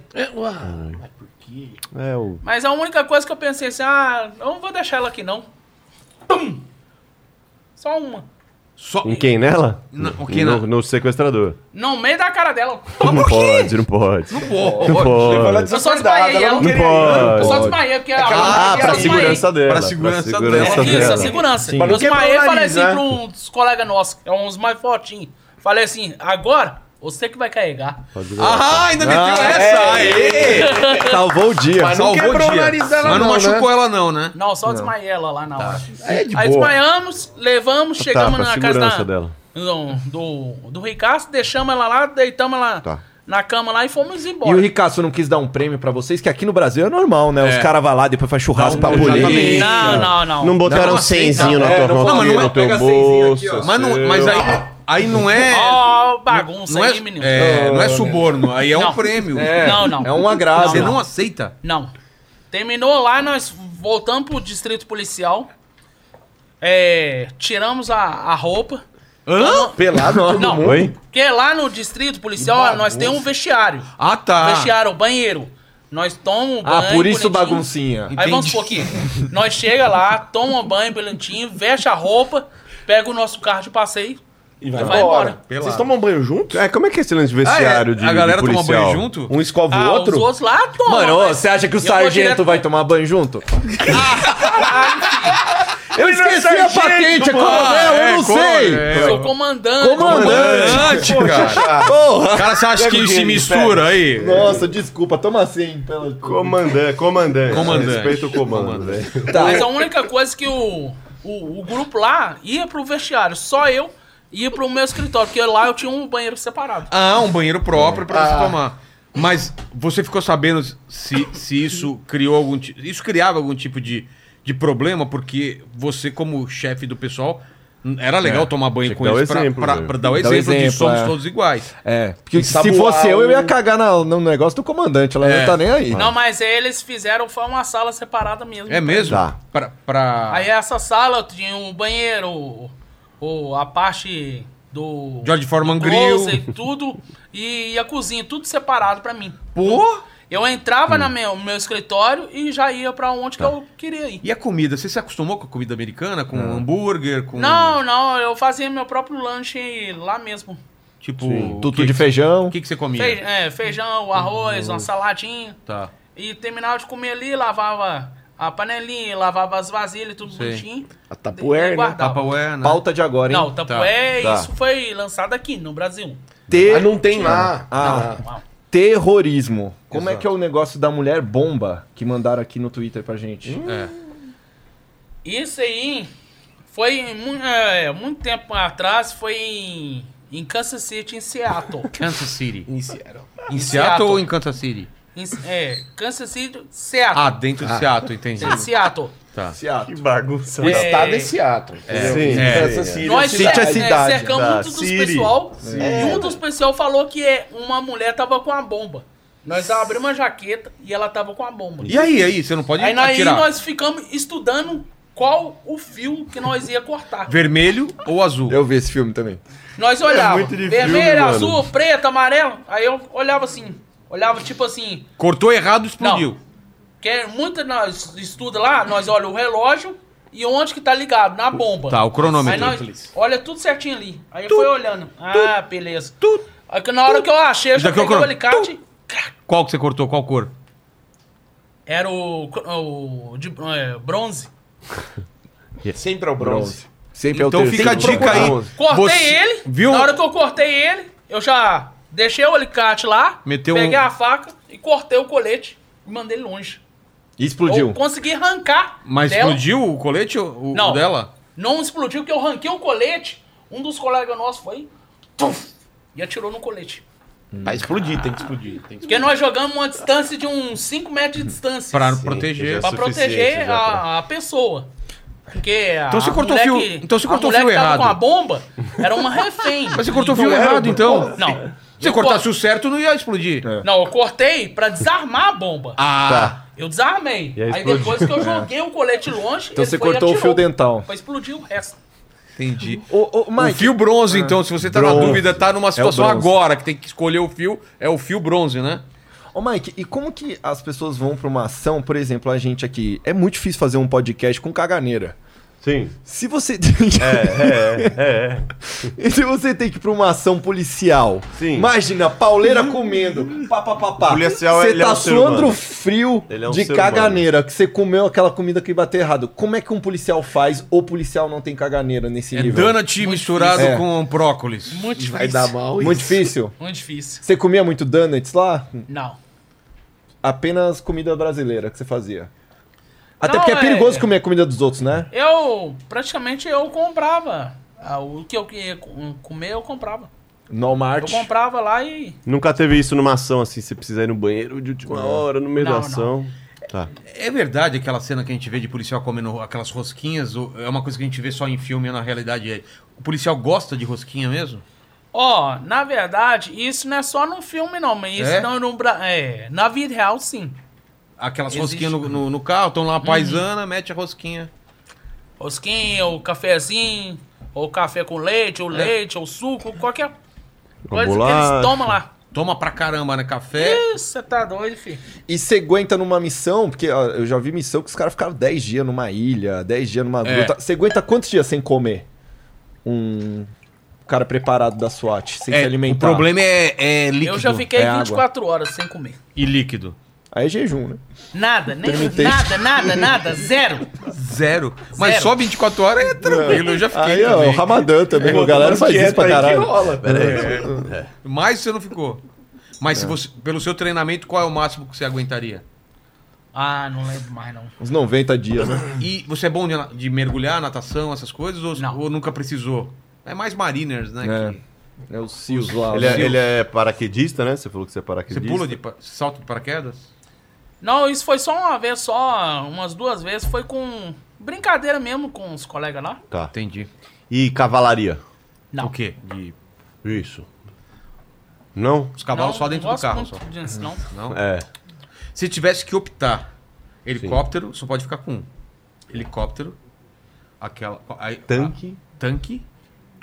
S3: É, o...
S7: Mas a única coisa que eu pensei assim, ah, eu não vou deixar ela aqui não. Pum! Só uma.
S1: Só...
S3: Em quem nela?
S1: Não,
S3: No-
S1: quem
S3: no,
S1: nela?
S3: no sequestrador.
S7: No meio da cara dela.
S3: Não pode, não pode. Não
S1: Pô,
S6: Tá
S3: pode.
S7: Eu só desmaiei, ela não queria. Eu só
S3: pode.
S7: desmaiei, porque ela...
S3: Ah, pra segurança dela.
S1: Pra segurança
S7: É
S1: dela. né?
S7: isso, a segurança.
S3: Sim.
S7: Eu
S6: não quebrar
S7: desmaiei e
S6: o
S7: falei
S6: nariz,
S7: assim
S6: né?
S7: para uns colegas nossos, que é uns mais fortinhos. Falei assim, agora você que vai carregar.
S1: Ah, ainda meteu essa! Aê!
S5: Salvou o dia.
S6: Mas
S3: Tá,
S6: não quebrou o nariz dela,
S1: Mas não
S6: não, né?
S1: machucou ela, não, né?
S7: Não, só desmaiei ela lá na hora.
S6: É de
S7: Aí
S6: boa.
S7: desmaiamos, levamos,
S3: Tá,
S7: chegamos
S3: pra
S7: na casa
S3: segurança
S7: da,
S3: dela.
S7: do, do, do Ricardo, deixamos ela lá, deitamos ela
S3: Tá.
S7: na cama lá e fomos
S5: E
S7: embora.
S5: o Ricasso não quis dar um prêmio pra vocês, que aqui no Brasil é normal, né? Os caras vão lá, depois faz churrasco pra
S1: exatamente.
S5: mulher.
S7: Não, não, não.
S3: Não botaram
S1: Não,
S3: um
S1: aceita.
S3: cenzinho na
S5: É,
S3: tua
S5: não
S3: roupa,
S1: pode.
S3: no teu
S5: Pega cenzinho aqui,
S3: bolso.
S5: ó.
S1: Mas, não,
S3: seu.
S1: mas aí, aí não é.
S7: Ó, bagunça
S1: não, é,
S7: aí, menino.
S1: é, não é suborno, aí é um
S7: Não.
S1: prêmio.
S7: Não, não.
S5: É um agrado.
S1: Você não aceita?
S7: Não. Terminou lá, nós voltamos pro distrito policial. É, tiramos a, a roupa.
S1: Hã?
S5: Pelado, todo
S7: Não.
S5: mundo.
S3: Oi?
S7: Porque lá no distrito policial nós temos um vestiário.
S1: Ah, tá.
S7: Vestiário, banheiro. Nós tomamos
S5: Ah, por isso
S7: bonitinho.
S5: baguncinha.
S7: Aí vamos supor que nós chega lá, toma um banho bonitinho, veste a roupa, pega o nosso carro de passeio e vai, embora.
S6: Vocês tomam banho juntos?
S3: É, como é que é esse lance de vestiário
S1: Ah, é?
S3: de
S1: A galera
S3: de
S1: toma
S3: policial?
S1: banho junto?
S6: Um escova
S7: Ah,
S6: o
S7: os
S6: outro?
S7: outros lá tomam. né?
S5: Mano, ô,
S7: mas
S5: você acha que o
S7: eu vou direto-
S5: sargento vai tomar banho junto?
S7: Ah,
S5: eu esqueci a patente, é coronel, eu não sei.
S7: Eu sou comandante.
S5: é Comandante.
S1: é, Comandante, cara.
S5: Porra.
S1: Cara, você acha que isso se mistura aí?
S5: Nossa, desculpa, toma assim. Pela...
S3: Comandante, é, comandante.
S1: Comandante.
S3: Respeita o comando, né? velho.
S5: Tá.
S7: Mas a única coisa que o, o, o grupo lá ia pro vestiário, só eu ia pro meu escritório, porque lá eu tinha um banheiro separado.
S1: Ah, um banheiro próprio pra
S5: Ah.
S1: você tomar. Mas você ficou sabendo se, se isso criou algum ti- Isso criava algum tipo de, de problema, porque você, como chefe do pessoal, n- era legal tomar banho
S3: É. tinha que
S1: com
S3: dar o
S1: eles pra-
S3: exemplo, né?
S1: pra,
S3: velho.
S1: pra dar o
S5: Dá
S1: exemplo,
S5: o
S1: de
S5: exemplo,
S1: somos
S5: é.
S1: todos iguais.
S5: É, porque se
S6: Ensaboar
S5: fosse eu, eu ia
S6: o-
S5: cagar na- no negócio do comandante, ela não tá nem aí.
S7: É. Não, mas eles fizeram foi uma sala separada mesmo.
S1: É mesmo?
S3: Tá.
S1: Pra, pra-
S7: Aí é essa sala tinha um banheiro, o, o- a parte do.
S1: George Foreman
S7: do
S1: Um Grill.
S7: closet, Tudo. E a cozinha, tudo separado pra mim.
S1: Pô!
S7: Eu entrava no meu, meu escritório e já ia pra onde que eu queria ir.
S1: E a comida? Você se acostumou com a comida americana? Com hambúrguer? Com.
S7: Não, não, eu fazia meu próprio lanche lá mesmo.
S1: Tipo. o
S5: Tutu
S1: que
S5: de
S1: que-
S5: feijão.
S1: O que, que você comia?
S7: Fei- é, feijão, arroz, uma saladinha.
S1: Tá.
S7: E terminava de comer ali, lavava a panelinha, lavava as vasilhas, tudo
S1: Sei.
S7: bonitinho.
S6: A tapuer, né?
S7: guardava.
S1: Tupperware, né?
S5: Pauta de agora, hein?
S7: Não, o Tapué,
S5: Tá.
S7: isso foi lançado aqui no Brasil.
S5: Ter-
S6: Ah, não tem lá.
S5: Ah.
S6: Ah.
S5: Terrorismo. Como é que é o negócio da mulher bomba que mandaram aqui no Twitter pra gente?
S7: Isso aí foi em mu- é, muito tempo atrás, foi em, em Kansas City, em Seattle.
S1: Kansas City.
S6: Iniciaram.
S1: Em Seattle
S7: Seattle.
S1: ou em Kansas City?
S7: Em- é, Kansas City, Seattle.
S1: Ah, dentro de Seattle, entendi.
S7: É, Seattle.
S1: Tá.
S3: Que bagunça.
S6: O
S7: É.
S6: estado é Seattle. entendeu?
S3: Sim,
S1: é,
S3: essa
S1: é.
S3: sim.
S7: Nós
S6: City é
S7: cer- é,
S6: cidade,
S7: cercamos
S3: tá?
S7: muito dos
S3: City.
S7: pessoal. E um dos pessoal falou que é, uma mulher tava com uma bomba. Nós abrimos a jaqueta e ela tava com a bomba.
S1: E aí, aí, você não pode
S7: aí, nós- aí
S1: atirar.
S7: nós ficamos estudando qual o fio que nós ia cortar.
S1: Vermelho ou azul?
S5: Eu vi esse filme também.
S7: Nós olhava
S3: É muito de filme,
S7: vermelho,
S3: mano.
S7: azul, preto, amarelo. Aí eu olhava assim, olhava tipo assim,
S1: Cortou errado, explodiu.
S7: que é muito nós estuda lá, nós olha o relógio e onde que tá ligado, na bomba.
S1: Tá, o cronômetro.
S7: Aí nós
S1: Feliz.
S7: olha tudo certinho ali. Aí foi olhando. Ah, beleza. Aí que na hora que eu achei, eu já
S1: Daqui é eu
S7: peguei o
S1: colo-
S7: alicate. crac,
S1: Qual que você cortou? Qual cor?
S7: Era o, o de é, bronze.
S6: Sempre é o bronze.
S5: Sempre é
S1: Então
S5: o
S1: fica
S5: terceiro.
S1: a dica aí.
S7: Cortei
S1: Você-
S7: ele.
S1: Viu?
S7: Na hora que eu cortei ele, eu já deixei o alicate lá,
S1: Meteu
S7: peguei
S1: um-
S7: a faca e cortei o colete e mandei longe.
S5: E
S7: Eu
S5: explodiu.
S7: consegui arrancar.
S1: Mas
S7: dela.
S1: explodiu o colete? O, o
S7: Não.
S1: dela?
S7: Não explodiu, porque eu arranquei o colete. Um dos colegas nossos foi. tuf, e atirou no colete.
S6: Vai explodir, tem que explodir. Tem que explodir.
S7: Porque nós jogamos uma distância de uns 5 metros de distância.
S1: Pra
S7: Pra
S1: proteger.
S3: já- suficiente
S7: proteger
S3: já
S7: a,
S3: pra-
S7: a pessoa. Porque a
S1: Então você cortou o
S7: mulher
S1: fio-
S7: que-
S1: então você
S7: a
S1: cortou o
S7: mulher
S1: fio
S7: que tava
S1: errado.
S7: com a bomba era uma refém.
S1: Mas você cortou o fio errado, então.
S7: Não.
S1: Se você
S7: Eu
S1: cortasse
S7: cor-
S1: o certo, não ia explodir.
S5: É.
S7: Não, eu cortei pra desarmar a bomba.
S1: Ah,
S5: Tá.
S7: Eu desarmei.
S3: aí
S7: Aí, depois que eu joguei o colete longe,
S5: Então
S7: ele
S5: você
S7: foi e
S5: cortou o fio
S7: atirou.
S5: dental.
S7: Pra explodir o resto.
S1: entendi.
S5: Ô, ô,
S1: o fio bronze, então, se você tá na
S5: Bronze. É
S1: dúvida, tá numa situação
S5: bronze.
S1: agora que tem que escolher o fio, é o fio bronze, né?
S5: Ô Mike, e como que as pessoas vão pra uma ação, por exemplo, a gente aqui, é muito difícil fazer um podcast com caganeira.
S3: Sim.
S5: Se você
S3: É, é, é.
S5: E se você tem que ir pra uma ação policial,
S3: Sim.
S5: imagina, pauleira comendo, pá, pá, pá, pá.
S3: Policial,
S5: você
S3: ele é
S5: tá
S3: um ser
S5: suando
S3: humano.
S5: frio
S3: Ele é um
S5: de
S3: ser
S5: caganeira, que você comeu aquela comida que bateu errado. Como é que um policial faz ou policial não tem caganeira nesse
S1: É
S5: nível?
S1: donut misturado
S5: difícil. É.
S1: com brócolis.
S7: Muito difícil.
S6: Vai dar mal
S5: Muito difícil.
S7: Muito difícil.
S5: Você comia muito donuts lá?
S7: Não.
S5: Apenas comida brasileira que você fazia. Até
S7: Não,
S5: porque é
S7: é-
S5: perigoso comer a comida dos outros, né?
S7: Eu, praticamente, eu comprava. Ah, O que eu queria co- comer, eu comprava. Eu
S5: Walmart.
S7: comprava lá e...
S3: Nunca teve isso numa ação assim, você precisa ir no banheiro de última hora, no meio
S7: Não,
S3: da
S7: não.
S3: ação. Tá.
S1: É verdade aquela cena que a gente vê de policial comendo aquelas rosquinhas? ou É uma coisa que a gente vê só em filme, na realidade é. O policial gosta de rosquinha mesmo?
S7: Ó, na verdade, isso não é só no filme, não. Mas isso
S1: É?
S7: não é no... Bra... É, na vida real, sim.
S1: Aquelas
S7: Existe.
S1: rosquinhas no, no- no carro, estão lá uma paisana, mete a rosquinha.
S7: Rosquinha, ou cafezinho, ou café com leite, ou leite, ou suco, qualquer coisa que
S3: bolacha.
S7: eles tomam lá.
S1: Toma pra caramba, né? Café.
S7: Ih, Você tá doido, filho.
S5: E você aguenta numa missão, porque ó, eu já vi missão que os caras ficaram 10 dias numa ilha, 10 dias numa
S1: É.
S5: gruta. Você aguenta quantos dias sem comer? Um cara preparado da SWAT, sem se
S1: É, o
S5: alimentar.
S1: problema é, é líquido.
S7: Eu já fiquei
S5: é água.
S7: 24 horas sem comer.
S1: E líquido.
S5: Aí é jejum, né?
S7: Nada, nem,
S5: Perguntei.
S7: nada, nada, nada, zero.
S1: Zero. Mas
S7: Zero.
S1: só 24 horas é tranquilo, eu já fiquei
S5: Aí, ó, o
S1: também.
S5: Ramadã também, a galera faz isso pra caralho.
S1: Mas você não ficou. Mas se você, pelo seu treinamento, qual é o máximo que você aguentaria?
S7: Ah, não lembro mais, não.
S5: É. Uns 90 dias, né?
S1: E você é bom de, na- de mergulhar, natação, essas coisas? Ou,
S7: Não.
S1: ou nunca precisou? É mais mariners, né?
S5: É.
S1: que-
S5: É o Cius lá.
S3: Ele é,
S5: né?
S3: ele é paraquedista, né? Você falou que você é
S1: você
S3: paraquedista.
S1: pula de pa- salto de paraquedas?
S7: Não, isso foi só uma vez, só umas duas vezes. Foi com brincadeira mesmo com os colegas lá.
S3: Tá.
S1: Entendi.
S3: E cavalaria?
S7: Não.
S1: O quê? De-
S3: Isso. Não?
S1: os cavalos
S7: Não,
S1: só dentro
S7: não
S1: do
S7: gosto
S1: carro.
S7: muito
S1: Só.
S7: disso, não.
S1: Não?
S3: É.
S1: Se tivesse que optar, helicóptero, só pode ficar com um. Helicóptero, aquela. aí-
S3: Tanque.
S1: a- tanque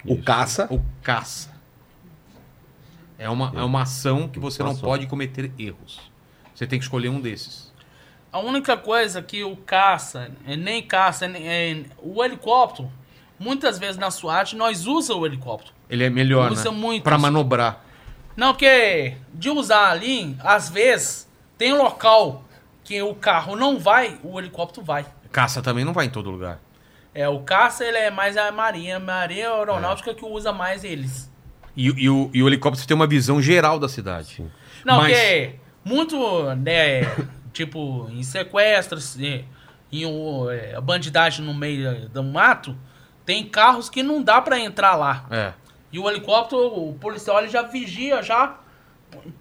S6: O caça.
S1: ou caça. É uma, é uma ação que você não pode cometer erros. Você tem que escolher um desses.
S7: A única coisa que o caça, é, nem caça, nem- é, o helicóptero, muitas vezes na SWAT, nós usa o helicóptero.
S1: Ele é melhor,
S7: Usa
S1: né?
S7: muito
S1: Pra
S7: isso.
S1: manobrar.
S7: Não, porque de usar ali, às vezes, tem local que o carro não vai, o helicóptero vai.
S1: Caça também não vai em todo lugar.
S7: É, o caça, ele é mais a marinha, a marinha
S1: É.
S7: aeronáutica que usa mais eles.
S1: E, e o, e o helicóptero tem uma visão geral da cidade.
S7: Não,
S1: Mas-
S7: porque muito, né, tipo, em sequestros, e- em o- é, bandidagem no meio do mato, tem carros que não dá pra entrar lá.
S1: É.
S7: E o helicóptero, o policial, ele já vigia já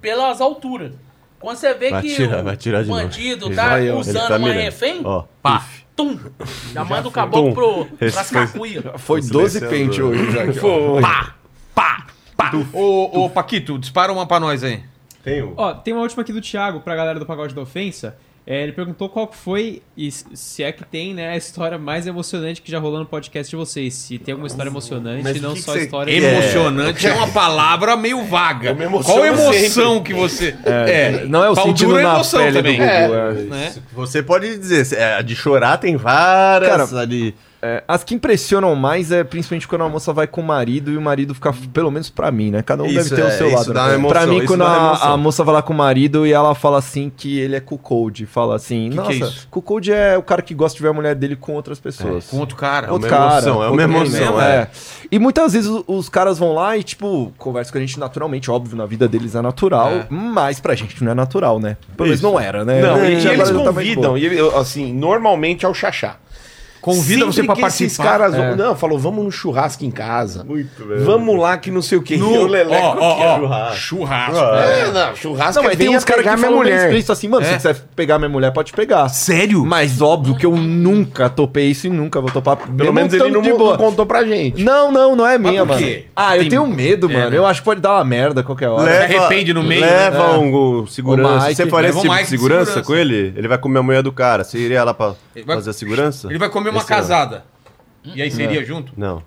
S7: pelas alturas. Quando você vê
S3: Vai
S7: que
S3: tirar,
S7: o
S3: vai tirar de novo.
S7: bandido
S3: Ele
S7: tá
S3: vai, ó, ele
S7: usando
S3: tá
S7: uma
S3: mirando.
S7: refém,
S3: Ó,
S7: pá, tum, já manda o caboclo pro, pras
S3: Esse foi-
S7: cacuias.
S5: Foi 12 pente hoje, já. aqui, ó.
S7: Pá, pá, pá.
S1: Ô, ô, Paquito, dispara uma pra nós aí.
S3: Tenho.
S2: Ó, tem uma última aqui do Thiago pra galera do Pagode da Ofensa. É, ele perguntou qual que foi, e s- se é que tem, né, a história mais emocionante que já rolou no podcast de vocês. Se tem alguma história emocionante,
S3: Mas o
S2: não
S3: que que
S2: só
S3: você
S2: história.
S1: Emocionante é uma palavra meio vaga. Qual
S6: emociono
S1: emoção que você. É,
S5: Não é o
S1: pau
S5: sentido
S1: duro é
S5: na
S1: emoção
S5: pele
S1: também.
S5: do
S1: É.
S5: Google. é.
S1: Né?
S3: Você pode dizer, se- é, a de chorar tem várias
S5: Cara,
S3: ali.
S5: É, as que impressionam mais é principalmente quando a moça vai com o marido e o marido fica, pelo menos pra mim, né? Cada um
S3: Isso,
S5: deve ter
S3: é,
S5: o seu
S3: isso
S5: lado.
S3: dá
S5: né?
S3: emoção,
S5: pra mim,
S3: isso
S5: quando
S3: dá
S5: a,
S3: emoção.
S5: a moça vai lá com o marido e ela fala assim que ele é cuckold. Fala assim,
S1: que
S5: nossa,
S1: é
S5: cuckold
S1: isso?
S5: é o cara que gosta de ver a mulher dele com outras pessoas.
S1: Com outro cara.
S5: É outro
S3: uma
S5: cara.
S3: emoção, é uma
S5: outro
S3: emoção,
S5: elemento,
S3: é.
S5: E muitas vezes o- os caras vão lá e, tipo, conversam com a gente naturalmente, óbvio, na vida deles é natural, mas pra gente não é natural, né? Pelo menos não era, né?
S6: Não,
S5: A
S6: e
S5: gente agora já
S6: eles
S5: tá mais de boa.
S6: convidam, e ele, assim, normalmente é o Xaxá.
S1: Convida
S6: Sempre
S1: você pra
S6: que esses
S1: participar.
S6: caras vão- Não, falou, vamos no churrasco em casa.
S3: Muito,
S6: Vamos lá que não sei o que.
S1: No- ó, ó, ó,
S3: Ah,
S1: churrasco.
S6: É, não, churrasco
S5: Não, mas tem uns caras que falam bem explícito assim, mano,
S1: É.
S5: se você quiser pegar minha mulher, pode pegar.
S1: Sério?
S5: Mas óbvio que eu nunca topei isso e nunca vou topar.
S6: Pelo menos ele não,
S5: de
S6: não
S5: boa.
S6: contou pra gente.
S5: Não, não, não é minha,
S1: por
S5: mano.
S1: quê?
S5: Ah, eu
S1: Tem-
S5: tenho medo, mano.
S1: né?
S5: Eu acho que pode dar uma merda a qualquer hora.
S1: Se arrepende no meio,
S3: Leva um segurança.
S5: O né? Mike-
S3: você faria esse
S1: Leva o
S3: tipo de
S1: Mike de
S3: segurança,
S1: segurança.
S3: com ele? Ele vai comer a mulher do cara. Você iria lá pra
S1: vai-
S3: fazer a segurança?
S1: Ele vai comer uma
S5: é
S3: Esse não.
S1: casada. E aí seria junto?
S3: Não.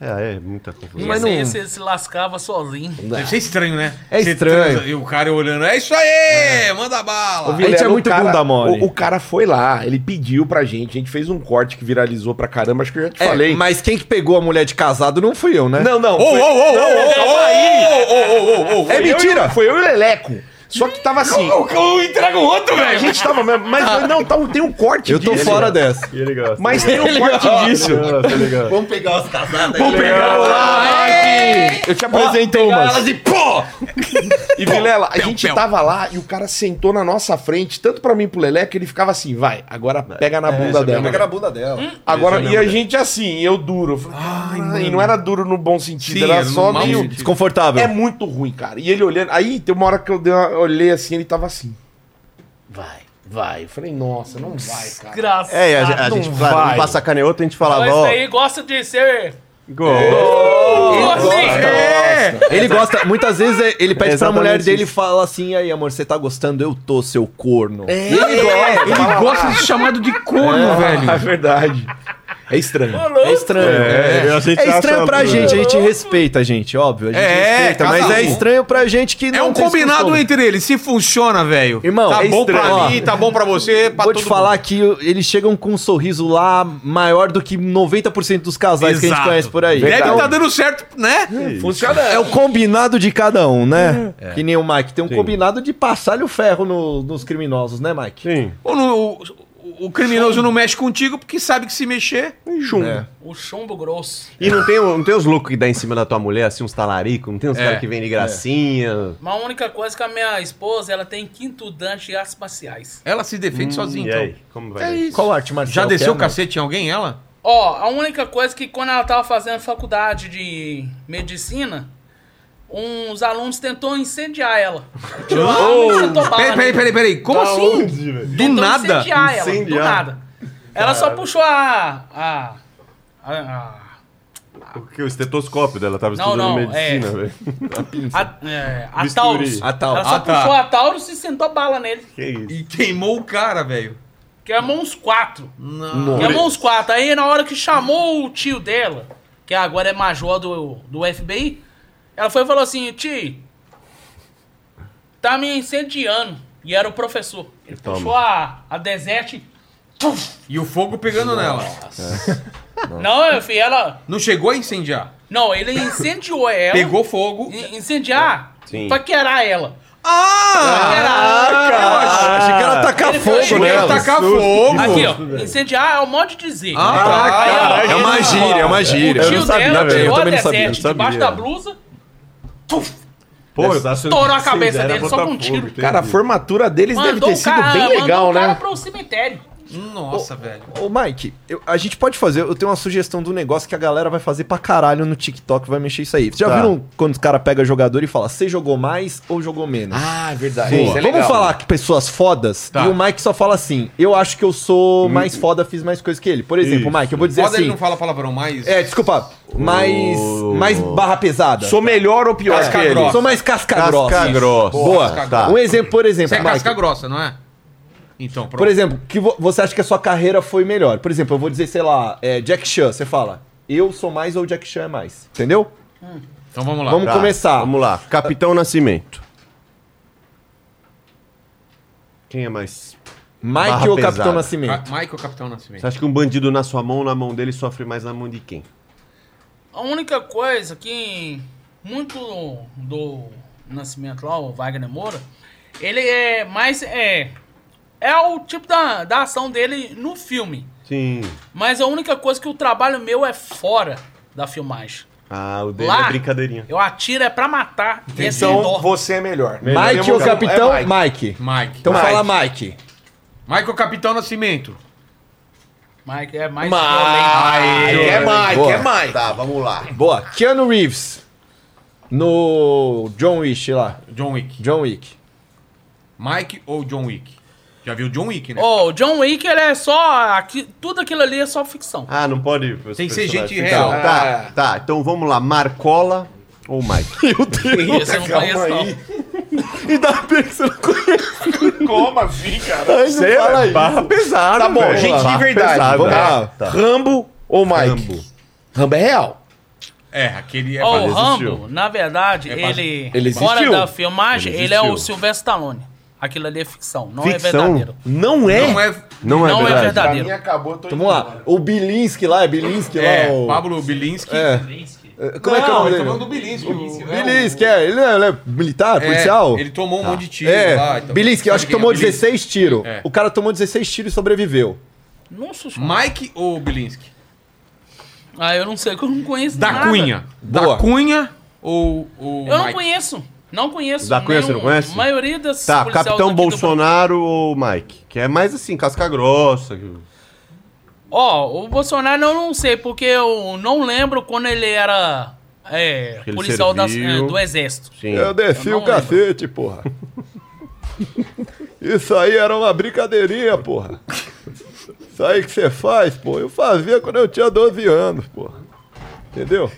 S3: É, é muita confusão.
S7: Mas
S5: não-
S7: aí você se lascava sozinho.
S1: Deve ser estranho, né?
S5: É
S1: Você
S5: estranho.
S1: transa E o cara olhando, é isso aí, manda bala.
S5: A gente é muito
S6: cara,
S5: bunda mole.
S6: O, o cara foi lá, ele pediu pra gente, a gente fez um corte que viralizou pra caramba, acho que eu já te
S5: É,
S6: falei.
S5: mas quem que pegou a mulher de casado não fui eu, né?
S6: Não, não.
S1: Ô, ô, ô,
S6: foi-
S1: ô, ô, ô, ô, ô, ô, ô, ô, ô,
S6: É mentira! Foi eu e o Leleco. Só que tava assim.
S1: ô, entrega o outro,
S6: A
S1: velho.
S6: gente tava mesmo. Mas mas não, tá, tem um corte
S5: eu tô
S6: disso.
S5: fora dessa.
S3: E ele gosta.
S6: Mas tem um corte disso.
S3: Tá ligado?
S5: Vamos pegar os casados.
S6: Vamos pegar lá, Mike! Eu te apresentei umas.
S1: Elas de pô!
S6: E Vilela, a
S1: Pel,
S6: gente
S1: pel.
S6: tava lá e o cara sentou na nossa frente, tanto pra mim e pro Lelé, que ele ficava assim, vai, agora
S5: É,
S6: pega na bunda dela.
S5: Pega na bunda dela.
S3: Hum?
S6: Agora,
S5: é
S6: e a gente assim, eu duro. Eu falei, "Ah", e não era duro no bom sentido,
S1: Sim,
S6: era
S1: no
S6: só
S1: mau
S6: meio.
S1: sentido.
S5: Desconfortável.
S6: É muito ruim, cara. E ele olhando. Aí tem uma hora que eu dei uma- eu olhei assim, ele tava assim. Vai, vai. Eu falei, nossa, não vai, cara.
S7: Graças
S1: Ah,
S3: É, a, a
S6: não
S3: gente, claro,
S6: vai.
S3: um pra sacanear outro, a gente falava,
S7: Mas
S3: ó.
S7: Então aí gosta de ser.
S3: Gol.
S7: Gosta.
S5: Ele gosta, muitas vezes é- ele pede pra
S3: Exatamente
S5: mulher dele e
S3: isso.
S5: fala assim: aí, amor, você tá gostando? Eu tô, seu corno.
S1: Ele gosta de ser chamado de corno,
S6: É
S1: velho.
S6: verdade. É estranho.
S5: É estranho.
S3: É,
S5: É,
S3: a gente
S5: É estranho
S3: acha-
S5: pra gente, a gente respeita a gente, óbvio. A gente
S1: É,
S5: respeita,
S1: cada
S5: mas é
S1: um.
S5: estranho pra gente que não.
S1: É um
S5: tem
S1: combinado
S5: costume.
S1: entre eles. Se funciona, velho.
S5: Irmão,
S1: tá
S5: é
S1: bom pra
S5: estranho.
S1: mim, tá bom pra você, pra
S5: Vou
S1: todo
S5: te falar que eles chegam com um sorriso lá maior do que 90% dos casais que a gente
S1: Exato.
S5: conhece por aí.
S1: Deve
S5: Então,
S1: tá dando certo, né?
S6: Funciona.
S5: É o combinado de cada um, né? Que nem o Mike. Tem um combinado de passar-lhe o ferro no- nos criminosos, né, Mike?
S3: Sim.
S1: Ou não- o, o criminoso não mexe contigo porque sabe que se mexer.
S5: É.
S7: O chumbo grosso.
S3: E não tem, não tem os loucos que dá em cima da tua mulher, assim, uns talarico, não tem uns
S1: É.
S3: caras que vendem gracinha.
S7: Mas a única coisa é que a minha esposa, ela tem quintudante em artes marciais.
S1: Ela se defende sozinha, então.
S3: como vai? É
S5: Qual arte marcial?
S1: Já
S5: que
S1: desceu
S5: é,
S1: o cacete em alguém, ela?
S7: Ó, a única coisa é que quando ela tava fazendo faculdade de medicina, uns alunos tentou incendiar ela. Tirou a arma e sentou bala
S1: Peraí, peraí,
S7: nela.
S1: peraí, peraí. Como assim? Do
S7: Tentou
S1: nada?
S7: Incendiar ela,
S3: Incendiar.
S7: do nada. Ela só puxou a... a, a, a
S3: Porque o estetoscópio dela tava
S7: Não,
S3: estudando
S7: não,
S3: medicina,
S7: é.
S3: velho.
S7: a, é, a
S3: Bisturi.
S7: Taurus.
S5: A Taurus.
S7: Ela só
S1: Ah, tá.
S7: puxou a Taurus e sentou bala nele.
S3: Que isso?
S1: E queimou o cara, velho.
S7: Queimou é uns quatro.
S1: Não.
S7: Queimou uns quatro. Aí na hora que chamou o tio dela, que agora é major do, do FBI, ela foi e falou assim, tio, tá me incendiando. E era o professor. Ele
S3: Toma.
S7: puxou a, a deserte.
S1: E o fogo pegando nela.
S7: Não, eu filho, ela.
S1: Não chegou a incendiar.
S7: Não, ele incendiou ela.
S1: Pegou fogo.
S7: In- Incendiar?
S3: Sim.
S7: Paquerar ela.
S1: Ah!
S7: Paquerar.
S5: Ah, achei que ela tacar
S7: Ele foi-
S5: fogo né?
S1: Chegou a
S5: nela.
S1: tacar fogo.
S7: Aqui, ó. Incendiar é um monte de dizer.
S1: Ah, tá.
S5: É uma gíria, é uma
S7: O
S5: gíria.
S7: tio dela
S5: velho,
S7: tirou
S5: não
S7: a
S5: sabia,
S7: deserte
S3: não sabia.
S7: debaixo da blusa,
S3: Pô,
S7: estourou a cabeça dele só com um tiro.
S6: Cara, a formatura deles deve
S7: mandou
S6: ter
S7: o
S6: sido
S7: cara,
S6: bem
S7: mandou
S6: legal,
S7: o cara
S6: né?
S7: pro cemitério.
S1: Nossa, velho.
S5: Ô, Mike, eu- a gente pode fazer. Eu tenho uma sugestão do negócio que a galera vai fazer pra caralho no TikTok, vai mexer isso aí. Vocês já
S3: Tá.
S5: viram quando os cara pega jogador e fala, você jogou mais ou jogou menos?
S6: Ah, é verdade.
S5: Boa.
S6: Isso é
S5: Vamos
S6: legal.
S5: falar que pessoas fodas? E o Mike só fala assim: eu acho que eu sou mais foda, fiz mais coisa que ele. Por exemplo, Mike, eu vou dizer
S1: Foda ele
S5: assim.
S1: não fala palavrão mais.
S5: É, desculpa, mais, mais barra pesada. É.
S6: Sou melhor ou pior
S1: Casca
S6: que ele?
S1: grossa.
S5: Sou mais casca
S3: Casca
S5: grossa.
S3: grossa.
S5: Boa.
S1: Casca
S5: Tá. Um exemplo, por exemplo,
S1: Você é
S5: Mike,
S1: casca grossa, não é? Então, pronto.
S5: Por exemplo, que vo- você acha que a sua carreira foi melhor. Por exemplo, eu vou dizer, sei lá, é, Jack Chan, você fala, eu sou mais ou Jack Chan é mais. Entendeu?
S1: Então vamos lá.
S5: Vamos
S3: Tá,
S5: começar.
S3: Vamos lá. Capitão Nascimento. Quem é mais?
S5: Mike
S3: Barra
S5: ou
S3: pesada.
S5: Capitão Nascimento?
S1: Ca- Michael Capitão Nascimento.
S3: Você acha que um bandido na sua mão, na mão dele, sofre mais na mão de quem?
S7: A única coisa que muito do Nascimento lá, o Wagner Moura, ele é mais. É, é o tipo da, da ação dele no filme.
S3: Sim.
S7: Mas a única coisa que o trabalho meu é fora da filmagem.
S3: Ah, o dele
S7: Lá,
S3: é brincadeirinha.
S7: eu atiro é pra matar. E é sem
S6: Então
S7: dó.
S6: você é melhor.
S5: Mike ou Capitão? É Mike.
S1: Mike.
S5: Então
S6: Mike.
S5: fala Mike.
S1: Michael Capitão Nascimento.
S7: Mike é mais
S1: Ah,
S6: Mike,
S7: violento.
S6: é Mike,
S5: Boa.
S6: é Mike.
S3: Tá, vamos lá.
S5: Boa. Keanu Reeves. No John Wick lá.
S1: John Wick.
S5: John Wick.
S1: Mike ou John Wick? Já viu John Wick, né?
S7: Ô, o John Wick, ele é só. aqui- tudo aquilo ali é só ficção.
S3: Ah, não pode.
S1: Tem que ser gente real. Ah.
S3: real. Tá, tá. Então vamos lá. Marcola ou Mike?
S7: Esse eu não conheço, não.
S8: Como assim, cara?
S3: Você é barra pesada.
S6: Tá bom,
S3: velho.
S6: gente de
S3: Barra
S6: verdade.
S3: pesada.
S6: Vamos lá.
S3: Tá.
S6: Rambo ou Mike?
S3: Rambo.
S6: Rambo é real.
S1: É, aquele é.
S7: Ó, o
S1: pra-
S3: existiu.
S7: Oh, Rambo, na verdade,
S1: É base-
S7: ele,
S6: Ele
S7: fora
S6: existiu.
S7: da filmagem,
S3: Ele
S7: ele, é o
S3: existiu.
S7: Sylvester Stallone. Aquilo ali é ficção, não é
S3: Ficção?
S7: verdadeiro.
S6: Não
S7: oh.
S6: é?
S1: Não é.
S3: Não,
S7: não
S3: é
S7: é
S3: verdade.
S7: verdadeiro.
S8: acabou, tô
S5: Então vamos lá. O Bilinski lá, é Bilinski
S1: É,
S5: lá. O...
S1: Pablo Bilinski.
S5: É. É, Como é que é o nome
S1: ele
S5: dele?
S1: tomou do Bilinski. o- é, o-
S5: Bilinski, é. Ele, não é- ele é militar,
S1: é,
S5: policial?
S1: Ele tomou um monte de tiro
S5: É,
S1: lá. então.
S5: Bilinski, eu acho que
S1: Sabe quem é
S5: tomou
S1: o Bilinski?
S5: 16 tiros.
S1: É.
S5: O cara tomou 16 tiros e sobreviveu.
S7: Nossa senhora.
S1: Mike ou Bilinski?
S7: Ah, eu não sei, que eu não conheço
S1: Da
S7: nada.
S1: Cunha.
S5: Boa.
S1: Da Cunha ou o
S7: Eu não
S1: Mike?
S7: conheço. Não conheço.
S3: Da Cunha,
S7: nenhum-
S3: você não conhece?
S7: A maioria das
S3: Tá, Capitão Bolsonaro ou Mike? Que é mais assim, casca grossa. que-
S7: Ó, o Bolsonaro eu não sei, porque eu não lembro quando ele era é,
S3: ele
S7: policial das-
S3: serviu.
S7: é, do exército.
S3: Sim.
S5: desci
S7: Eu não lembro.
S5: porra. Isso aí era uma brincadeirinha, porra. Isso aí que você faz, pô. Eu fazia quando eu tinha 12 anos, porra. Entendeu?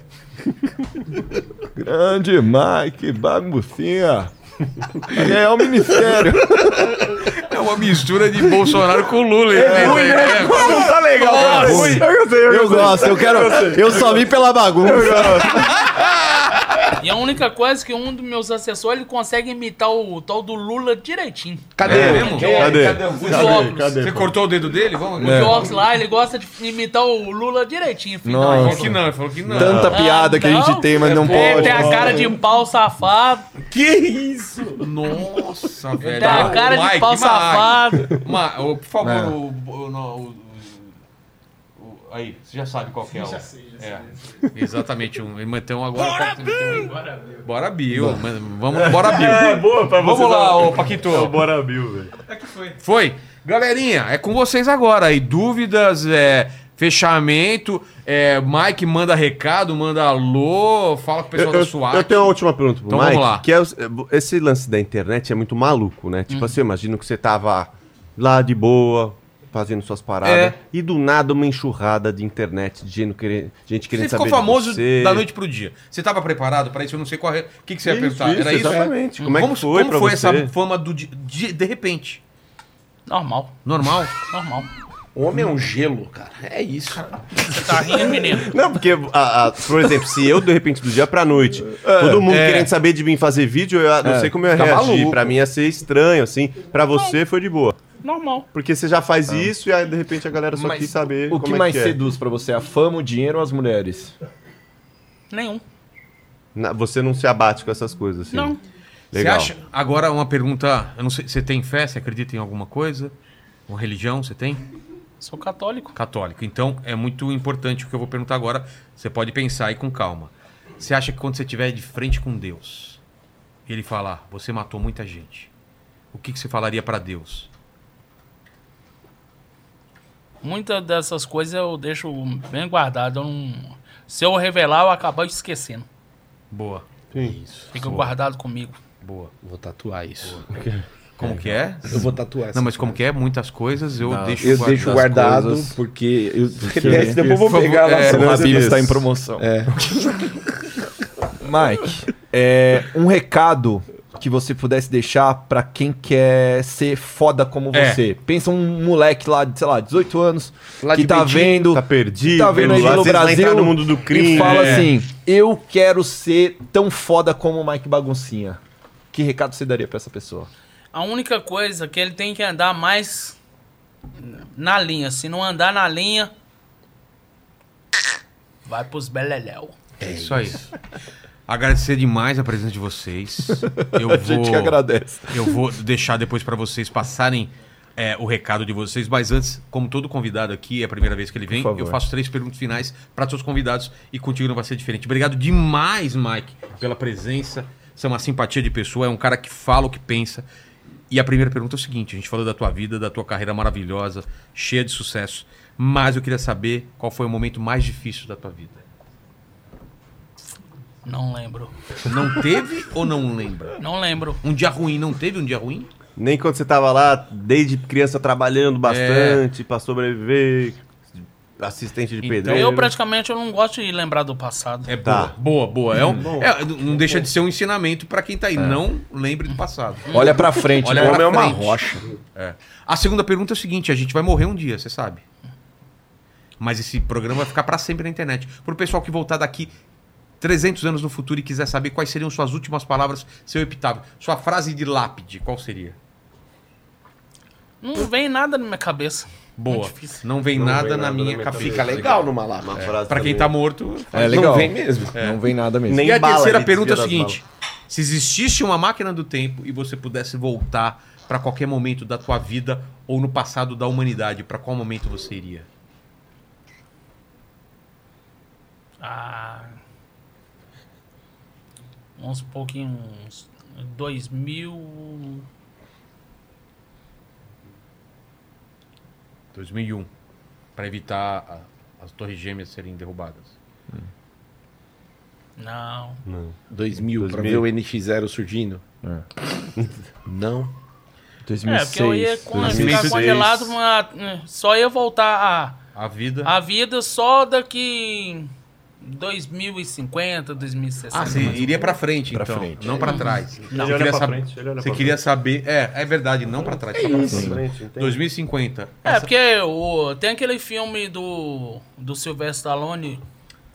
S5: Grande Mike, baguncinha. Vai ganhar o ministério.
S1: É uma mistura de Bolsonaro com Lula. É, ruim, né?
S3: tá legal. Eu, sei, eu, gosto, eu quero. Eu só vim pela bagunça.
S7: E a única coisa é que um dos meus assessores ele consegue imitar o tal do Lula direitinho.
S1: Cadê? É, mesmo?
S3: Cadê?
S7: Os óculos.
S1: Você cortou o dedo dele?
S5: É.
S1: Vamos.
S7: O Jorge lá, ele gosta de imitar o Lula direitinho, filho.
S5: Nossa.
S1: Ele falou que não, ele falou que não.
S5: Tanta
S7: Ah,
S5: piada que a gente
S7: não?
S5: tem, mas não
S7: Ele
S5: pode.
S7: tem a cara de pau safado,
S1: Que isso? Nossa, velho.
S7: tem tá a
S1: Ô,
S7: cara de
S1: Mike,
S7: pau
S1: Mike.
S7: safado.
S1: Ma- ô, por favor,
S3: É.
S1: o, o- no- o- o- o- Aí, você já sabe qual que é o. é. Exatamente, um, então agora. Bora Bill! Bora Bill! mano, Vamos no Bora Bill!
S7: É,
S3: boa pra
S1: Vamos lá, ô Paquito!
S7: Tá
S3: Bora, Bill, velho.
S1: Foi! Galerinha, é com vocês agora aí. Dúvidas, é, fechamento, é, Mike manda recado, manda alô, fala com o pessoal tá
S3: eu,
S1: da
S3: eu-
S1: SWAT.
S3: eu tenho uma última pergunta pro
S1: Então
S3: Mike,
S1: vamos lá.
S3: que é os- esse lance da internet é muito maluco, né?
S1: Hum.
S3: Tipo assim, eu imagino que você tava lá de boa, fazendo suas paradas,
S1: É.
S3: e do nada uma enxurrada de internet, de gente querendo, gente querendo
S1: Você ficou
S3: saber
S1: famoso
S3: de você.
S1: da noite pro dia. Você estava preparado para isso? Eu não sei qual é. O que, que você ia perguntar? Era isso?
S3: Exatamente. Como é que
S1: como
S3: foi
S1: como
S3: pra
S1: foi
S3: você?
S1: essa fama do di- de, de repente?
S7: Normal,
S1: Normal?
S7: normal.
S6: O homem é um gelo, cara. É isso.
S7: Você tá rindo, menino.
S3: Não, porque, a- a- por exemplo, se eu, de repente, do dia pra noite, todo mundo
S1: É.
S3: querendo saber de mim fazer vídeo, eu não sei como eu ia
S6: Fica
S3: reagir.
S6: maluco.
S3: Pra mim ia ser estranho, assim. Pra você foi de boa.
S7: Normal.
S3: Porque você já faz isso e aí, de repente, a galera só
S1: Mas
S3: quis saber
S5: O que
S3: como é
S5: mais
S3: que é.
S5: seduz pra você? A fama, o dinheiro ou as mulheres?
S7: Nenhum.
S3: Na- Você não se abate com essas coisas, assim.
S7: Não.
S3: Legal.
S1: Você acha? Agora uma pergunta. Eu não sei. Você tem fé? Você acredita em alguma coisa? Uma religião? Você tem?
S7: Sou católico.
S1: Católico. Então é muito importante o que eu vou perguntar agora. Você pode pensar aí com calma. Você acha que quando você estiver de frente com Deus, ele falar, você matou muita gente. O que, que você falaria para Deus?
S7: Muitas dessas coisas eu deixo bem guardado. eu não- Se eu revelar, eu acabo esquecendo.
S1: Boa.
S7: Fica guardado comigo.
S1: Boa.
S6: Vou tatuar isso.
S1: Como que é?
S6: Eu vou tatuar
S1: Não, mas como que é? Muitas coisas eu deixo
S6: Eu deixo
S1: guardado.
S6: guardado
S5: coisas.
S6: porque. Eu... Porque desse, depois eu vou
S1: Porque-
S6: pegar lá.
S1: é,
S6: senão
S5: O
S6: eu
S5: Habib
S6: esqueço.
S5: está em promoção.
S6: É.
S5: Mike, é, um recado que você pudesse deixar pra quem quer ser foda como
S1: É.
S5: você. Pensa um moleque lá de, sei lá, 18 anos,
S6: Lá
S5: que
S6: de
S5: tá
S6: Betim,
S5: vendo,
S3: Tá perdido,
S5: tá vendo aí
S3: às
S5: pelo
S3: vezes vai entrar
S5: Brasil
S3: no mundo do crime.
S5: e fala
S1: é.
S5: assim, eu quero ser tão foda como o Mike Baguncinha. Que recado você daria pra essa pessoa?
S7: A única coisa é que ele tem que andar mais na linha. Se não andar na linha, vai pros beleléu.
S1: É isso aí. Agradecer demais a presença de vocês. Eu
S5: A gente
S1: vou-
S5: que agradece.
S1: Eu vou deixar depois pra vocês passarem é, o recado de vocês, mas antes, como todo convidado aqui, é a primeira vez que ele vem,
S5: favor.
S1: eu faço três perguntas finais para todos os convidados e contigo não vai ser diferente. Obrigado demais, Mike, pela presença. Você é uma simpatia de pessoa, é um cara que fala o que pensa. E a primeira pergunta é o seguinte: a gente falou da tua vida, da tua carreira maravilhosa, cheia de sucesso, mas eu queria saber qual foi o momento mais difícil da tua vida.
S7: Não lembro.
S1: Não teve ou não lembra?
S7: Não lembro.
S1: Um dia ruim, não teve um dia ruim?
S3: Nem quando você tava lá, desde criança trabalhando bastante, pra sobreviver, assistente de
S1: Então,
S3: pedreiro.
S7: Eu praticamente eu não gosto de lembrar do passado.
S1: É
S3: Tá.
S1: boa, boa, boa. É um- é, não deixa de ser um ensinamento pra quem tá aí. Não lembre do passado.
S5: Olha pra frente,
S1: Olha
S5: né?
S1: pra
S5: Homem é uma
S1: frente.
S5: rocha.
S1: É. A segunda pergunta é o seguinte: a gente vai morrer um dia, você sabe. Mas esse programa vai ficar pra sempre na internet. Pro pessoal que voltar daqui 300 anos no futuro e quiser saber quais seriam suas últimas palavras, seu epitáfio, sua frase de lápide, qual seria?
S7: Não vem nada na minha cabeça.
S1: Boa.
S7: Muito difícil.
S1: É Não vem nada na minha cabeça.
S6: Fica legal numa lá.
S3: Uma frase
S1: Pra quem
S3: também.
S1: tá morto.
S5: É legal. Não vem mesmo. Não vem nada mesmo.
S3: Nem
S1: e a
S3: bala,
S1: terceira
S3: ele
S1: pergunta é o
S3: desvia das
S1: seguinte: se existisse uma máquina do tempo e você pudesse voltar pra qualquer momento da tua vida ou no passado da humanidade, pra qual momento você iria?
S7: Ah, uns pouquinhos. 2000.
S1: 2001, Pra evitar a- as torres gêmeas serem derrubadas.
S7: Não.
S6: 2000, pra ver o NX0 surgindo. Não.
S7: É, porque eu ia con- ficar
S1: 2006.
S7: congelado, mas, eh, só ia voltar
S1: A vida.
S7: a, a vida só daqui 2050, 2060.
S1: Ah, você iria pra frente, então, não pra trás. Você
S3: Hum. olha
S1: queria,
S3: pra
S1: sab-
S3: frente, ele olha
S1: você
S3: pra
S1: queria saber... É, é verdade, não pra trás, só pra frente. 2050.
S7: É, porque o, tem aquele filme do, do Sylvester Stallone.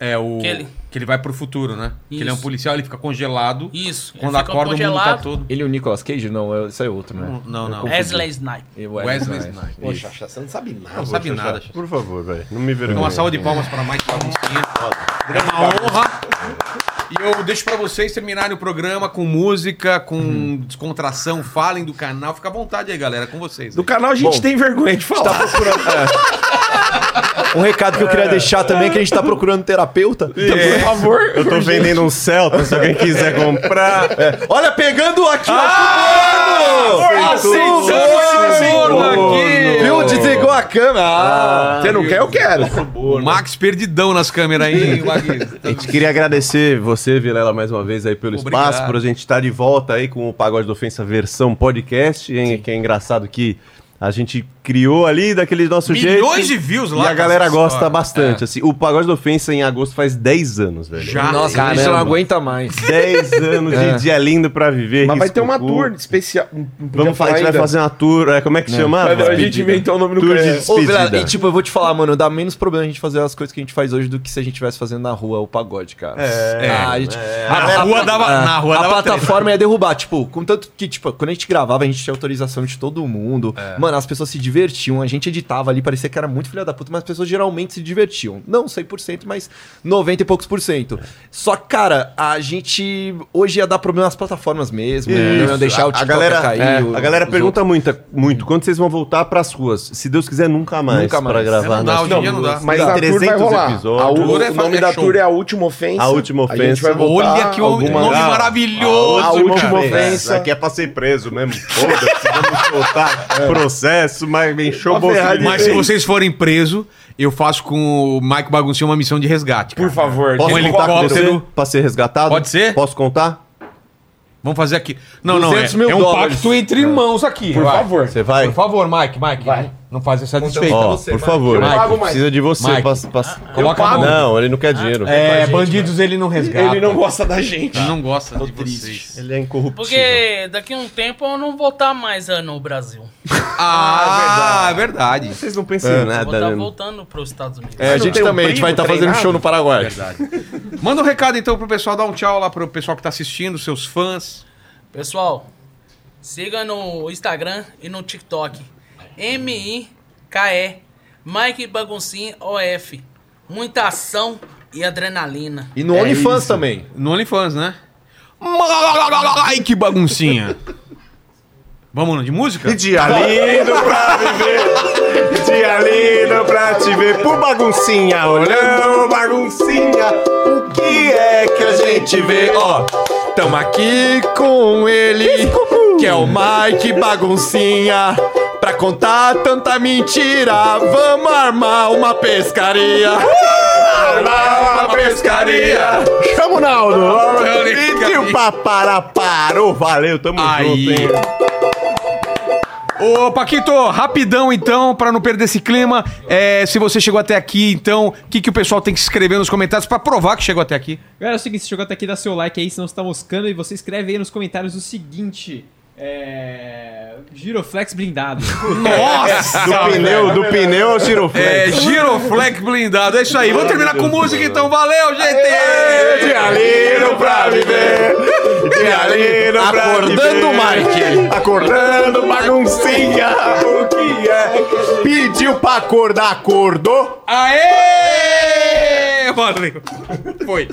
S1: É o...
S7: Que ele-
S1: Que ele vai pro futuro, né? Que ele é um
S7: Isso.
S1: policial, ele fica congelado.
S7: Isso. ele
S1: Quando
S7: fica
S1: acorda, o mundo tá todo...
S5: Ele e o Nicolas Cage? Não, é- isso é outro, né?
S1: Não, não. É
S7: Wesley Snipes.
S5: E o
S1: Wesley Snipes.
S6: Pô, Xaxá, você não sabe nada.
S1: Não sabe
S3: Poxa,
S1: nada.
S3: Por favor, velho. Não me vergonha.
S1: Então, uma salva de palmas para Mike Baguncinha. É uma honra. E eu deixo para vocês terminarem o programa com música, com descontração. Falem do canal. Fica à vontade aí, galera. Com vocês.
S6: Do canal a gente tem vergonha de falar.
S5: Um recado que eu queria deixar também é que a gente tá procurando terapeuta.
S6: Por favor.
S3: Eu tô vendendo um Celta, se alguém quiser comprar.
S5: É. Olha, pegando aqui,
S6: Ah!
S5: ó, fulano!
S6: aceitamos esse
S5: Fulano!
S6: forno aqui!
S5: Viu? Desligou a câmera. Ah,
S6: Você não quer, eu quero.
S5: né?
S1: O Max perdidão nas câmeras aí, hein, Wagner?
S3: A gente queria agradecer você, Vilela, mais uma vez aí pelo
S1: Obrigado.
S3: espaço, por a gente estar de volta aí com o Pagode da Ofensa versão podcast, hein, que é engraçado que a gente criou ali daquele nosso jeito.
S1: Milhões de views lá.
S3: E a
S1: cara,
S3: galera
S1: essa
S3: gosta
S1: história.
S3: bastante, assim. O Pagode da Ofensa em agosto faz 10 anos, velho.
S1: Já.
S5: Nossa,
S1: Caramba.
S5: isso não aguenta mais.
S3: 10 anos de dia lindo pra viver.
S6: Mas vai
S3: risco
S6: ter uma
S3: cu.
S6: tour especial. não podia
S3: Vamos falar, a gente vai
S6: ainda.
S3: fazer uma tour. é, Como é que chama?
S6: Mas a gente inventou o nome no
S3: Tour de
S6: canal.
S5: Ô, Vilela,
S3: despedida.
S5: e tipo, eu vou te falar, mano, dá menos problema a gente fazer as coisas que a gente faz hoje do que se a gente estivesse fazendo na rua o pagode, cara. É, a gente,
S1: Na rua dava. Na rua
S5: a
S1: dava
S5: plataforma ia derrubar, tipo, contanto que, tipo, quando a gente gravava, a gente tinha autorização de todo mundo.
S3: É.
S5: Mano, as pessoas se divertiam, a gente editava ali, parecia que era muito filha da puta, mas as pessoas geralmente se divertiam. Não 100%, mas 90 e poucos por cento. Só que, cara, a gente hoje ia dar problema nas plataformas mesmo, né? não ia deixar o
S3: a, a
S5: TikTok
S3: galera,
S5: cair.
S3: é,
S5: o-
S3: a galera
S5: os
S3: pergunta muito, muito, quando vocês vão voltar pras ruas? Se Deus quiser, nunca mais,
S5: Nunca
S3: pra
S5: mais. É
S1: Não,
S3: gravar.
S1: não dá,
S3: nas
S1: hoje em dia não
S3: ruas.
S1: dá.
S6: Mas
S3: Tem
S6: a tour vai rolar. A
S3: episódios.
S6: u-
S1: Tour é
S6: o nome
S1: fazer
S6: da
S1: show.
S6: tour é A Última Ofensa.
S3: A Última
S6: A gente
S3: Ofensa.
S6: vai voltar
S1: Olha que
S6: algumas-
S1: nome
S3: Ah,
S1: maravilhoso.
S6: a última ofensa.
S3: Aqui é pra ser preso mesmo. Foda-se, vamos soltar processo, mas Encheu o bolso de
S1: Mas se vocês forem presos, eu faço com o Mike Baguncinho uma missão de resgate. Por favor.
S3: Posso
S1: Um
S3: contar com
S1: helicóptero.
S3: você pra ser resgatado?
S1: Pode ser?
S3: Posso contar?
S1: Vamos fazer aqui. Não, não, é,
S4: 200 mil
S1: é um
S4: dólares.
S1: pacto entre irmãos aqui.
S4: Por
S1: vai.
S4: favor.
S3: Você vai?
S1: Por favor, Então Mike, Mike. Não faz essa desfeita.
S3: Ó,
S5: você,
S3: por
S5: Mike.
S3: favor.
S1: Mike.
S3: Mike, precisa de você.
S1: Mike.
S3: Pra, pra-
S1: Coloca a mão.
S3: Não, ele não quer dinheiro.
S1: É, bandidos ele não resgata.
S4: Ele não gosta da gente.
S1: Ele não gosta de vocês.
S3: Ele é incorruptível.
S7: Porque daqui a um tempo eu não vou estar mais ah, no Brasil.
S1: Ah, é verdade.
S3: Vocês não pensam em
S7: Eu vou estar
S3: nada, né?
S7: voltando para os Estados Unidos.
S5: É, a gente
S3: tem um
S5: também, a gente
S3: primo
S5: vai estar fazendo
S3: treinado?
S5: show no Paraguai.
S1: Manda um recado então pro pessoal, dá um tchau lá pro pessoal que tá assistindo, seus fãs.
S7: Pessoal, siga no Instagram e no TikTok. M-I-K-E. Mike Baguncinha OF. Muita ação e adrenalina.
S5: E no OnlyFans também.
S1: No OnlyFans, né? Ai, que baguncinha. Vamos de música?
S3: Dia lindo pra viver, dia lindo pra te ver por baguncinha, olhão, baguncinha.
S5: O que é que a gente vê? Ó, tamo aqui com ele, que é o Mike Baguncinha. Pra contar tanta mentira, vamos armar uma pescaria.
S3: Uh!
S5: Armar uma pescaria.
S3: Chama o Naldo.
S1: Olha,
S3: E o papará parou, valeu, tamo junto,
S1: Aí.
S3: hein?
S1: Ô, Paquito, rapidão então, pra não perder esse clima. É, se você chegou até aqui, então, o que, que o pessoal tem que escrever nos comentários pra provar que chegou até aqui?
S2: Galera, é o seguinte, se chegou até aqui, dá seu like aí, senão você tá moscando. E você escreve aí nos comentários o seguinte... É... Giroflex blindado.
S1: Nossa!
S3: Do pneu, do pneu ao
S1: É,
S3: giroflex.
S1: giroflex blindado, é isso aí. Vamos terminar com música então, valeu, gente!
S3: Dia lindo pra viver, dia lindo pra
S5: Acordando o Mike.
S3: Acordando baguncinha, o que é? Pediu pra acordar, acordou?
S1: Aê! Valeu! Foi.